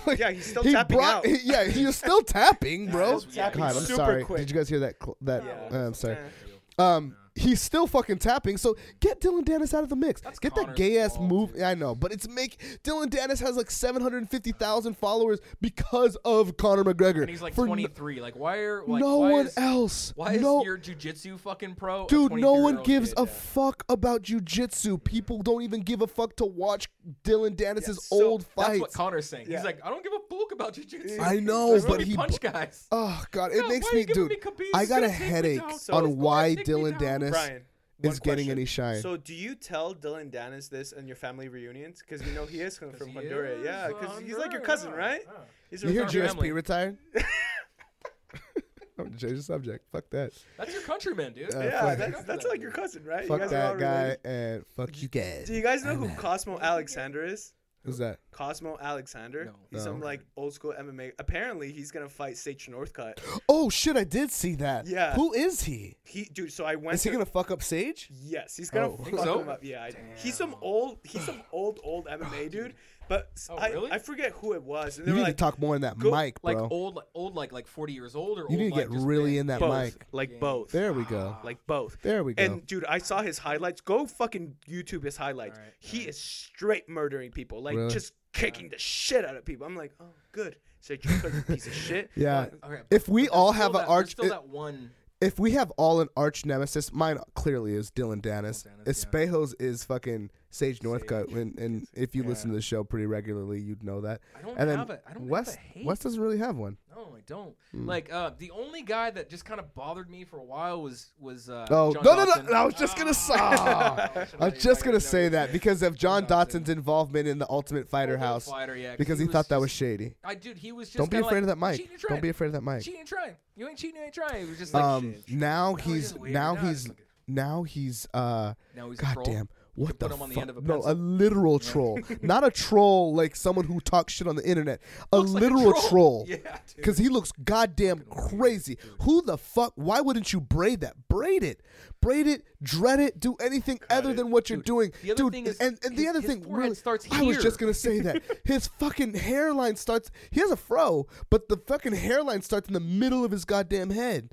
C: Like,
D: Yeah, he's still tapping out.
C: he- yeah, he's
D: <laughs>
C: still tapping, bro.
E: is weird.
C: God, I'm
D: Super
C: sorry.
D: quick.
C: Did you guys hear that? Cl- that
D: Yeah.
C: uh, I'm sorry.
D: Yeah.
C: Um, he's still fucking tapping. So get Dylan Dennis out of the mix. get that
E: Connor's
C: gay ass
E: fault,
C: move. I know, but it's make Dylan Dennis has like seven hundred fifty thousand followers because of Conor McGregor.
E: And he's like
C: For n-
E: 23. like, why are like,
C: no
E: why
C: one
E: is,
C: else.
E: Why is
C: no,
E: your jujitsu fucking pro? a
C: dude? No one
E: 23-year-old
C: gives
E: kid?
C: a
E: Yeah.
C: fuck about jujitsu. People don't even give a fuck to watch Dylan Dennis's
D: Yeah, so
C: old
E: That's
C: fights.
E: what Connor's saying.
D: Yeah.
E: He's like, I don't give a fuck about jujitsu.
C: I know,
E: Just let
C: but
E: me
C: he-
E: punch guys.
C: Oh god, it
E: No,
C: makes
E: why are
C: me,
E: you giving
C: dude.
E: me competes?
C: I
E: He's
C: got a
E: gonna take me
C: headache
E: down. So- He's
C: on
E: gonna
C: why
E: take me
C: Dylan
E: down.
C: Dennis
D: Brian, one
C: is getting
D: question.
C: any shine.
D: So do you tell Dylan Dennis this in your family reunions? Because we know he is
E: <laughs>
D: from
E: he
D: Honduras.
E: is
D: yeah,
E: from
D: because he's like your
E: Honduras,
D: cousin,
E: yeah,
D: right?
E: yeah.
D: He's
C: you hear
E: Family.
C: GSP
D: <laughs>
C: retired? <laughs> I'm gonna change the subject. Fuck that.
E: That's your countryman, dude.
C: Uh,
D: Yeah,
C: fuck.
D: that's, that's like your cousin, right? You
C: Fuck
D: guys are all
C: that guy
D: related.
C: and fuck you guys.
D: Do you guys know who Cosmo Alexander is?
C: Who's
D: <gasps>
C: that?
D: Cosmo Alexander.
E: No.
D: He's some like old school MMA. Apparently, he's gonna fight Sage
C: <gasps>
D: Northcutt.
C: Oh shit, I did see that.
D: Yeah.
C: Who is he?
D: He, dude. So I went.
C: Is he
D: to-
C: gonna fuck up Sage?
D: <laughs> Yes, he's gonna
C: Oh.
D: fuck
C: Think
E: so?
D: him up. Yeah, I, he's some old,
C: <sighs>
D: he's some old, old MMA dude. But s-
E: Oh,
D: I,
E: really?
D: I forget who it was. And they
C: Oh, You
D: were
C: need
D: like,
C: to talk more in that
D: go-
C: mic, bro.
E: Like old, like old, like like forty years old, or
C: you
E: old,
C: need to
E: like,
C: get
E: just
C: really
E: thin?
C: in that
D: both,
C: mic.
D: like both,
C: There we go.
D: Ah, like both.
C: There we go.
D: And dude, I saw his highlights. Go fucking YouTube his highlights.
E: Alright,
D: he is straight murdering people, like
C: Really?
D: just kicking the shit out of people. I'm like, oh, good. So you're a
C: <laughs>
D: piece of shit.
C: yeah.
E: Okay,
C: If we
E: but
C: all
E: there's
C: have
E: still
C: an
E: that- there's
C: arch,
E: still
C: i-
E: that one.
C: if we have all an arch nemesis, mine clearly is Dylan Dennis.
E: Dylan Dennis, yeah.
C: Espejo's is fucking Sage Northcutt, and,
E: <laughs>
C: and if you listen to the show pretty regularly, you'd know that.
E: I don't
C: and then
E: have a- I don't have a
C: West
E: hate.
C: West doesn't really have one.
E: No, I don't.
C: Hmm.
E: Like uh, the only guy that just kind of bothered me for a while was was. Uh,
C: Oh
E: John Ah.
C: no, no no
E: Dodson.
C: no! I was just gonna
E: <laughs>
C: say.
E: I
C: I was
E: should've-
C: just
E: I
C: gonna
E: should've
C: say
E: known.
C: that because of John Dotson's involvement in the Ultimate Fighter
E: Ultimate
C: House,
E: Fighter, yeah, 'cause
C: because
E: he
C: he
E: was
C: thought that was
E: just-
C: shady.
E: I dude, he was just.
C: Don't be
E: kinda
C: afraid of
E: like,
C: that mic.
E: cheating and trying.
C: Don't be afraid of that mic.
E: Cheating and trying. You ain't cheating. You ain't trying. It was just like
C: Um,
E: shit.
C: now
E: he's
C: he's
E: just weird.
C: now
E: Now he's
C: he's
E: looking-
C: now he's uh
E: Now he's a troll.
C: goddamn
E: You
C: what the
E: can put him on the
C: fuck?
E: end of a
C: no a
E: pencil.
C: literal
E: <laughs>
C: troll, not a troll like someone who talks shit on the internet. A
E: Looks like a
C: literal
E: troll.
C: troll,
E: <laughs> Yeah, dude.
C: because he looks goddamn crazy. Who the fuck? Why wouldn't you braid that? Braid it, braid it, dread it, do anything other than what you're doing,
E: the other
C: dude.
E: thing is
C: and and the
E: his-
C: other
E: his
C: thing
E: forehead
C: really,
E: starts
C: I was
E: here.
C: just gonna say that his fucking hairline starts. He has a fro, but the fucking hairline starts in the middle of his goddamn head.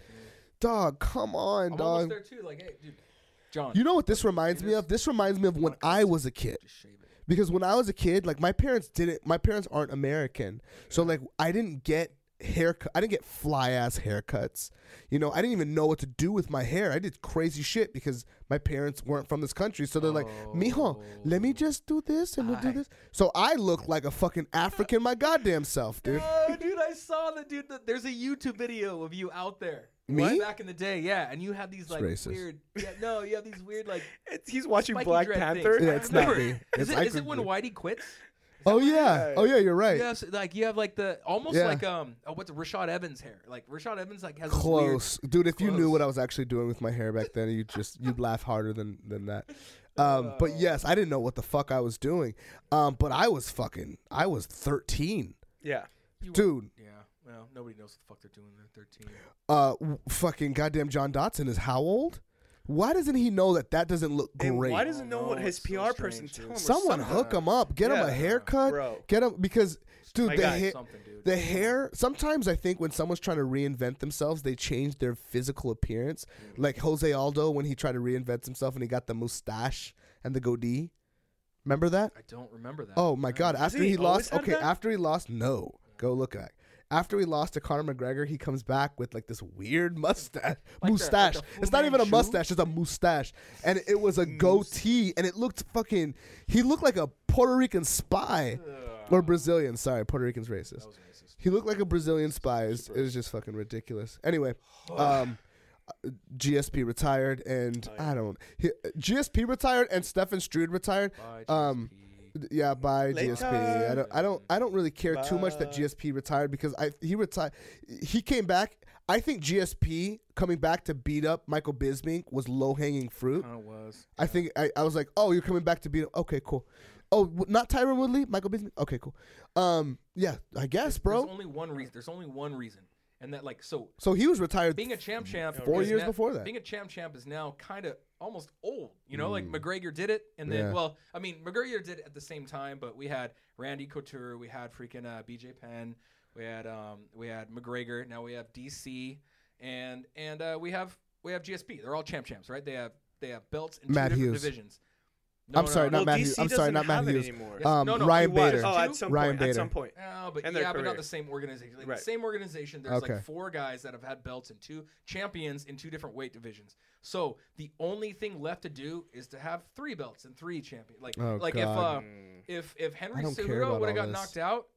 C: Dog, come on,
E: I'm
C: dog.
E: almost there too. Like, hey, dude, John,
C: You know what this reminds me of? This reminds me of when I was a kid.
E: shave it.
C: Because when I was a kid, like my parents didn't my parents aren't American. So like I didn't get haircut I didn't get fly ass haircuts. You know, I didn't even know what to do with my hair. I did crazy shit because my parents weren't from this country. So they're like, "Mijo, let me just do this and we'll do this." So I look like a fucking African my goddamn self, dude.
E: Oh, dude, I saw the dude. that there's a YouTube video of you out there.
C: Me?
E: Way Back in the day, yeah. And you have these like
C: racist.
E: weird. Yeah, no, you have these
D: <laughs>
E: weird like.
D: It's- he's watching
E: spiky
D: Black
E: dread things.
D: Panther.
E: I
C: Yeah,
D: <laughs>
C: it's not
E: <laughs> remember.
C: me. It's
E: Is it, is it
C: Ike
E: when
C: Ridley.
E: Whitey quits?
C: Oh yeah. Oh yeah, you're right.
E: Yes, like you have like the almost
C: Yeah.
E: like um oh, what's Rashad Evans hair? Like Rashad Evans like has this weird-
C: close dude if you knew
E: Close.
C: what i was actually doing with my hair back then you just you'd laugh harder than than that
D: <laughs>
C: um but yes i didn't know what the fuck i was doing um but i was fucking i was 13
D: Yeah.
E: you were-
C: dude
E: Yeah. Well, nobody knows what the fuck they're doing. They're 13.
C: uh w- fucking goddamn john dotson is how old why doesn't he know that that doesn't look
D: And
C: great
D: why doesn't know
E: no,
D: what his
E: it's so
D: PR person
E: strange,
D: tell
E: dude.
D: him? or
C: someone
D: something?
C: hook him up get him a
D: Yeah,
C: haircut
D: bro.
C: get him because dude
D: My
C: the,
D: guy,
C: ha-
E: something, dude.
C: the hair sometimes i think when someone's trying to reinvent themselves they change their physical appearance
D: Mm.
C: like jose aldo when he tried to reinvent himself and he got the mustache and the goatee remember that
E: I don't remember that.
C: oh my god after
D: he
C: he, lost
D: always had
C: okay
D: that?
C: after he lost no go look at after he lost to Conor McGregor, he comes back with like this weird
D: <laughs>
C: mustache.
E: the-
C: mustache.
E: like the Fu
C: it's not even a
E: Manchu?
C: mustache; it's a mustache, and it was a goatee, and it looked fucking. He looked like a Puerto Rican spy or Brazilian. Sorry, Puerto Rican's racist. He looked like a Brazilian spy. It's- It was just fucking ridiculous.
D: <sighs>
C: Anyway, um, uh, GSP
D: Oh,
C: retired, and I don't. He, GSP retired, and Stefan Strude retired. Um, yeah, by
D: Later.
C: GSP. I don't, I don't, I don't really care too much that
D: Bye.
C: GSP retired because I he retired. He came back. I think GSP coming back to beat up Michael Bisping was low hanging fruit.
E: Kind of was.
C: I think I, I was like, oh, you're coming back to beat him. Okay, cool. Oh, w- not Tyron Woodley, Michael Bisping. Okay, cool. Um, yeah, I guess,
E: There's
C: bro.
E: only one reason. There's only one reason, and that like so
C: So he was retired.
E: being a champ champ
C: Mm-hmm. Four
E: is
C: years
E: now-
C: before that.
E: Being a champ champ is now kind of almost old. You know, like McGregor did it, and then
C: Mm. Yeah.
E: well, I mean McGregor did it at the same time, but we had Randy Couture, we had freaking uh, BJ Penn, we had um, we had McGregor. Now we have DC, and and uh, we have we have GSP. They're all champ champs, right? They have they have belts in two
C: Matt
E: different
C: Hughes.
E: divisions. No,
C: I'm
E: no,
C: sorry,
E: no,
C: not Matt Hughes.
D: DC
C: I'm sorry,
D: doesn't
C: not Matt
D: have it
C: Hughes.
D: anymore.
C: Um,
E: No, no,
C: Ryan
E: he was.
C: Bader.
D: Oh, at some
C: Ryan
D: point.
C: Bader.
D: At some point.
E: No, Oh, but
D: And
E: yeah,
D: their
E: but not
D: career.
E: the same organization. Like
D: Right.
E: The same organization. There's
C: Okay.
E: like four guys that have had belts and two champions in two different weight divisions. So the only thing left to do is to have three belts and three champions. Like
C: Oh,
E: like
C: God.
D: Mm.
E: if uh, if if Henry
C: I don't care about
E: Cejudo would
C: all
E: have got
C: this.
E: knocked out,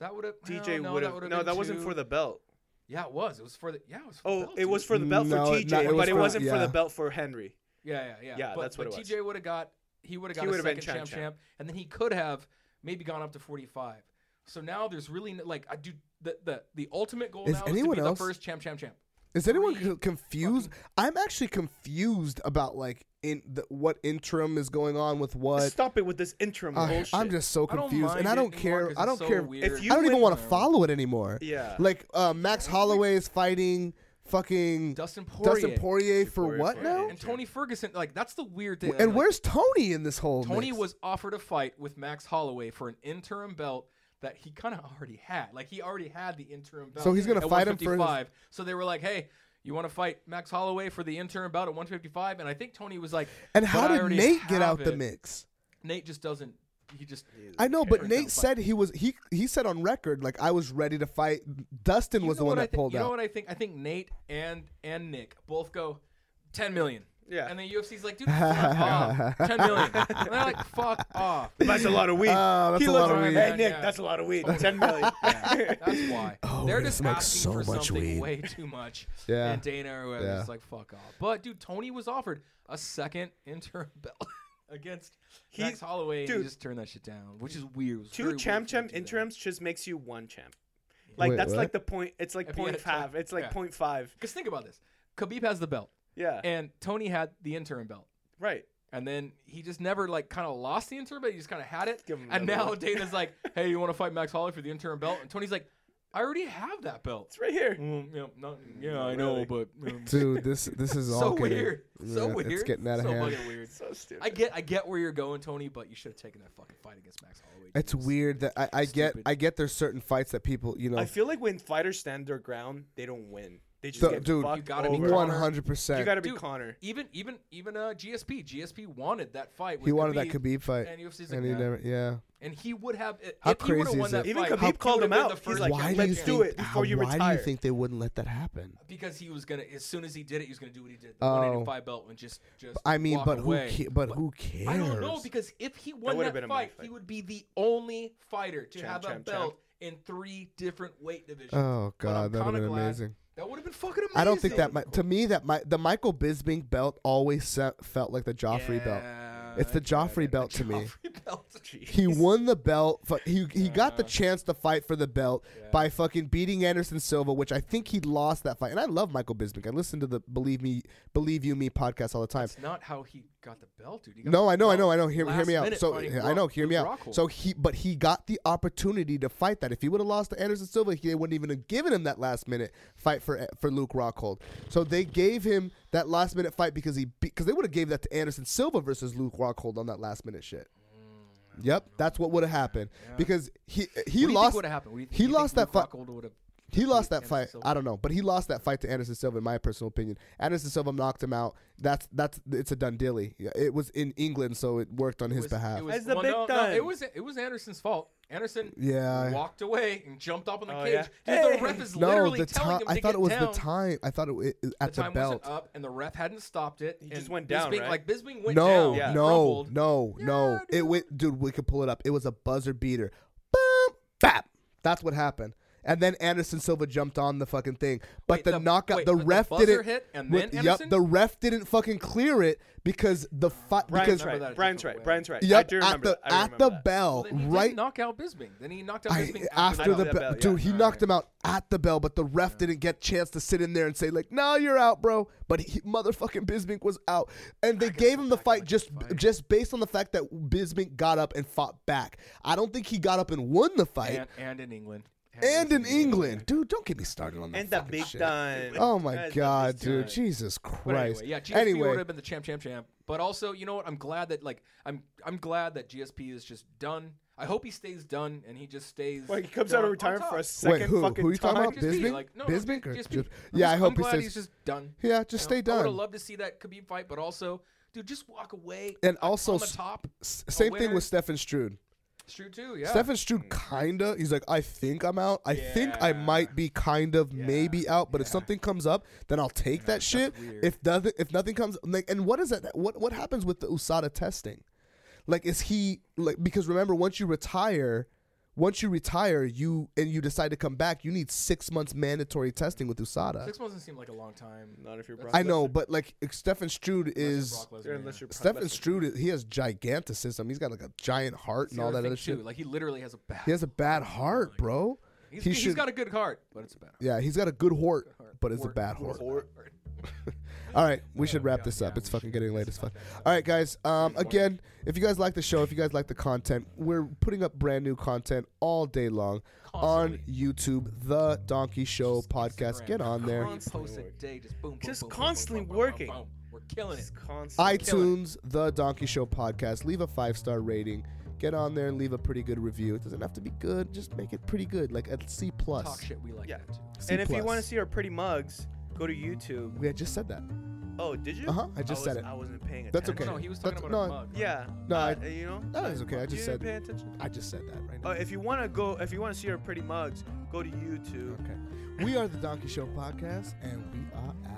E: that would have
D: DJ
E: no,
D: would
E: That
D: have.
E: would've
D: No,
E: been
D: that wasn't
E: two-
D: for the belt.
E: Yeah, it was. It was for the. Yeah, it was. For the
D: Oh,
E: belt,
D: it was
E: dude.
D: for the belt
C: No,
D: for
C: it-
D: TJ,
C: no, it
D: but
C: was
D: it
C: for-
D: wasn't for
C: yeah.
D: the belt for Henry.
E: Yeah, yeah, yeah.
D: Yeah,
E: but,
D: that's what
E: but
D: it was.
E: TJ would have got he would have got a
D: would've been
E: second champ, champ
D: champ, champ.
E: and then he could have maybe gone up to 45. So now there's really no, like I do the the the ultimate goal
C: Is
E: now is to
C: anyone
E: be
C: else-
E: the first champ champ champ.
C: Is anyone co- confused? I'm actually confused about like in the, what interim is going on with what.
D: Stop it with this interim
C: Uh,
D: bullshit.
C: I'm just so
E: I don't
C: confused, and
E: mind
C: I
E: it
C: don't
E: anymore
C: care.
E: 'cause
C: I
E: it's
C: don't
E: so
C: care.
E: weird.
D: If
C: I
D: you
C: don't even
D: went-
C: want to follow it anymore.
D: Yeah.
C: Like uh, Max Holloway is fighting fucking
E: Dustin
C: Dustin
E: Poirier.
C: Poirier for
D: Poirier
C: what
D: for-
C: now?
E: And Tony Ferguson like that's the weird thing.
C: And
E: like,
C: where's Tony in this whole?
E: Tony
C: mix?
E: was offered a fight with Max Holloway for an interim belt that he kind of already had. Like he already had the interim belt.
C: So he's gonna
E: at
C: fight him for his-
E: 155. So they were like, "Hey, you want to fight Max Holloway for the interim belt at 155?" And I think Tony was like,
C: And
E: "But
C: how
E: I
C: did
E: already
C: Nate get
E: have
C: out the
E: it."
C: mix?
E: Nate just doesn't. He just.
C: I know, but
E: Different
C: Nate
E: though,
C: said he was he he said on record like I was ready to fight. Dustin
E: You
C: was the
E: know
C: one
E: what I
C: that
E: thi-
C: pulled
E: you know
C: out.
E: what I think? I think Nate and and Nick both go ten million.
D: Yeah.
E: And the
C: <laughs>
E: UFC's like, dude, fuck off. Ten million. And they're like, fuck
C: <laughs>
E: off.
D: That's a lot of weed.
C: Ah, that's
D: he
C: a
D: looked-
C: lot of weed.
D: Hey,
E: Yeah,
D: Nick,
E: yeah.
D: that's a lot
C: <laughs>
D: of weed. 10 million.
E: That's why.
C: Oh,
E: They're
C: they
E: just
C: smoke
E: asking
C: so
E: for
C: much
E: something
C: weed.
E: way too much.
C: Yeah.
E: And Dana or whoever
C: Yeah.
E: is like, fuck off. But dude, Tony was offered a second <laughs> interim belt against
D: He-
E: Max Holloway, and
D: dude.
E: he just turned that shit down, which is weird. It was very
D: Two
E: weird
D: champ
E: for him
D: champ
E: to do that.
D: interims just makes you one champ. Like
C: Wait,
D: that's
C: what?
D: like the point. It's like
E: If you had
D: point
E: a champ-
D: five. It's like
E: yeah.
D: point five.
E: Because think about this: Khabib has the belt,
D: Yeah.
E: and Tony had the interim belt.
D: right.
E: And then he just never like kind of lost the interim, but he just kind of had it.
D: Give him
E: And
D: another
E: now
D: one.
E: Dana's like, "Hey, you want to fight Max Holloway for the interim belt?" And Tony's like, "I already have that belt."
D: It's right here.
E: Mm, yeah, not- yeah,
D: Not
E: I know,
D: really.
E: but <laughs> um,
C: Dude, this this is all
E: so
C: getting- <laughs>
E: weird, so
C: yeah,
E: weird,
C: It's getting out of
E: so
C: hand.
E: fucking weird.
D: So stupid.
E: I get, I get where you're going, Tony, but you should have taken that fucking fight against Max Holloway. dude.
C: It's weird that I, I get
E: Stupid.
C: I get there's certain fights that people you know
D: I feel like when fighters stand their ground, they don't win. They just
C: So,
D: get
C: dude,
D: fucked
E: You gotta be
D: over.
E: Connor.
C: one hundred
D: You
C: percent.
D: gotta be
E: Dude,
D: Connor.
E: Even, even, even uh, GSP, GSP wanted that fight. With
C: He wanted
E: Khabib,
C: that Khabib fight,
E: and UFC's like,
C: and he
E: nah.
C: never yeah.
E: and he would have.
C: How
E: if he would have
C: crazy
E: won
C: is
E: that
C: it?
D: Even
E: fight,
D: Khabib
E: he would
D: called
E: have
D: him
E: been
D: out.
E: the
D: He's
E: first
D: like,
E: champion.
C: why do you
D: "Let's
C: think,
D: do it before you
C: why do
D: retire."
C: you think they wouldn't let that happen?
E: because he was gonna as soon as he did it, he was gonna do what he did. The
C: Oh.
E: 185 belt and just just.
C: I mean,
E: walk
C: but
E: away.
C: who ca- but who cares?
E: I don't know because if he won
D: would've
E: that,
D: been a money
E: fight, he
D: fight.
E: would be the only fighter to
D: Champ,
E: have a
D: champ,
E: belt in three different weight divisions.
C: Oh,
E: But I'm
C: God, that would've
E: kinda
C: been
E: glad-
C: amazing.
E: That would have been fucking amazing.
C: I don't think that mi- to me that my the Michael Bisping belt always se- felt like the Joffrey belt.
E: Yeah,
C: It's the
E: yeah,
C: Joffrey
E: yeah,
C: belt
E: the
C: to me.
E: Joffrey <laughs> belt.
C: He won the belt. fu- He he got the chance to fight for the belt by fucking beating Anderson Silva, which I think he lost that fight. And I love Michael Bisping. I listen to the Believe Me, Believe You Me podcast all the time.
E: It's not how he got the belt, dude. He got
C: No,
E: the
C: I know, I know,
E: belt
C: I know. Hear, hear
E: last
C: me out.
E: minute
C: So
E: fighting
C: I know,
E: Brock-
C: hear me
E: Luke
C: out.
E: Rockhold.
C: So he, but he got the opportunity to fight that. If he would have lost to Anderson Silva, he, they wouldn't even have given him that last minute fight for eh, for Luke Rockhold. So they gave him that last minute fight because he because they would have gave that to Anderson Silva versus Luke Rockhold on that last minute shit. Yep, that's what would have happened because he he
E: what do you
C: lost.
E: Would have happened? What do you think-
C: he
E: you think
C: lost that
E: Luke
C: fight.
E: Rockhold would've-
C: He lost that
E: Anderson
C: fight.
E: Silva?
C: I don't know, but he lost that fight to Anderson Silva, in my personal opinion. Anderson Silva knocked him out. That's that's it's a done dilly. It was in England, so it worked on his
E: was-
C: behalf.
E: was-
D: As the big
E: no, no,
D: time.
E: it was it was Anderson's fault. Anderson
C: Yeah.
E: walked away and jumped up on the
D: Oh,
E: cage.
D: yeah?
E: Dude,
D: Hey.
E: the ref is
C: no,
E: literally
C: the
E: telling
C: time.
E: him
C: I
E: to
C: thought
E: get
C: it was
E: down.
C: the time. I thought it, it, it-
E: The
C: at the,
E: time
C: belt.
E: wasn't up, and the ref hadn't stopped it. He
D: just went down, right?
E: Like Bisping went
C: no,
E: down.
D: Yeah.
C: no,
E: crumpled.
C: no, no. It went, dude. We could pull it up. It was a buzzer beater. Boom, bap. That's what happened. and then Anderson Silva jumped on the fucking thing. But
E: Wait,
C: the,
E: the-
C: knockout,
E: wait,
C: the
E: but the
C: ref
E: buzzer
C: didn't
E: hit and
C: with-
E: then
C: yup,
E: Anderson?
C: the ref didn't fucking clear it because the fight
D: Brian's
C: because
E: remember that
D: right.
E: a
D: Brian's
E: different
D: right.
E: way.
D: Brian's right. I
C: yup,
D: do
C: at
D: remember.
C: the
D: that. I
C: at
D: remember
C: the
D: that.
C: bell
E: Well, then he
C: right
E: did knock out Bisbing. Then he knocked out
C: I,
E: Bisbing
C: after the
D: that
C: bell,
D: bell, yeah.
C: dude, he
D: All
C: knocked him out at the bell, but the ref didn't get chance to sit in there and say like, "No, you're out, bro." But he, motherfucking Bisbink was out, and they gave him the fight just just based on the fact that Bisbink got up and fought back. I don't think he got up and won the fight.
E: and, and in England.
C: And, in England, dude, don't get me started on that.
D: And the
C: fucking
D: big
C: shit.
D: time.
C: Oh my
D: And the
C: god,
D: big
C: dude,
D: time.
C: Jesus
E: But
C: Christ.
E: anyway, yeah, GSP would
C: anyway,
E: have been the champ, champ, champ. But also, you know what? I'm glad that like I'm I'm glad that GSP is just done. I hope he stays done and he just stays.
D: Like he comes out
E: done
D: of
E: on
D: retirement
E: top.
D: for a
E: GSP,
D: second
C: Wait, who-
D: fucking
C: who you talking
D: time.
C: about? Bisbee?
E: like, no,
C: Bisbee or
E: GSP.
C: Ju-
E: I'm
C: yeah, I
E: just-
C: hope
E: I'm
C: he
E: glad
C: stays-
E: he's just done.
C: Yeah, just stay
E: I would
C: done.
E: have loved to see that Khabib fight, but also, dude, just walk away.
C: and also
E: on the
C: s-
E: top.
C: s- same
E: a
C: thing
E: winner.
C: with Stefan Strude.
E: It's true too. Yeah.
C: Stefan Strude kinda. He's like, I think I'm out. I think I might be kind of maybe out. But if something comes up, then I'll take that shit. If doesn't, if nothing comes, like, and what is that? What what happens with the USADA testing? Like, is he like? Because remember, once you retire, once you retire, you and you decide to come back, you need six months mandatory testing with USADA.
E: Six months doesn't seem like a long time.
D: Not if you're Brock
C: I know,
D: Lesnar.
C: but like, Stefan Strude is.
E: Brock Lesnar.
D: You're-
E: yeah.
D: Unless you're Brock
C: Stefan
D: Lesnar.
C: Strude, is- he has giganticism. He's got like a giant heart
E: It's
C: and
E: the
C: all that
E: thing,
C: other
E: too.
C: shit.
E: Like he literally has a bad.
C: He has a bad heart, bro.
E: He's,
C: he
E: he's
C: should-
E: got a good heart, but it's a bad heart.
C: Yeah, he's got a good hort, but it's a
E: Hort.
C: bad hort.
D: Or-
C: <laughs> All right, we should wrap this up. It's fucking getting late as fuck. All right, guys. Um, again, if you guys like the show, if you guys like the content, we're putting up brand new content all day long on YouTube. The Donkey Show podcast. Get on there.
E: One post a day, just boom, boom,
D: Just
E: boom, boom,
D: constantly
E: boom, boom,
D: working.
E: Boom, boom, boom. We're killing it.
D: It's constant.
C: iTunes, The Donkey Show Podcast. Leave a five star rating. Get on there and leave a pretty good review. It doesn't have to be good. Just make it pretty good, like a C
E: Talk
C: plus.
E: shit. We like
D: Yeah.
E: that too.
C: C
D: And if you
C: plus.
D: want to see our pretty mugs, go to YouTube.
C: we had just said that.
D: Oh, did you?
C: Uh-huh, I just
D: was-
C: said it.
D: I wasn't paying attention.
C: That's okay.
E: No, no, he was
C: That's-
E: talking about a
C: no,
E: mug.
D: Yeah.
C: No,
D: uh,
C: I-
D: you know.
C: That is okay. I
D: you
C: just said.
D: didn't pay attention.
C: I just said that right now.
D: Uh, if you want to go, if you want to see our pretty mugs, go to YouTube.
C: Okay. We are the Donkey Show Podcast, and we are out.